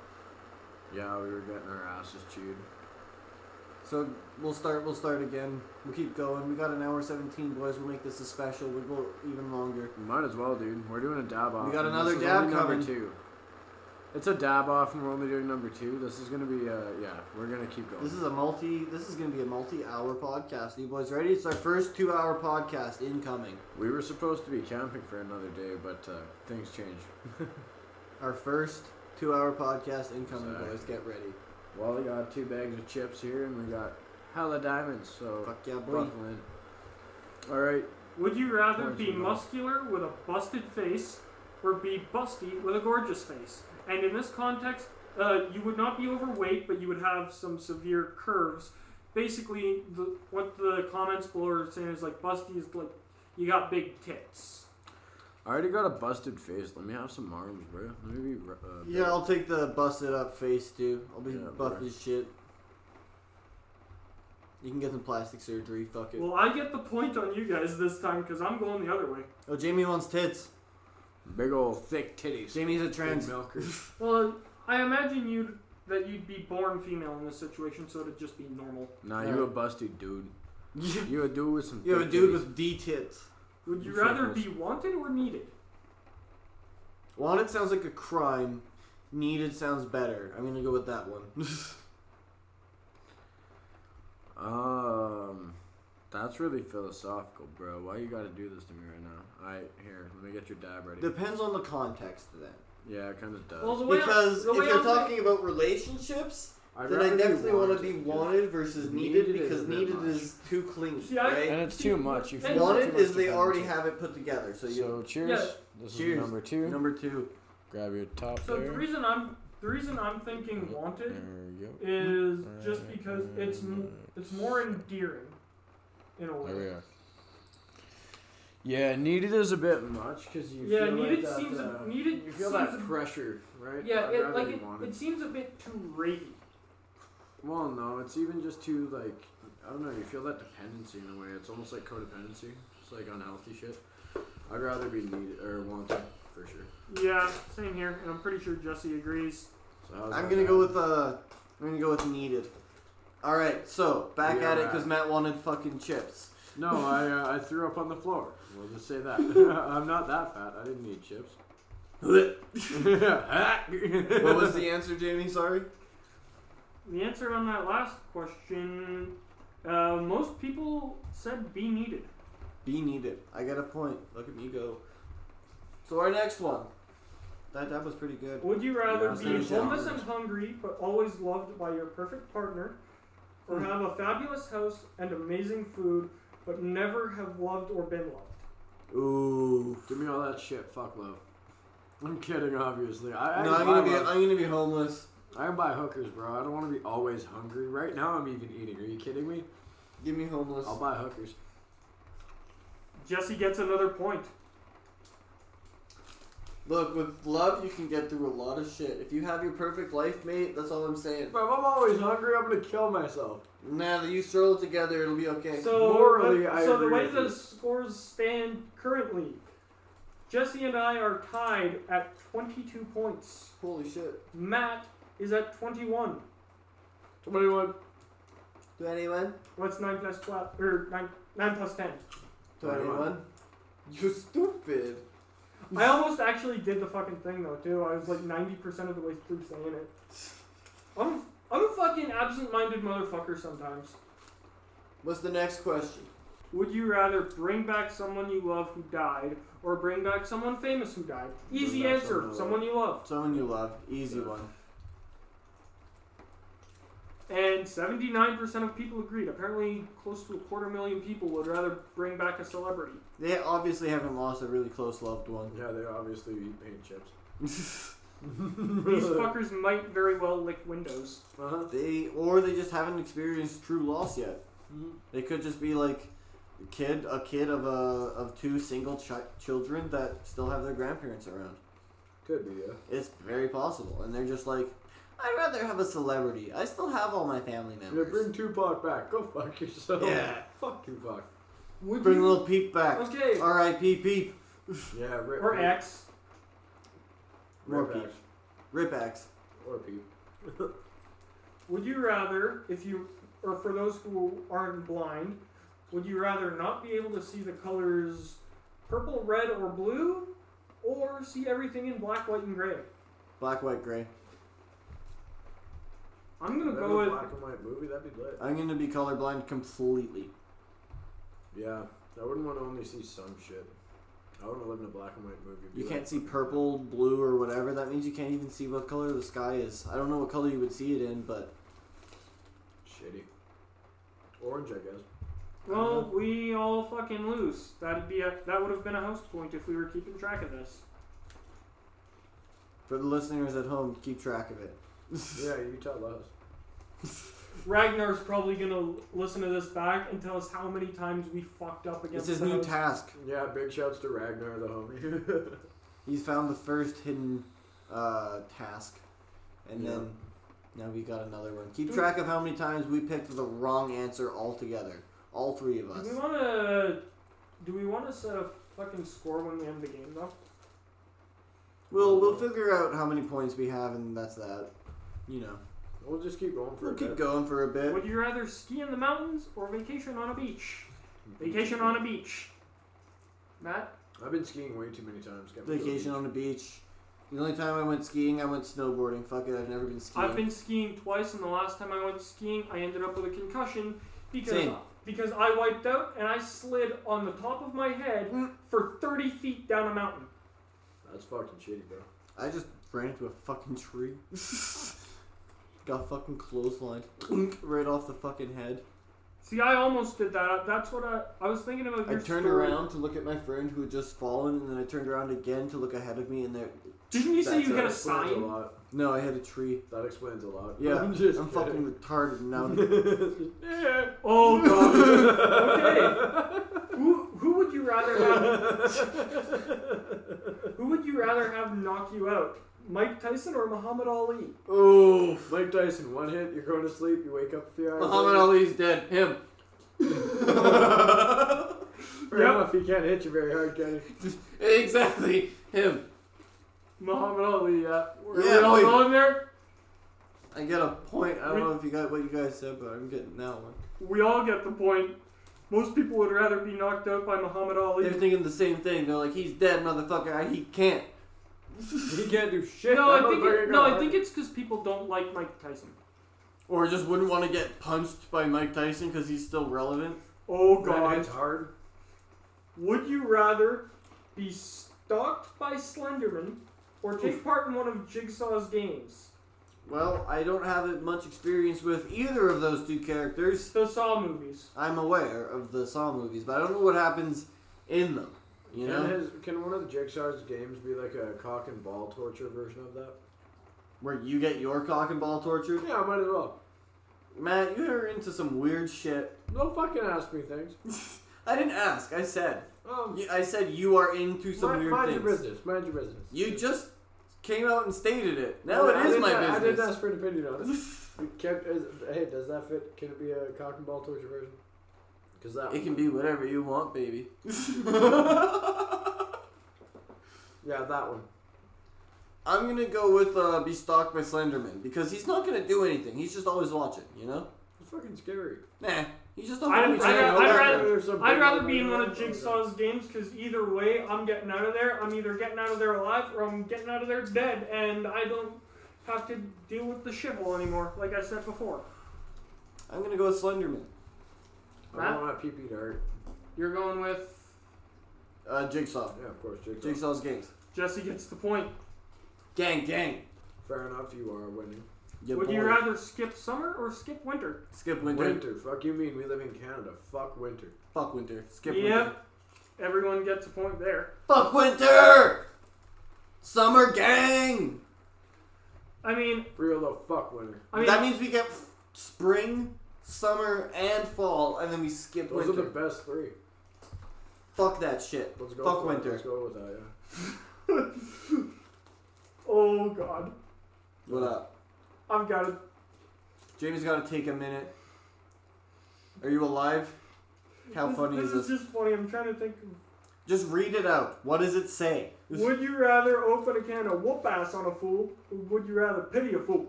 Speaker 3: Yeah, we were getting our asses chewed.
Speaker 1: So we'll start we'll start again. We'll keep going. We got an hour seventeen, boys. We'll make this a special. We'll go even longer.
Speaker 3: Might as well, dude. We're doing a dab off.
Speaker 1: got
Speaker 3: and
Speaker 1: another
Speaker 3: this is
Speaker 1: dab
Speaker 3: only
Speaker 1: coming.
Speaker 3: Number two. It's a dab off, and we're only doing number two. This is gonna be, uh, yeah, we're gonna keep going.
Speaker 1: This is a multi. This is gonna be a multi-hour podcast. Are you boys ready? It's our first two-hour podcast incoming.
Speaker 3: we were supposed to be camping for another day, but uh, things changed.
Speaker 1: Our first two-hour podcast incoming,
Speaker 3: Sorry.
Speaker 1: boys. Get ready.
Speaker 3: Well, we got two bags of chips here, and we got hella diamonds. So
Speaker 1: Fuck yeah, boy.
Speaker 3: buckle in. All right,
Speaker 2: Would you rather
Speaker 3: Points
Speaker 2: be
Speaker 3: and all.
Speaker 2: muscular with a busted face or be busty with a gorgeous face? And in this context, uh, you would not be overweight, but you would have some severe curves. Basically, the, what the comments below are saying is like busty is like you got big tits.
Speaker 3: I already got a busted face. Let me have some arms, bro. Let me be. Uh,
Speaker 1: Yeah, I'll take the busted up face too. I'll be
Speaker 3: Yeah,
Speaker 1: buff
Speaker 3: right.
Speaker 1: as shit. You can get some plastic surgery. Fuck it.
Speaker 2: Well, I get the point on you guys this time because I'm going the other way.
Speaker 1: Oh, Jamie wants tits. [laughs]
Speaker 3: big old thick titties.
Speaker 1: Jamie's a
Speaker 3: Big
Speaker 1: trans.
Speaker 3: milker.
Speaker 2: Well, I imagine you that you'd be born female in this situation, so it'd just be normal.
Speaker 3: nah, you a busted dude.
Speaker 1: you
Speaker 3: You a dude with some.
Speaker 1: have a
Speaker 3: thick
Speaker 1: dude
Speaker 3: titties.
Speaker 1: with D tits.
Speaker 2: Would you
Speaker 3: Sure,
Speaker 2: rather
Speaker 3: Chris.
Speaker 2: be wanted or needed?
Speaker 1: Wanted sounds like a crime. Needed sounds better. I'm gonna go with that
Speaker 3: [laughs]
Speaker 1: one.
Speaker 3: Um, that's really philosophical, bro. Why you gotta do this to me right now? All right, here, let me get your dab ready.
Speaker 1: Depends on the context then.
Speaker 3: yeah, it kind of does.
Speaker 2: Well, the way I-
Speaker 1: Uh, Because
Speaker 2: the
Speaker 1: if
Speaker 2: way
Speaker 1: you're
Speaker 2: I'm-
Speaker 1: talking about relationships,
Speaker 3: I'd
Speaker 1: then
Speaker 3: rather
Speaker 1: I
Speaker 3: be
Speaker 1: definitely want to
Speaker 3: wanted
Speaker 1: be
Speaker 3: than-
Speaker 1: wanted versus
Speaker 3: Needed
Speaker 1: needed,
Speaker 3: is a
Speaker 1: because
Speaker 3: bit
Speaker 1: needed
Speaker 3: much.
Speaker 1: is too clingy,
Speaker 2: See, I-
Speaker 1: right?
Speaker 3: And it's too much. You
Speaker 2: And
Speaker 3: feel
Speaker 1: Wanted
Speaker 3: too much
Speaker 1: is they already
Speaker 3: dependency.
Speaker 1: have it put together, so you
Speaker 3: So cheers. This is
Speaker 1: Cheers.
Speaker 3: number two.
Speaker 1: Number two.
Speaker 3: Grab your top
Speaker 2: So the
Speaker 3: there.
Speaker 2: reason I'm the reason I'm thinking wanted
Speaker 3: There we go.
Speaker 2: is just because it's m- it's more endearing in a
Speaker 1: Oh,
Speaker 3: There we
Speaker 2: way.
Speaker 3: are. Yeah, needed is a bit much because you.
Speaker 2: Yeah,
Speaker 3: feel
Speaker 2: needed
Speaker 3: like that,
Speaker 2: seems a-
Speaker 3: uh,
Speaker 2: needed
Speaker 3: You feel
Speaker 2: seems
Speaker 3: that
Speaker 2: a-
Speaker 3: pressure, right?
Speaker 2: Yeah,
Speaker 3: I'd
Speaker 2: it,
Speaker 3: rather
Speaker 2: like
Speaker 3: be
Speaker 2: it,
Speaker 3: wanted.
Speaker 2: it seems a bit too rapey.
Speaker 3: Well, no, it's even just too like I don't know. You feel that dependency in a way. It's almost like codependency. It's like unhealthy shit. I'd rather be needed or wanted for sure.
Speaker 2: Yeah, same here, and I'm pretty sure Jesse agrees.
Speaker 3: So how's
Speaker 1: I'm
Speaker 3: that
Speaker 1: gonna go
Speaker 3: sound?
Speaker 1: with uh, I'm gonna go with needed. All right, so back
Speaker 3: Yeah,
Speaker 1: at it
Speaker 3: right.
Speaker 1: because Matt wanted fucking
Speaker 3: [laughs]
Speaker 1: chips.
Speaker 3: No, [laughs]
Speaker 1: [laughs]
Speaker 3: I uh, I threw up on the floor. We'll just say that. I'm not that fat. I didn't need chips. [laughs]
Speaker 1: What was the answer, Jamie? Sorry.
Speaker 2: The answer on that last question, uh, most people said be needed.
Speaker 1: Be needed. I got a point. Look at me go. So our next one. That that was pretty good.
Speaker 2: Would you rather
Speaker 3: Yeah,
Speaker 2: be
Speaker 1: that's
Speaker 2: homeless
Speaker 1: downward.
Speaker 2: and hungry but always loved by your perfect partner, or
Speaker 1: Hmm.
Speaker 2: have a fabulous house and amazing food but never have loved or been loved?
Speaker 1: Ooh.
Speaker 3: Give me all that shit. Fuck love. I'm kidding, obviously. I, I,
Speaker 1: No, I'm
Speaker 3: buy
Speaker 1: gonna be
Speaker 3: love.
Speaker 1: I'm gonna be homeless.
Speaker 3: I can buy hookers, bro. I don't want to be always hungry. Right now, I'm even eating. Are you kidding me?
Speaker 1: Give me homeless.
Speaker 3: I'll buy hookers.
Speaker 2: Jesse gets another point.
Speaker 1: Look, with love, you can get through a lot of shit. If you have your perfect life mate, that's all I'm saying.
Speaker 3: Bro, if I'm always hungry, I'm gonna kill myself.
Speaker 1: Now that you throw it together, it'll be okay.
Speaker 2: So,
Speaker 3: Morally,
Speaker 2: but-
Speaker 3: I
Speaker 2: so the
Speaker 3: agree
Speaker 2: way
Speaker 3: with
Speaker 2: the
Speaker 3: you.
Speaker 2: scores stand currently, Jesse and I are tied at 22 points.
Speaker 1: Holy shit.
Speaker 2: Matt is at 21.
Speaker 3: 21.
Speaker 1: Do anyone?
Speaker 2: What's 9 plus 12? Or 9, 9 plus 10.
Speaker 1: Do anyone? You're stupid.
Speaker 2: I almost actually did the fucking thing though too. I was like ninety percent of the way through saying it. I'm I'm a fucking absent-minded motherfucker sometimes.
Speaker 1: What's the next question?
Speaker 2: Would you rather bring back someone you love who died, or bring back someone famous who died?
Speaker 3: Bring
Speaker 2: Easy
Speaker 3: back
Speaker 2: answer.
Speaker 3: someone I
Speaker 2: Someone you love.
Speaker 1: Someone you love. Easy one.
Speaker 2: And seventy-nine percent of people agreed. Apparently, close to a quarter million people would rather bring back a celebrity.
Speaker 1: They obviously haven't lost a really close loved one.
Speaker 3: Yeah, they obviously eat paint chips. [laughs]
Speaker 2: These fuckers might very well lick windows.
Speaker 3: Uh-huh.
Speaker 1: They or they just haven't experienced true loss yet.
Speaker 3: Mm-hmm.
Speaker 1: They could just be like a kid, a kid of a of two single ch- children that still have their grandparents around.
Speaker 3: Could be, yeah.
Speaker 1: It's very possible, and they're just like, I'd rather have a celebrity. I still have all my family
Speaker 3: Yeah,
Speaker 1: members.
Speaker 3: bring Tupac back. Go fuck yourself.
Speaker 1: Yeah.
Speaker 3: Fuck Tupac.
Speaker 2: Would
Speaker 1: Bring
Speaker 2: you-
Speaker 1: little Peep back.
Speaker 2: Okay.
Speaker 1: R.I.P. Peep.
Speaker 3: Yeah, rip.
Speaker 2: Or X.
Speaker 1: More
Speaker 3: Rip
Speaker 1: Peep.
Speaker 3: Axe.
Speaker 1: Rip Axe.
Speaker 3: Or Peep.
Speaker 2: Would you rather, if you, or for those who aren't blind, would you rather not be able to see the colors purple, red, or blue, or see everything in black, white, and gray?
Speaker 1: Black, white, gray.
Speaker 2: I'm gonna
Speaker 3: That'd
Speaker 2: go
Speaker 3: be a
Speaker 2: with.
Speaker 3: black and white movie. That'd be lit.
Speaker 1: I'm gonna be colorblind completely.
Speaker 3: Yeah. I wouldn't want to only see some shit. I want to live in a black and white movie. Be
Speaker 1: You
Speaker 3: like-
Speaker 1: can't see purple, blue, or whatever. That means you can't even see what color the sky is. I don't know what color you would see it in, but
Speaker 3: Shitty. Orange, I guess.
Speaker 2: Well, we all fucking lose. That'd be a. That would have been a house point if we were keeping track of this.
Speaker 1: for the listeners at home, keep track of it. [laughs]
Speaker 3: Yeah, Utah loves.
Speaker 2: Ragnar's probably gonna listen to this back and tell us how many times we fucked up
Speaker 1: It's
Speaker 2: against.
Speaker 1: his
Speaker 2: the
Speaker 1: new
Speaker 2: house.
Speaker 1: task.
Speaker 3: Yeah, big shouts to Ragnar, the homie.
Speaker 1: He's found the first hidden uh, task, [laughs] and
Speaker 3: Yeah.
Speaker 1: then now we got another one. Keep track of how many times we picked the wrong answer altogether. All three of us.
Speaker 2: Do we wanna? Do we wanna set a fucking score when we end the game though?
Speaker 1: We'll we'll figure out how many points we have, and that's that. You know,
Speaker 3: we'll just keep going for
Speaker 1: we'll
Speaker 3: a
Speaker 1: keep
Speaker 3: bit.
Speaker 1: going for a bit.
Speaker 2: Would you rather ski in the mountains or vacation on a beach? Vacation on a beach. Matt?
Speaker 3: I've been skiing way too many times. Can't be
Speaker 1: Vacation
Speaker 3: doing
Speaker 1: on the beach. The only time I went skiing, I went snowboarding. Fuck it, I've never been skiing.
Speaker 2: I've been skiing twice, and the last time I went skiing, I ended up with a concussion because
Speaker 1: Same.
Speaker 2: because I wiped out and I slid on the top of my head
Speaker 1: Mm.
Speaker 2: for 30 feet down a mountain.
Speaker 3: That's fucking shitty, bro.
Speaker 1: I just ran into a fucking tree. [laughs] Got fucking clotheslined right off the fucking head.
Speaker 2: See, I almost did that. That's what I, I was thinking about.
Speaker 1: I
Speaker 2: Your
Speaker 1: turned
Speaker 2: story.
Speaker 1: around to look at my friend who had just fallen, and then I turned around again to look ahead of me, and there.
Speaker 2: Didn't you say
Speaker 1: That's
Speaker 2: you
Speaker 3: that
Speaker 2: hit a
Speaker 3: explains a
Speaker 2: sign?
Speaker 3: lot.
Speaker 1: No, I hit a tree.
Speaker 3: That explains a lot.
Speaker 1: Yeah,
Speaker 3: [laughs] I'm just
Speaker 1: I'm
Speaker 3: kidding.
Speaker 1: fucking retarded
Speaker 3: [laughs]
Speaker 1: now. [laughs]
Speaker 3: yeah.
Speaker 2: [laughs] Oh god. okay. Who who would you rather have? who would you rather have knock you out? Mike Tyson or Muhammad Ali?
Speaker 1: Ooh,
Speaker 3: Mike Tyson, one hit, you're going to sleep, you wake up a few hours
Speaker 1: Muhammad
Speaker 3: later.
Speaker 1: Ali's dead. Him.
Speaker 3: [laughs] Fair
Speaker 2: Yep.
Speaker 3: enough, he can't hit you very hard, can he?
Speaker 1: exactly. Him.
Speaker 2: Muhammad Ali. Yeah. We're,
Speaker 1: Yeah,
Speaker 2: we're
Speaker 1: Ali.
Speaker 2: all in there.
Speaker 1: I get a point. I don't know if you got what you guys said, but I'm getting that one.
Speaker 2: We all get the point. Most people would rather be knocked out by Muhammad Ali.
Speaker 1: They're thinking the same thing. They're like, he's dead, motherfucker. I, he can't.
Speaker 3: He can't do shit.
Speaker 2: no,
Speaker 3: That
Speaker 2: I think
Speaker 3: motherfucker
Speaker 2: it, no, I
Speaker 3: got-
Speaker 2: think it's because people don't like Mike Tyson.
Speaker 1: Or just wouldn't want to get punched by Mike Tyson because he's still relevant.
Speaker 2: Oh
Speaker 3: That
Speaker 2: God!
Speaker 3: hits hard.
Speaker 2: Would you rather be stalked by Slenderman or take part in one of Jigsaw's games?
Speaker 1: Well, I don't have much experience with either of those two characters.
Speaker 2: The Saw movies.
Speaker 1: I'm aware of the Saw movies, but I don't know what happens in them. You
Speaker 3: Can,
Speaker 1: know,
Speaker 3: his, can one of the Jigsaw's games be like a cock and ball torture version of that?
Speaker 1: where you get your cock and ball tortured.
Speaker 3: Yeah, I might as well.
Speaker 1: Matt, you are into some weird shit.
Speaker 3: No fucking ask me things.
Speaker 1: I didn't ask. I said.
Speaker 2: Oh,
Speaker 3: Um,
Speaker 1: You- I said you are into some
Speaker 3: mind,
Speaker 1: weird
Speaker 3: mind your
Speaker 1: things.
Speaker 3: business. Mind your business.
Speaker 1: You just came out and stated it. Now
Speaker 3: I
Speaker 1: it is
Speaker 3: didn't-
Speaker 1: my
Speaker 3: I didn't
Speaker 1: business.
Speaker 3: ask for an opinion
Speaker 1: [laughs]
Speaker 3: on it. We kept, is, hey, does that fit? Can it be a cock and ball torture version? Because that
Speaker 1: It can be whatever you want,
Speaker 3: [laughs]
Speaker 1: baby.
Speaker 3: Yeah, that one.
Speaker 1: I'm gonna go with uh, be stalked by Slenderman because he's not gonna do anything. He's just always watching. You know?
Speaker 3: It's fucking scary.
Speaker 1: Nah. He's just
Speaker 2: I'd-
Speaker 1: always
Speaker 2: I'd-
Speaker 1: watching.
Speaker 2: I'd rather- I'd rather be in one of Jigsaw's games because either way, I'm getting out of there. I'm either getting out of there alive or I'm getting out of there dead, and I don't have to deal with the shithole anymore, like I said before.
Speaker 1: I'm gonna go with Slenderman.
Speaker 3: I don't want my PP to hurt.
Speaker 2: You're going with
Speaker 1: Uh, Jigsaw.
Speaker 3: Yeah, of course, Jigsaw.
Speaker 1: Jigsaw's gangs.
Speaker 2: Jesse gets the point.
Speaker 1: Gang, gang.
Speaker 3: Fair enough, you are winning.
Speaker 1: Yeah,
Speaker 2: Would you
Speaker 1: boy.
Speaker 2: rather skip summer or skip winter?
Speaker 1: Skip winter.
Speaker 3: Winter. Fuck you mean we live in Canada. Fuck winter.
Speaker 1: Fuck winter. Skip
Speaker 2: Yep.
Speaker 1: winter.
Speaker 2: Everyone gets a point there.
Speaker 1: Fuck winter. Summer gang.
Speaker 2: I mean,
Speaker 3: Real the fuck winter.
Speaker 2: I mean,
Speaker 1: that means we get f- spring, summer, and fall, and then we skip
Speaker 3: Those
Speaker 1: winter.
Speaker 3: are the best three.
Speaker 1: Fuck that shit.
Speaker 3: Let's go
Speaker 1: Fuck
Speaker 3: for it.
Speaker 1: winter.
Speaker 3: Let's go with that, yeah.
Speaker 2: oh god,
Speaker 1: What up?
Speaker 2: I've got it.
Speaker 1: Jamie's got to take a minute. Are you alive? How
Speaker 2: this,
Speaker 1: funny
Speaker 2: this
Speaker 1: is this?
Speaker 2: just funny. I'm trying to think. of-
Speaker 1: Just read it out. What does it say?
Speaker 2: Would you rather open a can of whoop ass on a fool, or would you rather pity a fool?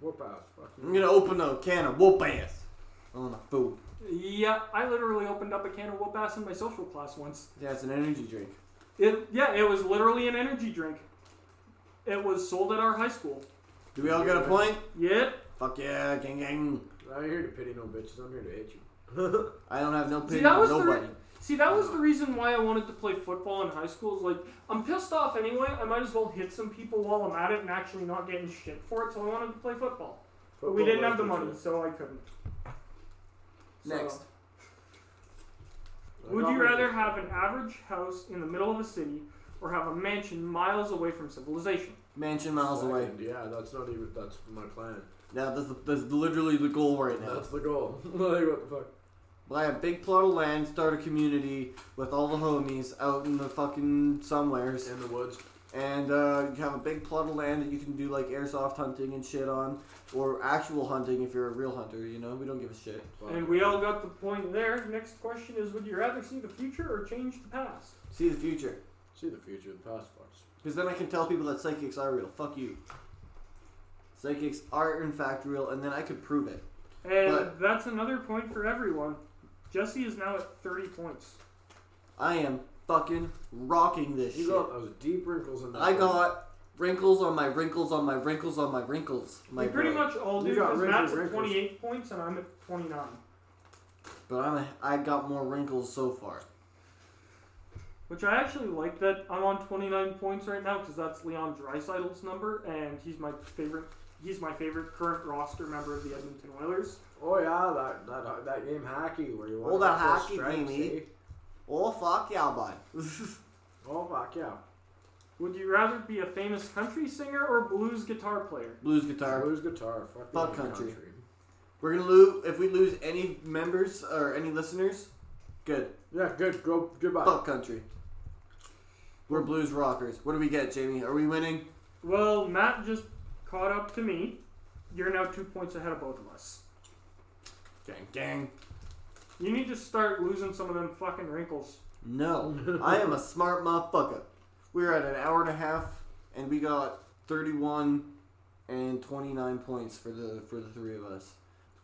Speaker 3: Whoop ass. Fuck you.
Speaker 1: I'm gonna open a can of whoop ass on a food.
Speaker 2: Yeah, I literally opened up a can of whoop ass in my social class once.
Speaker 1: Yeah, it's an energy drink.
Speaker 2: It yeah, it was literally an energy drink. It was sold at our high school.
Speaker 1: Do we all get a point?
Speaker 2: Yep.
Speaker 1: Fuck yeah, gang gang.
Speaker 3: I'm here to pity no bitches. I'm here
Speaker 1: [laughs]
Speaker 3: to hit you.
Speaker 1: I don't have no pity
Speaker 2: See, that
Speaker 1: for
Speaker 2: was the
Speaker 1: nobody.
Speaker 2: re- See, that was the reason why I wanted to play football in high school. Is like, I'm pissed off anyway. I might as well hit some people while I'm at it and actually not getting shit for it. So I wanted to play football, but we
Speaker 3: Football
Speaker 2: didn't have
Speaker 3: was
Speaker 2: the
Speaker 3: good
Speaker 2: money,
Speaker 3: shit.
Speaker 2: so I couldn't. So-
Speaker 1: Next.
Speaker 3: I
Speaker 2: Would
Speaker 3: got
Speaker 2: you
Speaker 3: my
Speaker 2: rather
Speaker 3: bitch.
Speaker 2: have an average house in the middle of a city or have a mansion miles away from civilization?
Speaker 1: Mansion miles away.
Speaker 3: Second, Yeah, that's not even. That's my plan.
Speaker 1: Yeah, that's, the, that's literally the goal right now.
Speaker 3: That's the goal. [laughs] like what the fuck?
Speaker 1: Buy a big plot of land, start a community with all the homies out in the fucking somewheres,
Speaker 3: In the woods.
Speaker 1: and uh, you have a big plot of land that you can do like airsoft hunting and shit on, or actual hunting if you're a real hunter. You know, we don't give a shit.
Speaker 3: Fuck.
Speaker 2: And we all got the point there. Next question is Would you rather see the future or change the past?
Speaker 1: See the future,
Speaker 3: See the future. The past fucks.
Speaker 1: because then I can tell people that psychics are real. Fuck you. Psychics are in fact real, and then I could prove it.
Speaker 2: And
Speaker 1: But-
Speaker 2: that's another point for everyone. Jesse is now at 30 points.
Speaker 1: I am fucking rocking this
Speaker 3: You
Speaker 1: shit.
Speaker 3: got those deep wrinkles in that.
Speaker 1: I got wrinkles on my wrinkles on my wrinkles on my wrinkles. My
Speaker 2: we pretty
Speaker 1: boy.
Speaker 2: much all do
Speaker 3: You got
Speaker 2: because
Speaker 3: wrinkles,
Speaker 2: Matt's at
Speaker 3: wrinkles.
Speaker 2: 28 points and I'm at 29.
Speaker 1: But I'm a, I got more wrinkles so far.
Speaker 2: Which I actually like that I'm on 29 points right now because that's Leon Dreisaitl's number and he's my favorite. He's my favorite current roster member of the Edmonton Oilers.
Speaker 3: Oh yeah, that that that game hacky where you.
Speaker 1: Oh,
Speaker 3: wanna
Speaker 1: that
Speaker 3: get those
Speaker 1: hockey
Speaker 3: stripes,
Speaker 1: thingy.
Speaker 3: eh?
Speaker 1: Oh fuck yeah, bud.
Speaker 3: Oh fuck yeah.
Speaker 2: Would you rather be a famous country singer or blues guitar player?
Speaker 1: [laughs] Blues guitar.
Speaker 3: Blues guitar. Fuck,
Speaker 1: Fuck
Speaker 3: the
Speaker 1: country. We're gonna lose if we lose any members or any listeners. Good.
Speaker 3: Yeah, good. Go goodbye.
Speaker 1: Fuck country. We're blues rockers. What do we get, Jamie? Are we winning?
Speaker 2: Well, Matt just caught up to me. You're now two points ahead of both of us.
Speaker 1: Gang, gang.
Speaker 2: You need to start losing some of them fucking wrinkles. [laughs]
Speaker 1: No, I am a smart motherfucker. We're at an hour and a half, and we got thirty-one and twenty-nine points for the for the three of us.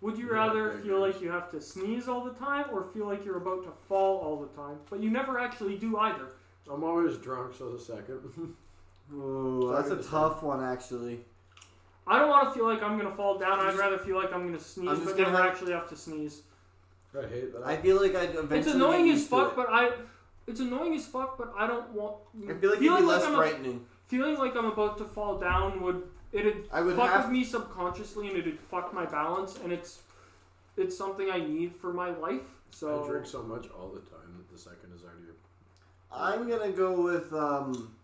Speaker 2: Would you
Speaker 3: Yeah,
Speaker 2: rather
Speaker 3: big
Speaker 2: feel
Speaker 3: wrinkles.
Speaker 2: like you have to sneeze all the time or feel like you're about to fall all the time, but you never actually do either?
Speaker 3: I'm always drunk, so the second. [laughs]
Speaker 1: Ooh, that's a tough one, actually.
Speaker 2: I don't want to feel like I'm gonna fall down. I'd rather feel like I'm gonna sneeze,
Speaker 1: I'm just
Speaker 2: but
Speaker 1: gonna
Speaker 2: never
Speaker 1: have-
Speaker 2: actually have to sneeze.
Speaker 3: I hate that.
Speaker 1: I feel like I'd eventually.
Speaker 2: It's annoying
Speaker 1: get
Speaker 2: as
Speaker 1: used to
Speaker 2: fuck,
Speaker 1: it.
Speaker 2: but I. It's annoying as fuck, but I don't want.
Speaker 1: I feel like it'd be less
Speaker 2: I'm a-
Speaker 1: frightening.
Speaker 2: feeling like I'm about to fall down would it'd
Speaker 1: I would
Speaker 2: fuck
Speaker 1: have-
Speaker 2: with me subconsciously, and it'd fuck my balance, and it's it's something I need for my life. So
Speaker 3: I drink so much all the time that the second is already.
Speaker 1: I'm gonna go with um.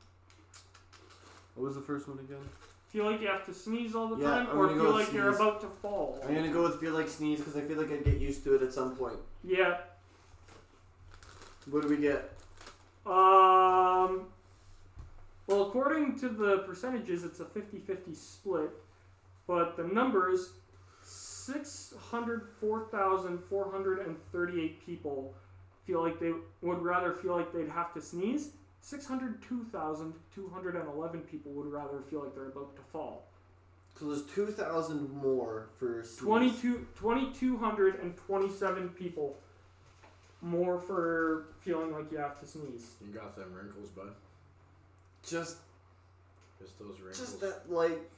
Speaker 1: What was the first one again?
Speaker 2: feel like you have to sneeze all the
Speaker 1: Yeah,
Speaker 2: time,
Speaker 1: I'm
Speaker 2: or
Speaker 1: gonna go
Speaker 2: feel
Speaker 1: with
Speaker 2: like you're
Speaker 1: sneeze.
Speaker 2: about to fall.
Speaker 1: I'm gonna go with feel like sneeze because I feel like I'd get used to it at some point.
Speaker 2: Yeah.
Speaker 1: What do we get?
Speaker 2: Um. Well, according to the percentages, it's a 50-50 split, but the numbers. 604,438 people feel like they would rather feel like they'd have to sneeze. 602,211 people would rather feel like they're about to fall.
Speaker 1: So there's two thousand more for sneeze.
Speaker 2: 22 2,227 people more for feeling like you have to sneeze.
Speaker 3: You got them wrinkles, bud.
Speaker 1: Just,
Speaker 3: Just those wrinkles.
Speaker 1: just that like.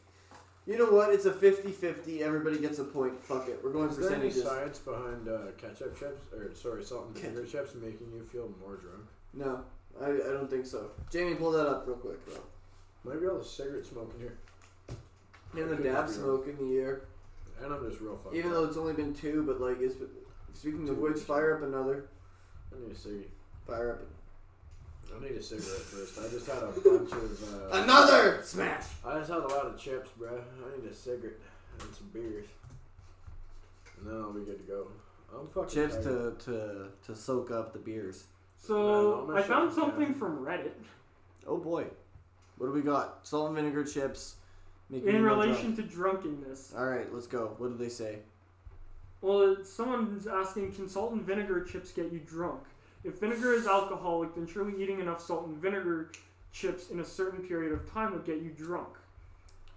Speaker 1: You know what? It's a 50-50. Everybody gets a point. Fuck it. We're going
Speaker 3: Is there any
Speaker 1: percentages.
Speaker 3: science behind uh, ketchup chips, or sorry, salt and vinegar chips making you feel more drunk?
Speaker 1: No, I, I don't think so. Jamie, pull that up real quick. Though.
Speaker 3: Might be all the cigarette smoke in here,
Speaker 1: And the
Speaker 3: Could be
Speaker 1: dab
Speaker 3: wrong.
Speaker 1: smoke in the air.
Speaker 3: and I'm just real fucked.
Speaker 1: Even
Speaker 3: up.
Speaker 1: though it's only been two, but like it's been, speaking of
Speaker 3: Two
Speaker 1: which,
Speaker 3: weeks.
Speaker 1: fire up another.
Speaker 3: I need a cig.
Speaker 1: Fire up
Speaker 3: I need a cigarette first. I just had a bunch
Speaker 1: [laughs]
Speaker 3: of. Uh,
Speaker 1: another smash.
Speaker 3: I just had a lot of chips, bruh. I need a cigarette and some beers, and then I'll be good to go. I'm fucking
Speaker 1: Chips
Speaker 3: tired.
Speaker 1: to to to soak up the beers.
Speaker 3: No,
Speaker 2: So
Speaker 3: no,
Speaker 2: I
Speaker 3: I'm not
Speaker 2: found
Speaker 3: sure.
Speaker 2: something
Speaker 3: Yeah.
Speaker 2: from Reddit.
Speaker 1: Oh boy, what do we got? Salt and vinegar chips. Make me
Speaker 2: In
Speaker 1: more
Speaker 2: relation to drunkenness,
Speaker 1: drunk. All right, let's go. What do they say?
Speaker 2: well, someone's asking, can salt and vinegar chips get you drunk? If vinegar is alcoholic, then surely eating enough salt and vinegar chips in a certain period of time would get you drunk.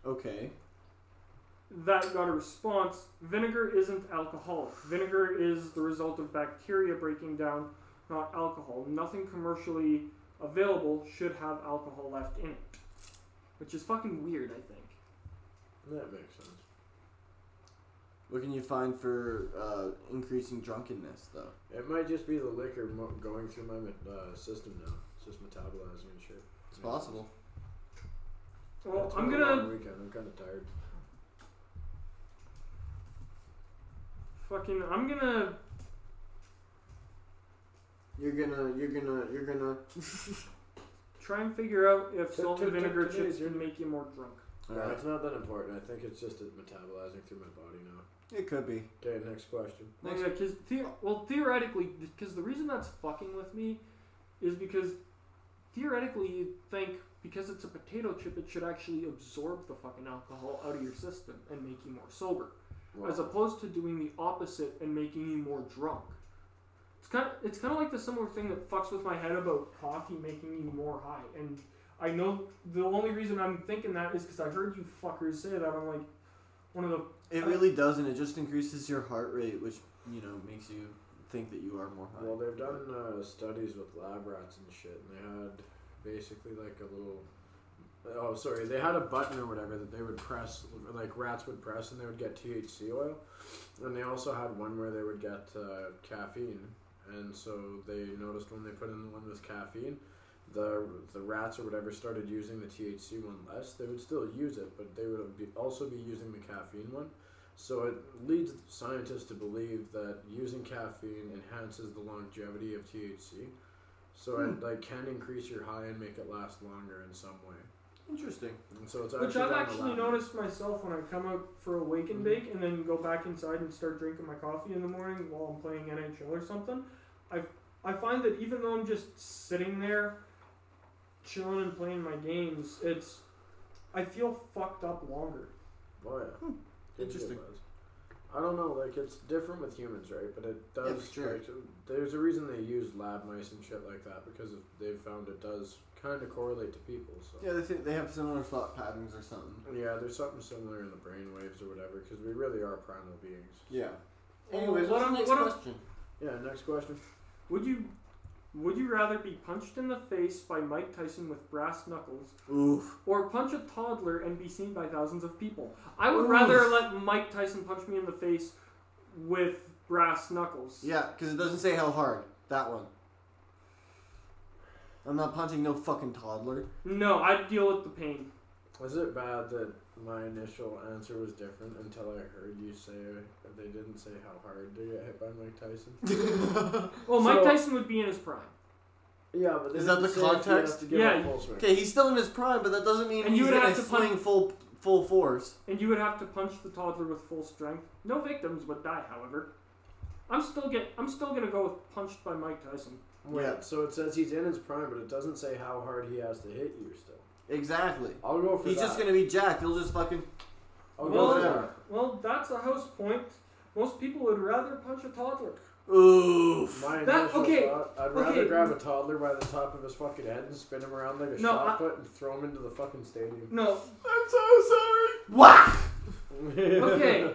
Speaker 1: Okay.
Speaker 2: That got a response. Vinegar isn't alcoholic. Vinegar is the result of bacteria breaking down, not alcohol. Nothing commercially available should have alcohol left in it, which is fucking weird. I think.
Speaker 3: That makes sense.
Speaker 1: What can you find for uh, increasing drunkenness though?
Speaker 3: It might just be the liquor mo- going through my met- uh, system now. It's just metabolizing and shit.
Speaker 1: It's possible.
Speaker 2: Well,
Speaker 3: It's
Speaker 2: I'm
Speaker 3: been a
Speaker 2: gonna
Speaker 3: long Weekend. I'm kind of tired.
Speaker 2: Fucking, I'm gonna.
Speaker 1: You're gonna, you're gonna, you're gonna.
Speaker 2: Try and figure out if
Speaker 3: Tip,
Speaker 2: salt and
Speaker 3: tip, tip,
Speaker 2: vinegar
Speaker 3: today's
Speaker 2: chips
Speaker 3: your-
Speaker 2: can make you more drunk.
Speaker 1: All
Speaker 3: No,
Speaker 1: right.
Speaker 3: it's not that important. I think it's just it metabolizing through my body now.
Speaker 1: It could be.
Speaker 3: Okay, next question.
Speaker 1: Next-
Speaker 2: Yeah, 'cause the- well, theoretically, because the reason that's fucking with me is because theoretically you think because it's a potato chip, it should actually absorb the fucking alcohol out of your system and make you more sober,
Speaker 3: Well,
Speaker 2: as opposed to doing the opposite and making you more drunk. It's kind of it's kind of like the similar thing that fucks with my head about coffee making you more high. And I know the only reason I'm thinking that is because I heard you fuckers say that on like one of the
Speaker 1: It really doesn't. It just increases your heart rate, which you know makes you think that you are more high.
Speaker 3: well, they've done uh, studies with lab rats and shit, and they had basically like a little. Oh, sorry. They had a button or whatever that they would press, like rats would press, and they would get THC oil. And they also had one where they would get uh, caffeine. And so they noticed when they put in the one with caffeine, the the rats or whatever started using the THC one less. They would still use it, but they would be, also be using the caffeine one. So it leads scientists to believe that using caffeine enhances the longevity of THC. So
Speaker 1: Hmm.
Speaker 3: it like can increase your high and make it last longer in some way.
Speaker 1: Interesting.
Speaker 3: And so it's actually
Speaker 2: Which I've
Speaker 3: down the
Speaker 2: actually
Speaker 3: line.
Speaker 2: noticed myself when I come out for a wake and bake and
Speaker 3: Mm-hmm.
Speaker 2: then go back inside and start drinking my coffee in the morning while I'm playing NHL or something. I I find that even though I'm just sitting there chilling and playing my games, it's I feel fucked up longer.
Speaker 3: Oh yeah. Can get
Speaker 1: Hmm. Interesting.
Speaker 3: those. I don't know, like it's different with humans, right? But it does.
Speaker 1: for sure.
Speaker 3: like, there's a reason they use lab mice and shit like that because they've found it does kind of correlate to people. So
Speaker 1: Yeah, they think they have similar thought patterns or something.
Speaker 3: Yeah, there's something similar in the brain waves or whatever because we really are primal beings.
Speaker 1: Yeah.
Speaker 2: Well, what I'm- what I'm-
Speaker 1: question?
Speaker 3: Yeah. Next question.
Speaker 2: Would you Would you rather be punched in the face by Mike Tyson with brass knuckles
Speaker 1: Oof.
Speaker 2: or punch a toddler and be seen by thousands of people? I would rather
Speaker 1: Oof.
Speaker 2: let Mike Tyson punch me in the face with brass knuckles.
Speaker 1: Yeah, because it doesn't say how hard. That one. I'm not punching no fucking toddler. [laughs]
Speaker 2: No, I'd deal with the pain.
Speaker 3: Was it bad that my initial answer was different until I heard you say that they didn't say how hard they got hit by Mike Tyson?
Speaker 2: Well, Oh, Mike
Speaker 3: So-
Speaker 2: Tyson would be in his prime.
Speaker 3: Yeah, but
Speaker 1: they Is that didn't the say if you context? have to
Speaker 2: give Yeah, a
Speaker 1: Okay, he's still in his prime, but that doesn't mean
Speaker 2: And
Speaker 1: he's
Speaker 2: you would
Speaker 1: gonna
Speaker 2: have to
Speaker 1: swing full full force.
Speaker 2: And you would have to punch the toddler with full strength. No victims would die, however. I'm still get I'm still gonna go with punched by Mike Tyson.
Speaker 3: Wait,
Speaker 1: Yeah.
Speaker 3: so it says he's in his prime, but it doesn't say how hard he has to hit you. Still,
Speaker 1: Exactly.
Speaker 3: I'll go for
Speaker 1: He's
Speaker 3: that.
Speaker 1: just gonna be jacked. He'll just fucking.
Speaker 3: I'll
Speaker 2: Well,
Speaker 3: go for
Speaker 1: yeah.
Speaker 3: that.
Speaker 2: Well, that's a house point. Most people would rather punch a toddler.
Speaker 1: Oof.
Speaker 3: My
Speaker 2: That-
Speaker 3: initial
Speaker 2: okay,
Speaker 3: thought, I'd rather
Speaker 2: okay.
Speaker 3: grab a toddler by the top of his fucking head and spin him around like a
Speaker 2: No,
Speaker 3: shot
Speaker 2: I-
Speaker 3: put and throw him into the fucking stadium.
Speaker 1: [laughs]
Speaker 2: No,
Speaker 3: I'm so sorry.
Speaker 1: Whack.
Speaker 2: Okay.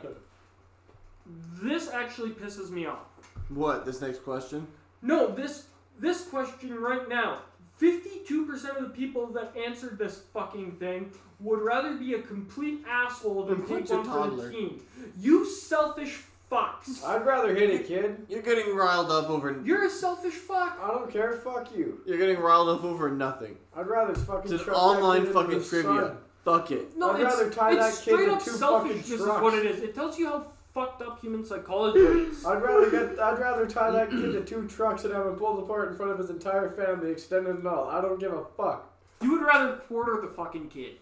Speaker 2: this actually pisses me off.
Speaker 1: What? This next question.
Speaker 2: No, this this question right now. 52% of the people that answered this fucking thing would rather be a complete asshole than
Speaker 1: And
Speaker 2: take
Speaker 1: punch a
Speaker 2: one for
Speaker 1: toddler.
Speaker 2: the team. You selfish fucks.
Speaker 3: [laughs] I'd rather hit a kid.
Speaker 1: You're getting riled up over.
Speaker 2: You're a selfish fuck.
Speaker 3: I don't care. Fuck you.
Speaker 1: You're getting riled up over nothing.
Speaker 3: I'd rather
Speaker 1: It's
Speaker 3: fucking.
Speaker 1: an
Speaker 3: chuck that
Speaker 1: online
Speaker 3: kid into
Speaker 1: fucking
Speaker 3: the
Speaker 1: trivia.
Speaker 3: sun.
Speaker 1: Fuck it.
Speaker 2: No,
Speaker 3: I'd
Speaker 2: it's,
Speaker 3: rather tie
Speaker 2: it's
Speaker 3: that kid
Speaker 2: straight
Speaker 3: to
Speaker 2: up
Speaker 3: two fucking
Speaker 2: selfish. This is
Speaker 3: trucks.
Speaker 2: what it is. It tells you how fucked up human psychology
Speaker 3: [clears throat]
Speaker 2: is.
Speaker 3: I'd rather get. I'd rather tie that kid to two trucks and have him pulled apart in front of his entire family, extended and all. I don't give a fuck.
Speaker 2: You would rather quarter the fucking kid.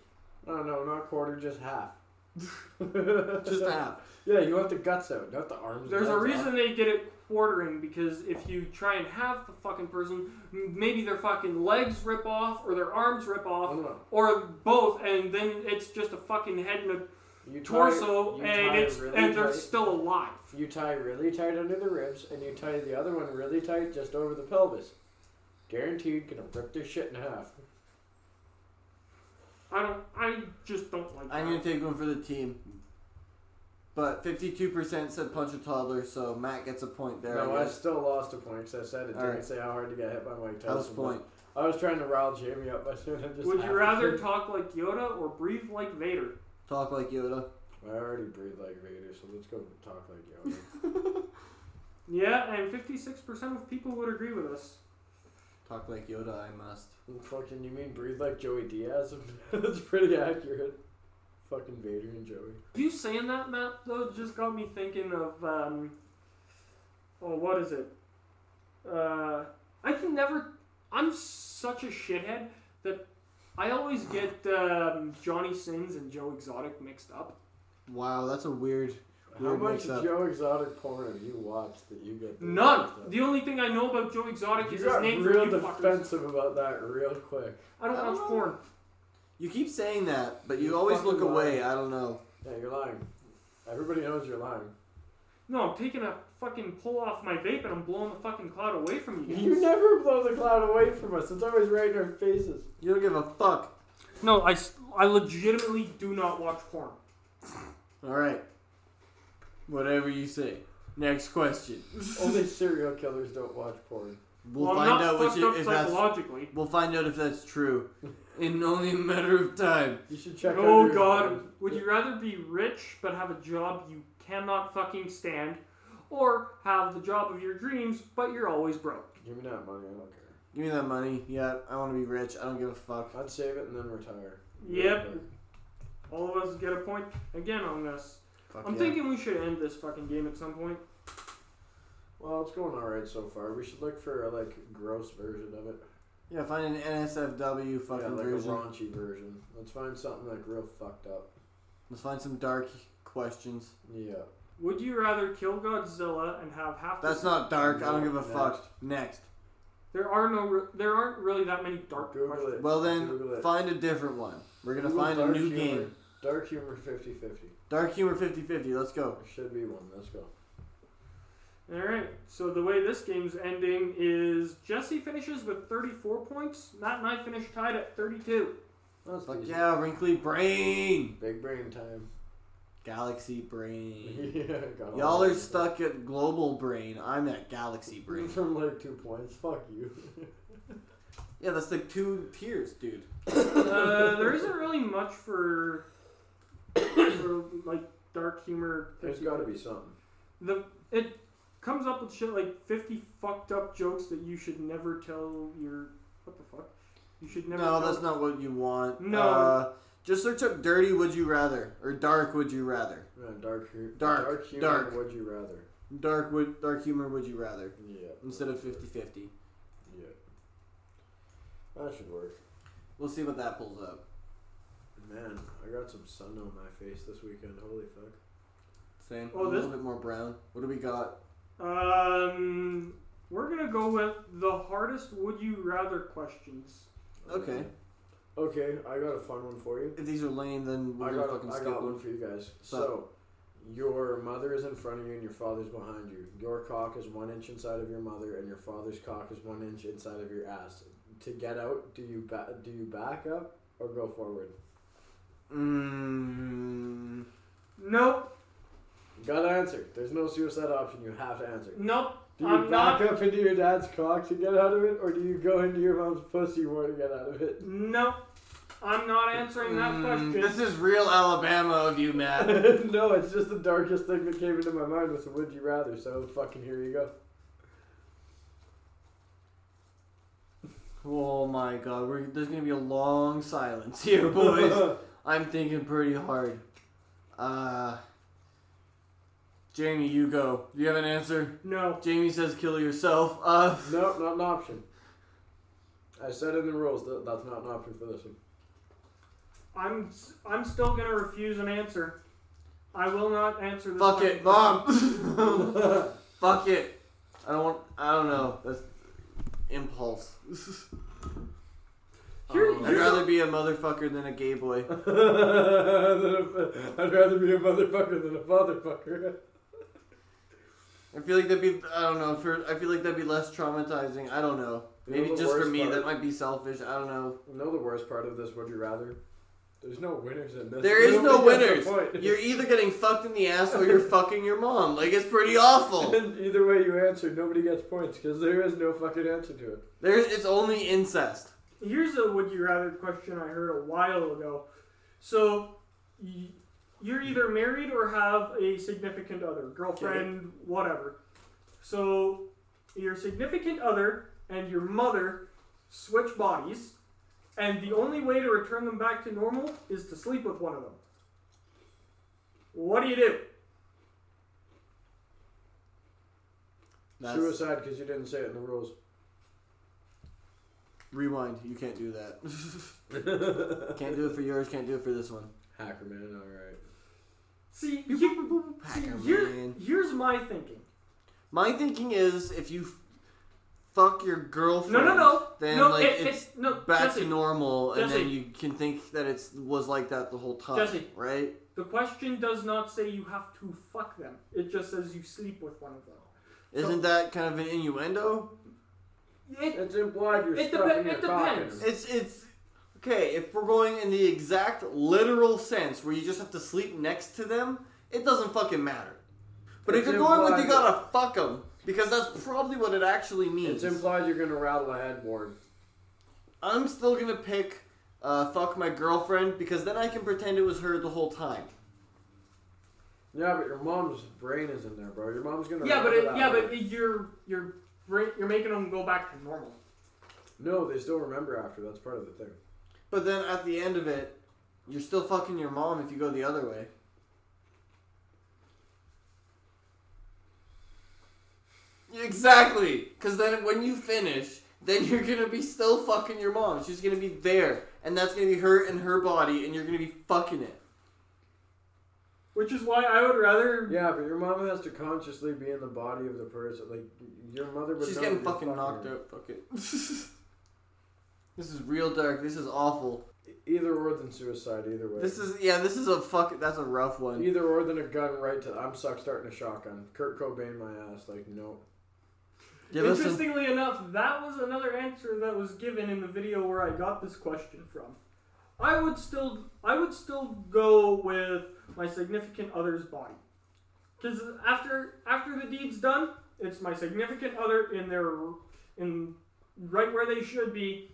Speaker 3: No, no, not quarter, just half.
Speaker 1: [laughs] Just a half.
Speaker 3: Yeah, you want the guts out, not the arms. and
Speaker 2: There's a
Speaker 3: legs
Speaker 2: reason
Speaker 3: out.
Speaker 2: they did it quartering because if you try and half the fucking person, m- maybe their fucking legs rip off or their arms rip
Speaker 3: I
Speaker 2: off
Speaker 3: don't know.
Speaker 2: or both, and then it's just a fucking head and a
Speaker 3: You tie-
Speaker 2: torso,
Speaker 3: you
Speaker 2: and
Speaker 3: tie
Speaker 2: it's
Speaker 3: really
Speaker 2: and they're
Speaker 3: tight.
Speaker 2: still alive.
Speaker 3: You tie really tight under the ribs, and you tie the other one really tight just over the pelvis. Guaranteed, gonna rip their shit in half.
Speaker 2: I don't. I just don't like.
Speaker 1: I'm gonna
Speaker 2: that.
Speaker 1: take one for the team. But 52% said punch a toddler, so Matt gets a point there.
Speaker 3: no,
Speaker 1: I
Speaker 3: I
Speaker 1: guess.
Speaker 3: still lost a point because I said it
Speaker 1: All
Speaker 3: didn't
Speaker 1: right.
Speaker 3: say how hard to get hit by Mike Tyson.
Speaker 1: That was
Speaker 3: but
Speaker 1: point.
Speaker 3: I was trying to rile Jamie up by saying [laughs] I just.
Speaker 2: Would you
Speaker 3: happened.
Speaker 2: rather talk like Yoda or breathe like Vader?
Speaker 1: Talk like Yoda.
Speaker 3: I already breathe like Vader, so let's go talk like Yoda. [laughs]
Speaker 2: Yeah, and 56% of people would agree with us.
Speaker 1: Talk like Yoda, I must.
Speaker 3: Fucking, you mean breathe like Joey Diaz? [laughs] That's pretty accurate. Fucking Vader and Joey.
Speaker 2: You saying that, Matt, though, just got me thinking of, um, oh, what is it? Uh, I can never, I'm such a shithead that I always get um, Johnny Sins and Joe Exotic mixed up.
Speaker 1: Wow, that's a weird.
Speaker 3: How
Speaker 1: Weird
Speaker 3: much
Speaker 1: mix-up.
Speaker 3: Joe Exotic porn have you watched that you get? those
Speaker 2: None.
Speaker 3: mixed up?
Speaker 2: The only thing I know about Joe Exotic
Speaker 3: You
Speaker 2: is his
Speaker 3: got
Speaker 2: name for
Speaker 3: real Oh.
Speaker 2: you fuckers.
Speaker 3: defensive about that real quick.
Speaker 2: I don't
Speaker 1: I don't
Speaker 2: watch
Speaker 1: know.
Speaker 2: porn.
Speaker 1: You keep saying that, but you
Speaker 3: You
Speaker 1: always
Speaker 3: fucking
Speaker 1: look
Speaker 3: lie.
Speaker 1: away. I don't know.
Speaker 3: Yeah, you're lying. Everybody knows you're lying.
Speaker 2: No, I'm taking a fucking pull off my vape and I'm blowing the fucking cloud away from you.
Speaker 3: You
Speaker 2: guys.
Speaker 3: never blow the cloud away from us. It's always right in our faces.
Speaker 1: You don't give a fuck.
Speaker 2: No, I, s- I legitimately do not watch porn.
Speaker 1: Alright. Whatever you say. Next question.
Speaker 2: [laughs]
Speaker 3: Only serial killers don't watch porn.
Speaker 1: We'll
Speaker 2: well, I'm
Speaker 1: find
Speaker 2: not
Speaker 1: out which
Speaker 2: fucked
Speaker 1: it,
Speaker 2: up
Speaker 1: if that's.
Speaker 2: psychologically.
Speaker 1: We'll find out if that's true in only a matter of time.
Speaker 3: You should check. out
Speaker 2: Oh
Speaker 3: your-
Speaker 2: God! Would you rather be rich but have a job you cannot fucking stand, or have the job of your dreams but you're always broke?
Speaker 3: Give me that money. I don't care.
Speaker 1: Give me that money. Yeah, I want to be rich. I don't give a fuck.
Speaker 3: I'd save it and then retire.
Speaker 2: Yep. All of us get a point again on this.
Speaker 1: Fuck
Speaker 2: I'm
Speaker 1: yeah.
Speaker 2: thinking we should end this fucking game at some point.
Speaker 3: Well, it's going all right so far. We should look for a like gross version of it.
Speaker 1: Yeah, find an NSFW fucking
Speaker 3: yeah, like
Speaker 1: version.
Speaker 3: a raunchy version. Let's find something like real fucked up.
Speaker 1: Let's find some dark questions.
Speaker 3: Yeah.
Speaker 2: Would you rather kill Godzilla and have half? the-
Speaker 1: That's not dark. I don't give a
Speaker 3: Next.
Speaker 1: fuck. Next.
Speaker 2: There are no. re- There aren't really that many dark
Speaker 3: Google
Speaker 2: questions.
Speaker 3: it.
Speaker 1: Well
Speaker 3: Google
Speaker 1: then,
Speaker 3: it.
Speaker 1: find a different one. We're gonna
Speaker 3: Google
Speaker 1: find a
Speaker 3: dark
Speaker 1: new
Speaker 3: humor-
Speaker 1: game.
Speaker 3: Dark humor 50-50.
Speaker 1: Dark humor 50-50. Let's go.
Speaker 3: There should be one. Let's go.
Speaker 2: All right. So the way this game's ending is Jesse finishes with 34 points. Matt and I finish tied at 32.
Speaker 3: That's
Speaker 1: Fuck
Speaker 3: decent.
Speaker 1: yeah, wrinkly brain.
Speaker 3: Big brain time.
Speaker 1: Galaxy Brain.
Speaker 3: [laughs] yeah, got all
Speaker 1: Y'all are
Speaker 3: that.
Speaker 1: stuck at Global Brain. I'm at Galaxy Brain.
Speaker 3: From like two points. Fuck you.
Speaker 1: Yeah, that's like two tiers, dude.
Speaker 2: uh, there isn't really much for, for like dark humor.
Speaker 3: [laughs] There's got to be something.
Speaker 2: The it comes up with shit like fifty fucked up jokes that you should never tell your what the fuck you should never.
Speaker 1: No,
Speaker 2: tell-
Speaker 1: that's not what you want.
Speaker 2: No.
Speaker 1: Uh, just search up "dirty would you rather" or "dark would you rather."
Speaker 3: Yeah, dark, hu-
Speaker 1: Dark,
Speaker 3: dark humor.
Speaker 1: dark.
Speaker 3: Would you rather?
Speaker 1: Dark would dark humor would you rather
Speaker 3: Yeah.
Speaker 1: instead of 50-50.
Speaker 3: Yeah. That should work.
Speaker 1: We'll see what that pulls up.
Speaker 3: Man, I got some sun on my face this weekend. Holy fuck.
Speaker 1: Same.
Speaker 2: Oh,
Speaker 1: a
Speaker 2: this-
Speaker 1: little bit more brown. What do we got?
Speaker 2: Um, we're gonna go with the hardest would you rather questions.
Speaker 1: Okay.
Speaker 3: Okay, I got a fun one for you.
Speaker 1: If these are lame, then we're
Speaker 3: I
Speaker 1: gonna
Speaker 3: got,
Speaker 1: fucking
Speaker 3: I
Speaker 1: skip
Speaker 3: got one
Speaker 1: one.
Speaker 3: for you guys.
Speaker 1: So-
Speaker 3: So, your mother is in front of you and your father's behind you. Your cock is one inch inside of your mother, and your father's cock is one inch inside of your ass. To get out, do you ba- do you back up or go forward?
Speaker 1: Mm,
Speaker 2: Nope,
Speaker 3: Gotta answer. There's no suicide option. You have to answer.
Speaker 2: nope.
Speaker 3: Do you
Speaker 2: I'm
Speaker 3: back
Speaker 2: not.
Speaker 3: up into your dad's cock to get out of it, or do you go into your mom's pussy more to get out of it?
Speaker 2: Nope, I'm not answering that
Speaker 1: Mm,
Speaker 2: question.
Speaker 1: This is real Alabama of you, [laughs]
Speaker 3: [laughs]
Speaker 1: Matt.
Speaker 3: no, it's just the darkest thing that came into my mind was would you rather. So fucking here you go.
Speaker 1: oh my God, we're, there's gonna be a long silence [laughs] here, [laughs] boys. I'm thinking pretty hard. Uh, Jamie, you go. Do you have an answer?
Speaker 2: no.
Speaker 1: Jamie says kill yourself. Uh,
Speaker 3: [laughs] No, not an option. I said in the rules that that's not an option for this
Speaker 1: [laughs]
Speaker 3: one. [laughs]
Speaker 2: I'm s- I'm still gonna refuse an answer. I will not answer this.
Speaker 1: fuck
Speaker 2: fucking
Speaker 1: it, mom. [laughs] fuck it. I don't want. I don't know. That's impulse.
Speaker 2: Here-
Speaker 1: I'd
Speaker 2: here's
Speaker 1: rather be a motherfucker than a gay boy.
Speaker 3: I'd rather be a motherfucker than a motherfucker.
Speaker 1: I feel like that'd be. I don't know. For I feel like that'd be less traumatizing. I don't know.
Speaker 3: You know
Speaker 1: Maybe
Speaker 3: the
Speaker 1: just for
Speaker 3: worst
Speaker 1: me,
Speaker 3: part?
Speaker 1: that might be selfish. I don't know.
Speaker 3: You know the worst part of this? Would you rather? There's no winners in this.
Speaker 1: There
Speaker 3: [laughs]
Speaker 1: is no
Speaker 3: Nobody
Speaker 1: winners.
Speaker 3: gets a point.
Speaker 1: You're either getting fucked in the ass or you're fucking your mom. Like it's pretty awful.
Speaker 3: And [laughs] either way you answer, nobody gets points because there is no fucking answer to it.
Speaker 1: There's it's only incest.
Speaker 2: Here's a would you rather question I heard a while ago. So, y- you're either married or have a significant other, girlfriend, whatever. So, your significant other and your mother switch bodies, and the only way to return them back to normal is to sleep with one of them. What do you do?
Speaker 1: That's,
Speaker 3: Suicide because you didn't say it in the rules.
Speaker 1: rewind. You can't do that. [laughs] [laughs] can't do it for yours. Can't do it for this one.
Speaker 3: Hacker man, alright.
Speaker 1: [laughs]
Speaker 2: See, you, see
Speaker 1: Packer,
Speaker 2: here,
Speaker 1: man.
Speaker 2: here's my thinking.
Speaker 1: My thinking is if you f- fuck your girlfriend,
Speaker 2: No, no, no.
Speaker 1: then
Speaker 2: no,
Speaker 1: like
Speaker 2: it-
Speaker 1: it's
Speaker 2: it's no,
Speaker 1: back
Speaker 2: Jesse,
Speaker 1: to normal, and
Speaker 2: Jesse.
Speaker 1: then you can think that it's was like that the whole time,
Speaker 2: Jesse.
Speaker 1: right?
Speaker 2: The question does not say you have to fuck them. It just says you sleep with one of them.
Speaker 1: Isn't that kind of an innuendo?
Speaker 2: It,
Speaker 3: It's implied you're
Speaker 2: It depe-
Speaker 3: stuffing your
Speaker 2: it
Speaker 3: cock in
Speaker 2: depends.
Speaker 3: him.
Speaker 1: It's it's okay if we're going in the exact literal sense where you just have to sleep next to them. It doesn't fucking matter. But if
Speaker 3: It's
Speaker 1: you're going with you
Speaker 3: implied-
Speaker 1: gotta fuck them because that's probably what it actually means.
Speaker 3: It's implied you're gonna rattle a headboard.
Speaker 1: I'm still gonna pick uh, fuck my girlfriend because then I can pretend it was her the whole time.
Speaker 3: Yeah, but your mom's brain is in there, bro. Your mom's gonna.
Speaker 2: yeah, but
Speaker 3: remember
Speaker 2: it,
Speaker 3: that
Speaker 2: yeah,
Speaker 3: one.
Speaker 2: but you're you're ra- you're making them go back to normal.
Speaker 3: no, they still remember after. That's part of the thing.
Speaker 1: But then at the end of it, you're still fucking your mom if you go the other way. Exactly, because then when you finish, then you're gonna be still fucking your mom. She's gonna be there, and that's gonna be her and her body, and you're gonna be fucking it.
Speaker 2: Which is why I would rather.
Speaker 3: Yeah, but your mom has to consciously be in the body of the person. Like your mother would.
Speaker 1: She's
Speaker 3: know
Speaker 1: getting
Speaker 3: you're
Speaker 1: fucking knocked
Speaker 3: her.
Speaker 1: out. Fuck it. [laughs] this is real dark. This is awful.
Speaker 3: E-, Either or than suicide. Either way.
Speaker 1: This is yeah. This is a fuck. That's a rough one.
Speaker 3: Either or than a gun right to. I'm suck starting a shotgun. Kurt Cobain my ass. Like no.
Speaker 1: Give us some.
Speaker 2: Interestingly enough, that was another answer that was given in the video where I got this question from. I would still I would still go with my significant other's body. Cuz after after the deed's done, it's my significant other in their in right where they should be.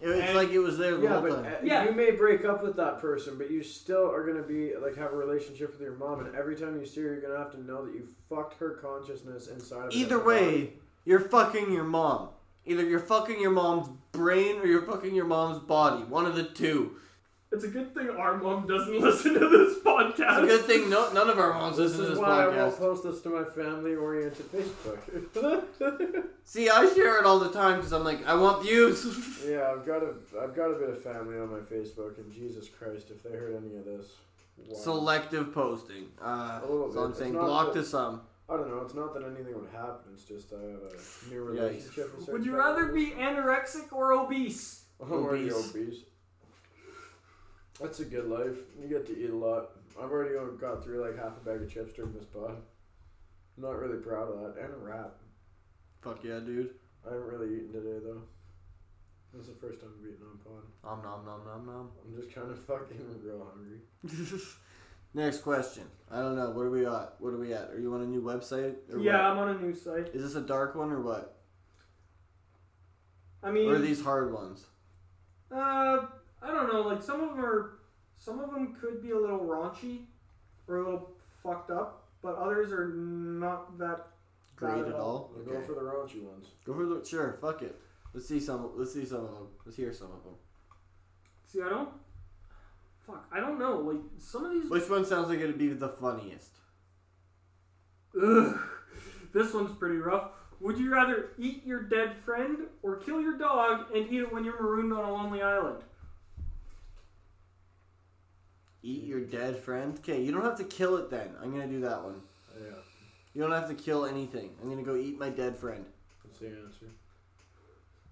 Speaker 1: It- It's
Speaker 2: And-
Speaker 1: like it was there the
Speaker 3: Yeah,
Speaker 1: whole
Speaker 3: but
Speaker 1: time.
Speaker 3: uh,
Speaker 2: Yeah.
Speaker 3: you may break up with that person, but you still are gonna be like have a relationship with your mom, and every time you see her, you're gonna have to know that you fucked her consciousness inside of.
Speaker 1: Either
Speaker 3: another
Speaker 1: way,
Speaker 3: body.
Speaker 1: you're fucking your mom. Either you're fucking your mom's brain or you're fucking your mom's body. One of the two.
Speaker 2: It's a good thing our mom doesn't [laughs] listen to this
Speaker 1: It's
Speaker 2: podcast.
Speaker 1: a good thing no, none of our moms
Speaker 3: this
Speaker 1: listen to this
Speaker 3: is why I
Speaker 1: podcast.
Speaker 3: won't post this to my family-oriented Facebook. [laughs]
Speaker 1: [laughs] See, I share it all the time because I'm like, I want views. [laughs]
Speaker 3: yeah, I've got a I've got a bit of family on my Facebook, and Jesus Christ, if they heard any of this, wow.
Speaker 1: Selective posting. Uh,
Speaker 3: A little
Speaker 1: so I'm
Speaker 3: bit.
Speaker 1: saying
Speaker 3: It's not
Speaker 1: block
Speaker 3: that-
Speaker 1: to some.
Speaker 3: I don't know. It's not that anything would happen. It's just I have a new
Speaker 1: Yikes.
Speaker 3: relationship. with
Speaker 2: Would
Speaker 3: certain
Speaker 2: you rather
Speaker 3: families.
Speaker 2: be anorexic or obese?
Speaker 3: I'm already
Speaker 1: Obese.
Speaker 3: obese. That's a good life. You get to eat a lot. I've already got through like half a bag of chips during this pod. I'm not really proud of that. And a wrap.
Speaker 1: Fuck yeah, dude.
Speaker 3: I haven't really eaten today though. This is the first time I've eaten on pod.
Speaker 1: Om nom nom nom nom.
Speaker 3: I'm just kind of [laughs] fucking real hungry.
Speaker 1: [laughs] Next question. I don't know. What are we at? What are we at? Are you on a new website? Or
Speaker 2: Yeah,
Speaker 1: What?
Speaker 2: I'm on a new site.
Speaker 1: Is this a dark one or what?
Speaker 2: I mean,
Speaker 1: Or are these hard ones?
Speaker 2: Uh, I don't know. Like some of them are, some of them could be a little raunchy, or a little fucked up, but others are not that.
Speaker 1: Great at all?
Speaker 3: I'll
Speaker 1: Okay.
Speaker 3: go for the raunchy ones.
Speaker 1: Go for the sure. Fuck it. Let's see some. Let's see some of them. Let's hear some of them.
Speaker 2: See, I don't. Fuck, I don't know. Like some of these.
Speaker 1: Which one sounds like it'd be the funniest?
Speaker 2: Ugh, this one's pretty rough. Would you rather eat your dead friend or kill your dog and eat it when you're marooned on a lonely island?
Speaker 1: Eat your dead friend. Okay, you don't have to kill it then. I'm gonna do that one.
Speaker 3: Yeah,
Speaker 1: You don't have to kill anything. I'm gonna go eat my dead friend.
Speaker 3: that's the answer.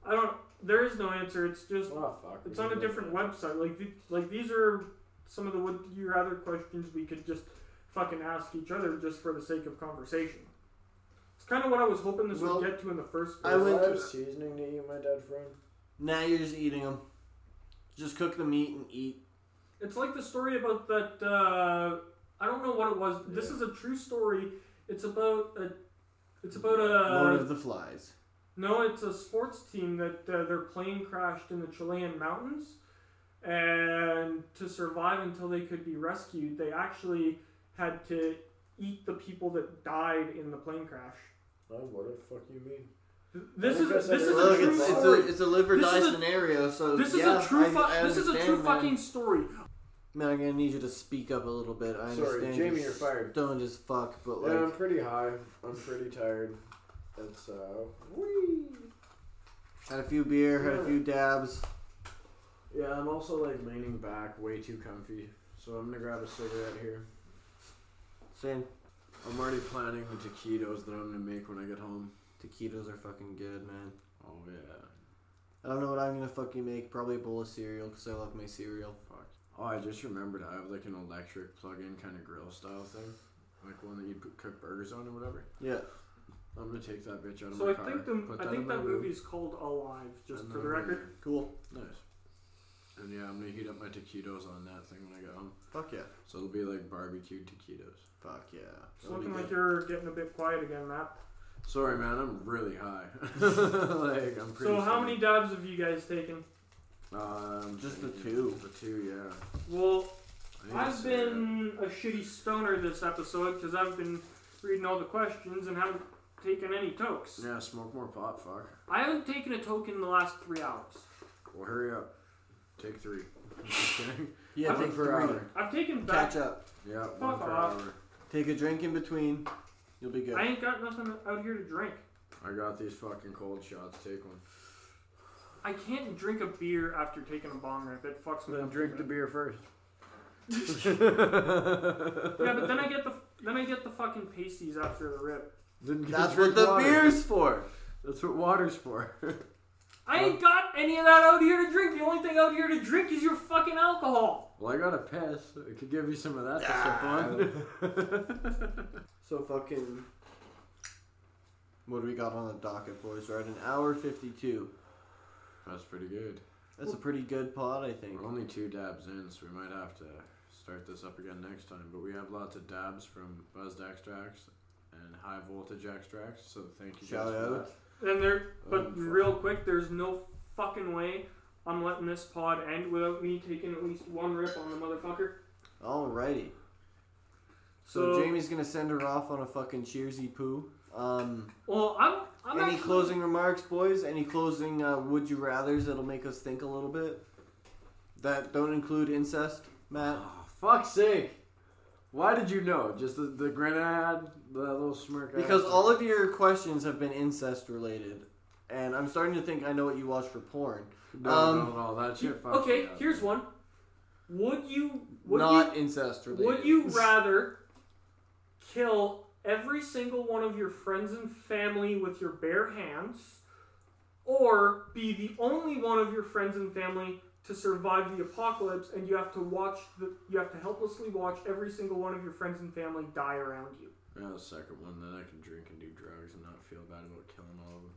Speaker 2: I don't. There is no answer. It's just.
Speaker 3: Oh fuck.
Speaker 2: It's
Speaker 3: we
Speaker 2: on a
Speaker 3: did
Speaker 2: different
Speaker 3: that.
Speaker 2: website. Like, th- like these are some of the would you rather questions we could just fucking ask each other just for the sake of conversation. It's kind of what I was hoping this
Speaker 1: Well,
Speaker 2: would get to in the first
Speaker 1: I
Speaker 2: place.
Speaker 3: Does
Speaker 1: went-
Speaker 3: that have seasoning to eat my dead friend.
Speaker 1: Now you're just eating them. Just cook the meat and eat.
Speaker 2: It's like the story about that. Uh, I don't know what it was. This
Speaker 3: Yeah.
Speaker 2: is a true story. It's about a. It's about
Speaker 1: Lord
Speaker 2: a.
Speaker 1: of the Flies.
Speaker 2: No, it's a sports team that uh, their plane crashed in the Chilean mountains, and to survive until they could be rescued, they actually had to eat the people that died in the plane crash.
Speaker 3: Oh, what the fuck you mean?
Speaker 2: This
Speaker 3: I
Speaker 2: is
Speaker 3: think I said
Speaker 2: this is
Speaker 3: it
Speaker 2: a
Speaker 1: Look,
Speaker 2: true
Speaker 1: it's, it's
Speaker 2: story.
Speaker 1: a it's a live or
Speaker 2: This
Speaker 1: die
Speaker 2: is a-
Speaker 1: scenario. So
Speaker 2: This is
Speaker 1: yeah,
Speaker 2: a true fu-
Speaker 1: I, I
Speaker 2: this is a
Speaker 1: understand,
Speaker 2: true fucking
Speaker 1: Man.
Speaker 2: story.
Speaker 1: man, I'm gonna need you to speak up a little bit. I
Speaker 3: Sorry,
Speaker 1: understand.
Speaker 3: Jamie,
Speaker 1: you're
Speaker 3: you're fired.
Speaker 1: Stoned as fuck, but like
Speaker 3: Yeah, I'm pretty high. I'm pretty tired. It's uh. Whee!
Speaker 1: had a few beer, had a few dabs.
Speaker 3: Yeah, I'm also like leaning back, way too comfy. So I'm gonna grab a cigarette here.
Speaker 1: Same.
Speaker 3: I'm already planning the taquitos that I'm gonna make when I get home.
Speaker 1: Taquitos are fucking good, man.
Speaker 3: Oh yeah,
Speaker 1: I don't know what I'm gonna fucking make. Probably a bowl of cereal because I love my cereal.
Speaker 3: fuck. Oh, I just remembered I have like an electric plug-in kind of grill style thing, like one that you put, cook burgers on or whatever.
Speaker 1: Yeah.
Speaker 3: I'm gonna take that bitch out of
Speaker 2: So
Speaker 3: my
Speaker 2: I
Speaker 3: car.
Speaker 2: think the
Speaker 3: put
Speaker 2: I
Speaker 3: that in
Speaker 2: think
Speaker 3: my
Speaker 2: that
Speaker 3: room,
Speaker 2: movie is called Alive. Just
Speaker 3: and
Speaker 2: for
Speaker 3: then
Speaker 2: the
Speaker 3: I'm
Speaker 2: record,
Speaker 1: Cool.
Speaker 3: gonna- Nice. And yeah, I'm gonna heat up my taquitos on that thing when I get home.
Speaker 1: Fuck yeah.
Speaker 3: So it'll be like barbecued taquitos.
Speaker 1: Fuck yeah.
Speaker 2: it's
Speaker 1: That'll be
Speaker 2: looking like
Speaker 1: good.
Speaker 2: you're getting a bit quiet again, Matt.
Speaker 3: Sorry, man, I'm really high. [laughs] like I'm pretty.
Speaker 2: So how
Speaker 3: stoned.
Speaker 2: many dabs have you guys taken?
Speaker 3: Um,
Speaker 1: Just the
Speaker 3: thinking-
Speaker 1: two.
Speaker 3: The two, yeah.
Speaker 2: Well,
Speaker 3: I need a
Speaker 2: I've
Speaker 3: cigarette.
Speaker 2: been a shitty stoner this episode because I've been reading all the questions and haven't taken any tokes.
Speaker 3: Yeah, smoke more pot, fuck.
Speaker 2: I haven't taken a toke in the last three hours.
Speaker 3: Well, hurry up. Take three. [laughs] Okay.
Speaker 1: Yeah,
Speaker 2: I'm
Speaker 1: take
Speaker 3: for
Speaker 1: three.
Speaker 3: hour.
Speaker 2: I've taken back.
Speaker 1: Catch up.
Speaker 3: Yeah, one
Speaker 2: Fuck
Speaker 3: per
Speaker 2: off.
Speaker 3: hour.
Speaker 1: Take a drink in between. You'll be good. [laughs]
Speaker 2: I ain't got nothing out here to drink.
Speaker 3: I got these fucking cold shots. Take one.
Speaker 2: I can't drink a beer after taking a bong rip. It fucks me up. too bad.
Speaker 3: beer first.
Speaker 2: Yeah, but then I get the then I get the fucking pasties after the rip.
Speaker 3: Then go
Speaker 1: That's what
Speaker 3: drink
Speaker 1: the
Speaker 3: water.
Speaker 1: beer's for.
Speaker 3: That's what water's for. [laughs]
Speaker 2: I ain't got any of that out here to drink. The only thing out here to drink is your fucking alcohol.
Speaker 3: well, I got a piss. I could give you some of that to sip on.
Speaker 1: [laughs] So fucking. What do we got on the docket, boys? We're at an hour fifty-two.
Speaker 3: [laughs] That's pretty good.
Speaker 1: That's a pretty good pod, I think.
Speaker 3: We're only two dabs in, so we might have to start this up again next time. But we have lots of dabs from buzzed extracts and high voltage extracts, so thank you
Speaker 1: Shout
Speaker 3: guys for
Speaker 1: out.
Speaker 3: that.
Speaker 2: And there, but
Speaker 1: Oh,
Speaker 3: Um, fuck.
Speaker 2: real quick, there's no fucking way I'm letting this pod end without me taking at least one rip on the motherfucker.
Speaker 1: Alrighty. So,
Speaker 2: So,
Speaker 1: Jamie's gonna send her off on a fucking cheersy poo. Um,
Speaker 2: well, I'm, I'm
Speaker 1: any
Speaker 2: actually,
Speaker 1: closing remarks, boys? Any closing uh, would you rather's that'll make us think a little bit? That don't include incest, Matt.
Speaker 3: Oh, fuck's sake! Why did you know? Just the, the grenade, the little smirk. I
Speaker 1: Because
Speaker 3: had.
Speaker 1: all of your questions have been incest related, and I'm starting to think I know what you watch for porn.
Speaker 3: No,
Speaker 1: um,
Speaker 3: no, no, that shit fucks
Speaker 2: Okay,
Speaker 3: me up.
Speaker 2: here's one. Would you would
Speaker 1: Not incest
Speaker 2: you
Speaker 1: related.
Speaker 2: would you [laughs] rather kill every single one of your friends and family with your bare hands, or be the only one of your friends and family to survive the apocalypse, and you have to watch the you have to helplessly watch every single one of your friends and family die around you?
Speaker 3: Yeah, the second one, then I can drink and do drugs and not feel bad about killing all of them.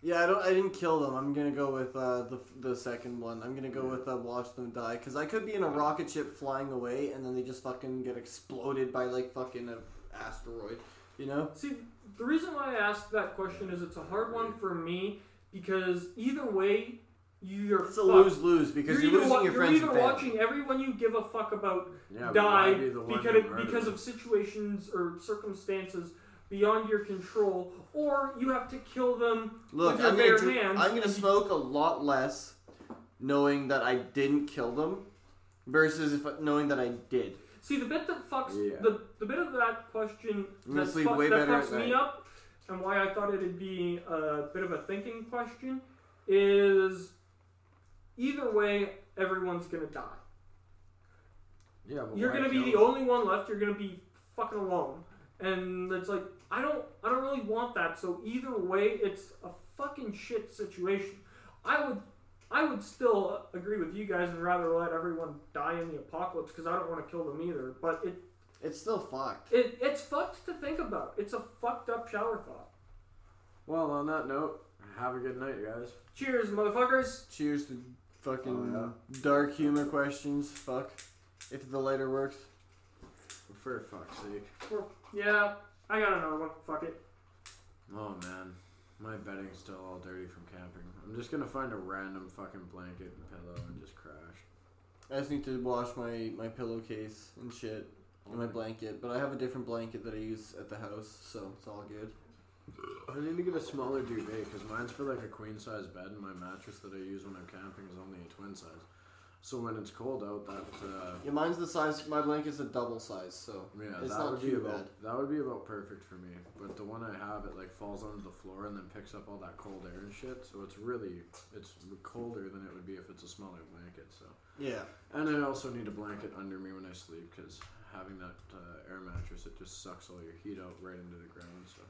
Speaker 1: Yeah, I don't. I didn't kill them. I'm gonna go with uh, the the second one. I'm gonna go with uh, watch them die because I could be in a rocket ship flying away and then they just fucking get exploded by like fucking an asteroid. You know?
Speaker 2: See, the reason why I asked that question is it's a hard one for me because either way, you're
Speaker 1: It's a
Speaker 2: fucked.
Speaker 1: lose lose because
Speaker 2: you're, either,
Speaker 1: you're, losing
Speaker 2: wa-
Speaker 1: your
Speaker 2: you're
Speaker 1: friends
Speaker 2: either
Speaker 1: and family.
Speaker 2: watching everyone you give a fuck about
Speaker 3: Yeah, but
Speaker 2: die
Speaker 3: I'd be the one
Speaker 2: because
Speaker 3: to
Speaker 2: of,
Speaker 3: murder
Speaker 2: because
Speaker 3: them.
Speaker 2: of situations or circumstances beyond your control, or you have to kill them
Speaker 1: Look,
Speaker 2: with your
Speaker 1: I'm
Speaker 2: bare
Speaker 1: gonna dr-
Speaker 2: hands.
Speaker 1: I'm gonna smoke a lot less, knowing that I didn't kill them, versus if knowing that I did.
Speaker 2: See, the bit that fucks
Speaker 3: Yeah.
Speaker 2: the, the bit of that question
Speaker 1: I'm gonna
Speaker 2: that,
Speaker 1: sleep
Speaker 2: fuck-
Speaker 1: way
Speaker 2: that
Speaker 1: better at
Speaker 2: fucks me
Speaker 1: night.
Speaker 2: up, and why I thought it'd be a bit of a thinking question, is either way, everyone's gonna die.
Speaker 3: Yeah, but
Speaker 2: you're
Speaker 3: why
Speaker 2: gonna be
Speaker 3: kill
Speaker 2: the only one left. You're gonna be fucking alone, and it's like I don't, I don't really want that. So either way, it's a fucking shit situation. I would, I would still agree with you guys and rather let everyone die in the apocalypse because I don't want to kill them either. But it,
Speaker 1: It's still fucked.
Speaker 2: it, it's fucked to think about. It's a fucked up shower thought.
Speaker 3: Well, on that note, have a good night, guys.
Speaker 2: Cheers, motherfuckers.
Speaker 1: Cheers to fucking
Speaker 3: Oh,
Speaker 1: dark humor questions. Fuck, if the lighter works.
Speaker 3: For fuck's sake.
Speaker 2: We're- yeah, I got another one. Fuck it.
Speaker 3: Oh man, my bedding's still all dirty from camping. I'm just gonna find a random fucking blanket and pillow and just crash.
Speaker 1: I just need to wash my, my pillowcase and shit and Oh, my blanket, but I have a different blanket that I use at the house, so it's all good.
Speaker 3: I need to get a smaller duvet because mine's for like a queen size bed, and my mattress that I use when I'm camping is only a twin size. So when it's cold out, that uh,
Speaker 1: Yeah, mine's the size. My blanket's a double size, so
Speaker 3: yeah,
Speaker 1: it's
Speaker 3: that
Speaker 1: not
Speaker 3: would be
Speaker 1: too
Speaker 3: about
Speaker 1: bad.
Speaker 3: that would be about perfect for me. But the one I have, it like falls onto the floor and then picks up all that cold air and shit. So it's really it's colder than it would be if it's a smaller blanket. So.
Speaker 1: Yeah,
Speaker 3: And I also need a blanket under me when I sleep because having that uh, air mattress, it just sucks all your heat out right into the ground. So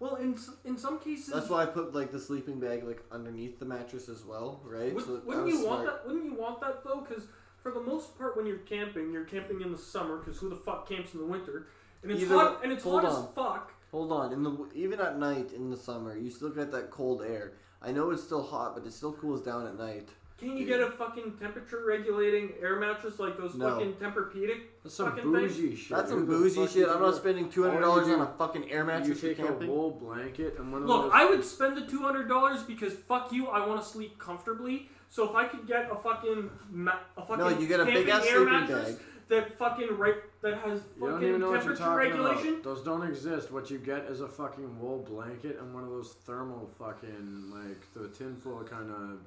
Speaker 2: Well, in s- in some cases,
Speaker 1: that's why I put like the sleeping bag like underneath the mattress as well, right?
Speaker 2: Would,
Speaker 1: So I
Speaker 2: wouldn't
Speaker 1: was
Speaker 2: you want
Speaker 1: smart.
Speaker 2: that? Wouldn't you want that though? Because for the most part, when you're camping, you're camping in the summer. Because who the fuck camps in the winter? And it's
Speaker 1: Either-
Speaker 2: hot. And it's
Speaker 1: hold
Speaker 2: hot as
Speaker 1: on.
Speaker 2: fuck.
Speaker 1: Hold on, in the w- even at night in the summer, you still get that cold air. I know it's still hot, but it still cools down at night.
Speaker 2: Can you get a fucking temperature regulating air mattress like those
Speaker 1: No.
Speaker 2: fucking Tempur-Pedic?
Speaker 3: that's some
Speaker 2: Fucking
Speaker 3: bougie shit.
Speaker 1: That's some
Speaker 3: Who the
Speaker 1: bougie
Speaker 3: fuck
Speaker 1: shit.
Speaker 3: you
Speaker 1: I'm not
Speaker 3: do?
Speaker 1: spending two hundred dollars
Speaker 3: Or you-
Speaker 1: on a fucking air
Speaker 3: You
Speaker 1: mattress for
Speaker 3: take a
Speaker 1: camping.
Speaker 3: wool blanket and one of
Speaker 2: Look,
Speaker 3: those.
Speaker 2: I would spend the two hundred dollars because fuck you. I want to sleep comfortably. So if I could get a fucking ma- a fucking
Speaker 1: No, you get a
Speaker 2: camping
Speaker 1: big ass
Speaker 2: air
Speaker 1: sleeping
Speaker 2: mattress
Speaker 1: bag.
Speaker 2: that fucking right that has
Speaker 3: you don't
Speaker 2: fucking
Speaker 3: even know what you're
Speaker 2: temperature
Speaker 3: talking
Speaker 2: regulation.
Speaker 3: about. Those don't exist. What you get is a fucking wool blanket and one of those thermal fucking like the tinfoil kind of.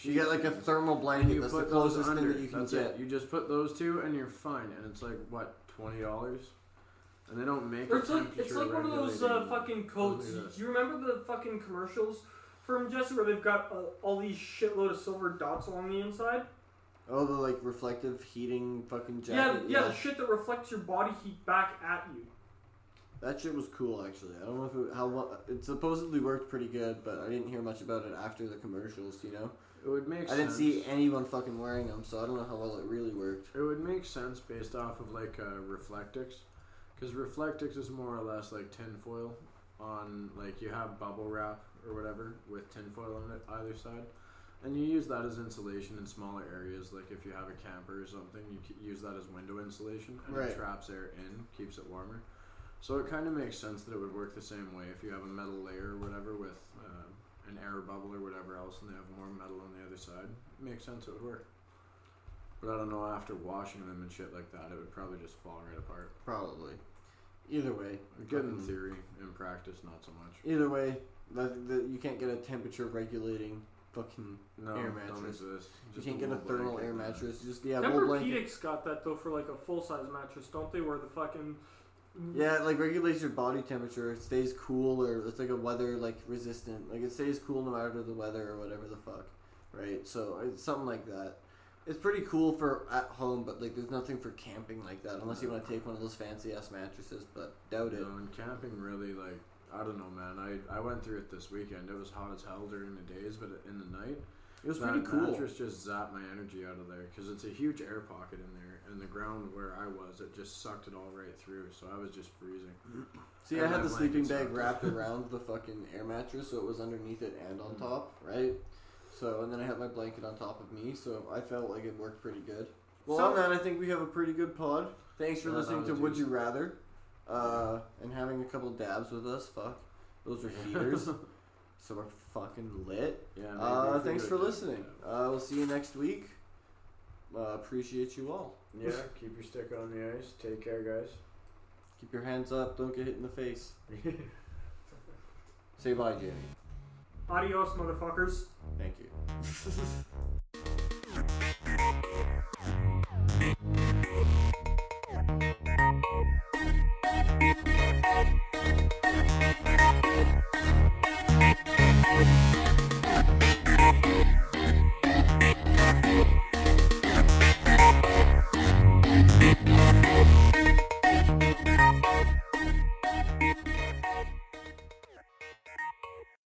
Speaker 1: You get like a thermal
Speaker 3: And
Speaker 1: blanket.
Speaker 3: you
Speaker 1: That's the
Speaker 3: put those
Speaker 1: closest
Speaker 3: under.
Speaker 1: thing that you can
Speaker 3: That's
Speaker 1: get.
Speaker 3: It. You just put those two, and you're fine. And it's like what twenty dollars, and they don't make.
Speaker 2: Or
Speaker 3: a
Speaker 2: it's like it's like one of those uh,
Speaker 3: temperature-regulating-
Speaker 2: fucking coats.
Speaker 3: Look at
Speaker 2: You,
Speaker 3: this.
Speaker 2: you remember the fucking commercials from Jesse where they've got uh, all these shitload of silver dots along the inside?
Speaker 1: Oh, the like reflective heating fucking
Speaker 2: yeah,
Speaker 1: jacket.
Speaker 2: yeah, the shit that reflects your body heat back at you.
Speaker 1: that shit was cool actually. I don't know if it, how well it supposedly worked pretty good, but I didn't hear much about it after the commercials. You know,
Speaker 3: It would make.
Speaker 1: I didn't
Speaker 3: sense.
Speaker 1: see anyone fucking wearing them, so I don't know how well it really worked.
Speaker 3: It would make sense based off of like uh, Reflectix, because Reflectix is more or less like tinfoil on like you have bubble wrap or whatever with tinfoil on it either side, And you use that as insulation in smaller areas, like if you have a camper or something, you c- use that as window insulation, and
Speaker 1: Right.
Speaker 3: it traps air in, keeps it warmer. So it kind of makes sense that it would work the same way if you have a metal layer or whatever with uh, an air bubble or whatever else, and they have more metal on the other side. makes sense, it would work. But I don't know. After washing them and shit like that, it would probably just fall right apart.
Speaker 1: Probably. Either way,
Speaker 3: Good in
Speaker 1: fucking-
Speaker 3: theory, in practice, not so much.
Speaker 1: Either way, that, that you can't get a temperature regulating fucking.
Speaker 3: No,
Speaker 1: Air
Speaker 3: don't
Speaker 1: mattress.
Speaker 3: exist.
Speaker 1: You
Speaker 3: Just
Speaker 1: can't get a
Speaker 3: wool
Speaker 1: thermal
Speaker 3: blanket
Speaker 1: air
Speaker 3: and a-
Speaker 1: mattress. Just yeah, wool
Speaker 2: Denver
Speaker 1: blanket.
Speaker 2: Pedics got that though for like a full size mattress, don't they? Where the fucking
Speaker 1: Yeah, it, like regulates your body temperature. It stays cool, or it's like a weather like resistant. Like it stays cool no matter the weather or whatever the fuck, right? So it's something like that. It's pretty cool for at home, but like there's nothing for camping like that unless you want to take one of those fancy ass mattresses. But doubt it.
Speaker 3: You know, and camping really like I don't know, man. I I went through it this weekend. It was hot as hell during the days, but in the night,
Speaker 1: It was
Speaker 3: that
Speaker 1: pretty cool.
Speaker 3: mattress just zapped my energy out of there because it's a huge air pocket in there, and the ground where I was, it just sucked it all right through. So I was just freezing.
Speaker 1: Uh, See,
Speaker 3: And
Speaker 1: I had
Speaker 3: my
Speaker 1: the sleeping
Speaker 3: blankets
Speaker 1: bag
Speaker 3: wrapped.
Speaker 1: wrapped around Mm. the fucking air mattress, so it was underneath it and on top, right? So, and then I had my blanket on top of me, so I felt like it worked pretty good. Well,
Speaker 2: So-
Speaker 1: on that, I think we have a pretty good pod. Thanks for
Speaker 3: Yeah, that
Speaker 1: listening
Speaker 3: was
Speaker 1: to Would You
Speaker 3: decent.
Speaker 1: Rather, uh, and having a couple dabs with us. Fuck, those are [laughs] heaters, so we're fucking lit.
Speaker 3: Yeah. maybe
Speaker 1: Uh,
Speaker 3: if we
Speaker 1: thanks
Speaker 3: do
Speaker 1: for
Speaker 3: it, yeah.
Speaker 1: listening. Uh, we'll see you next week. Uh, appreciate you all.
Speaker 3: Yeah. Keep your stick on the ice. Take care, guys. [laughs]
Speaker 1: Keep your hands up. Don't get hit in the face. Say bye, Jamie.
Speaker 2: adios, motherfuckers.
Speaker 1: Thank you.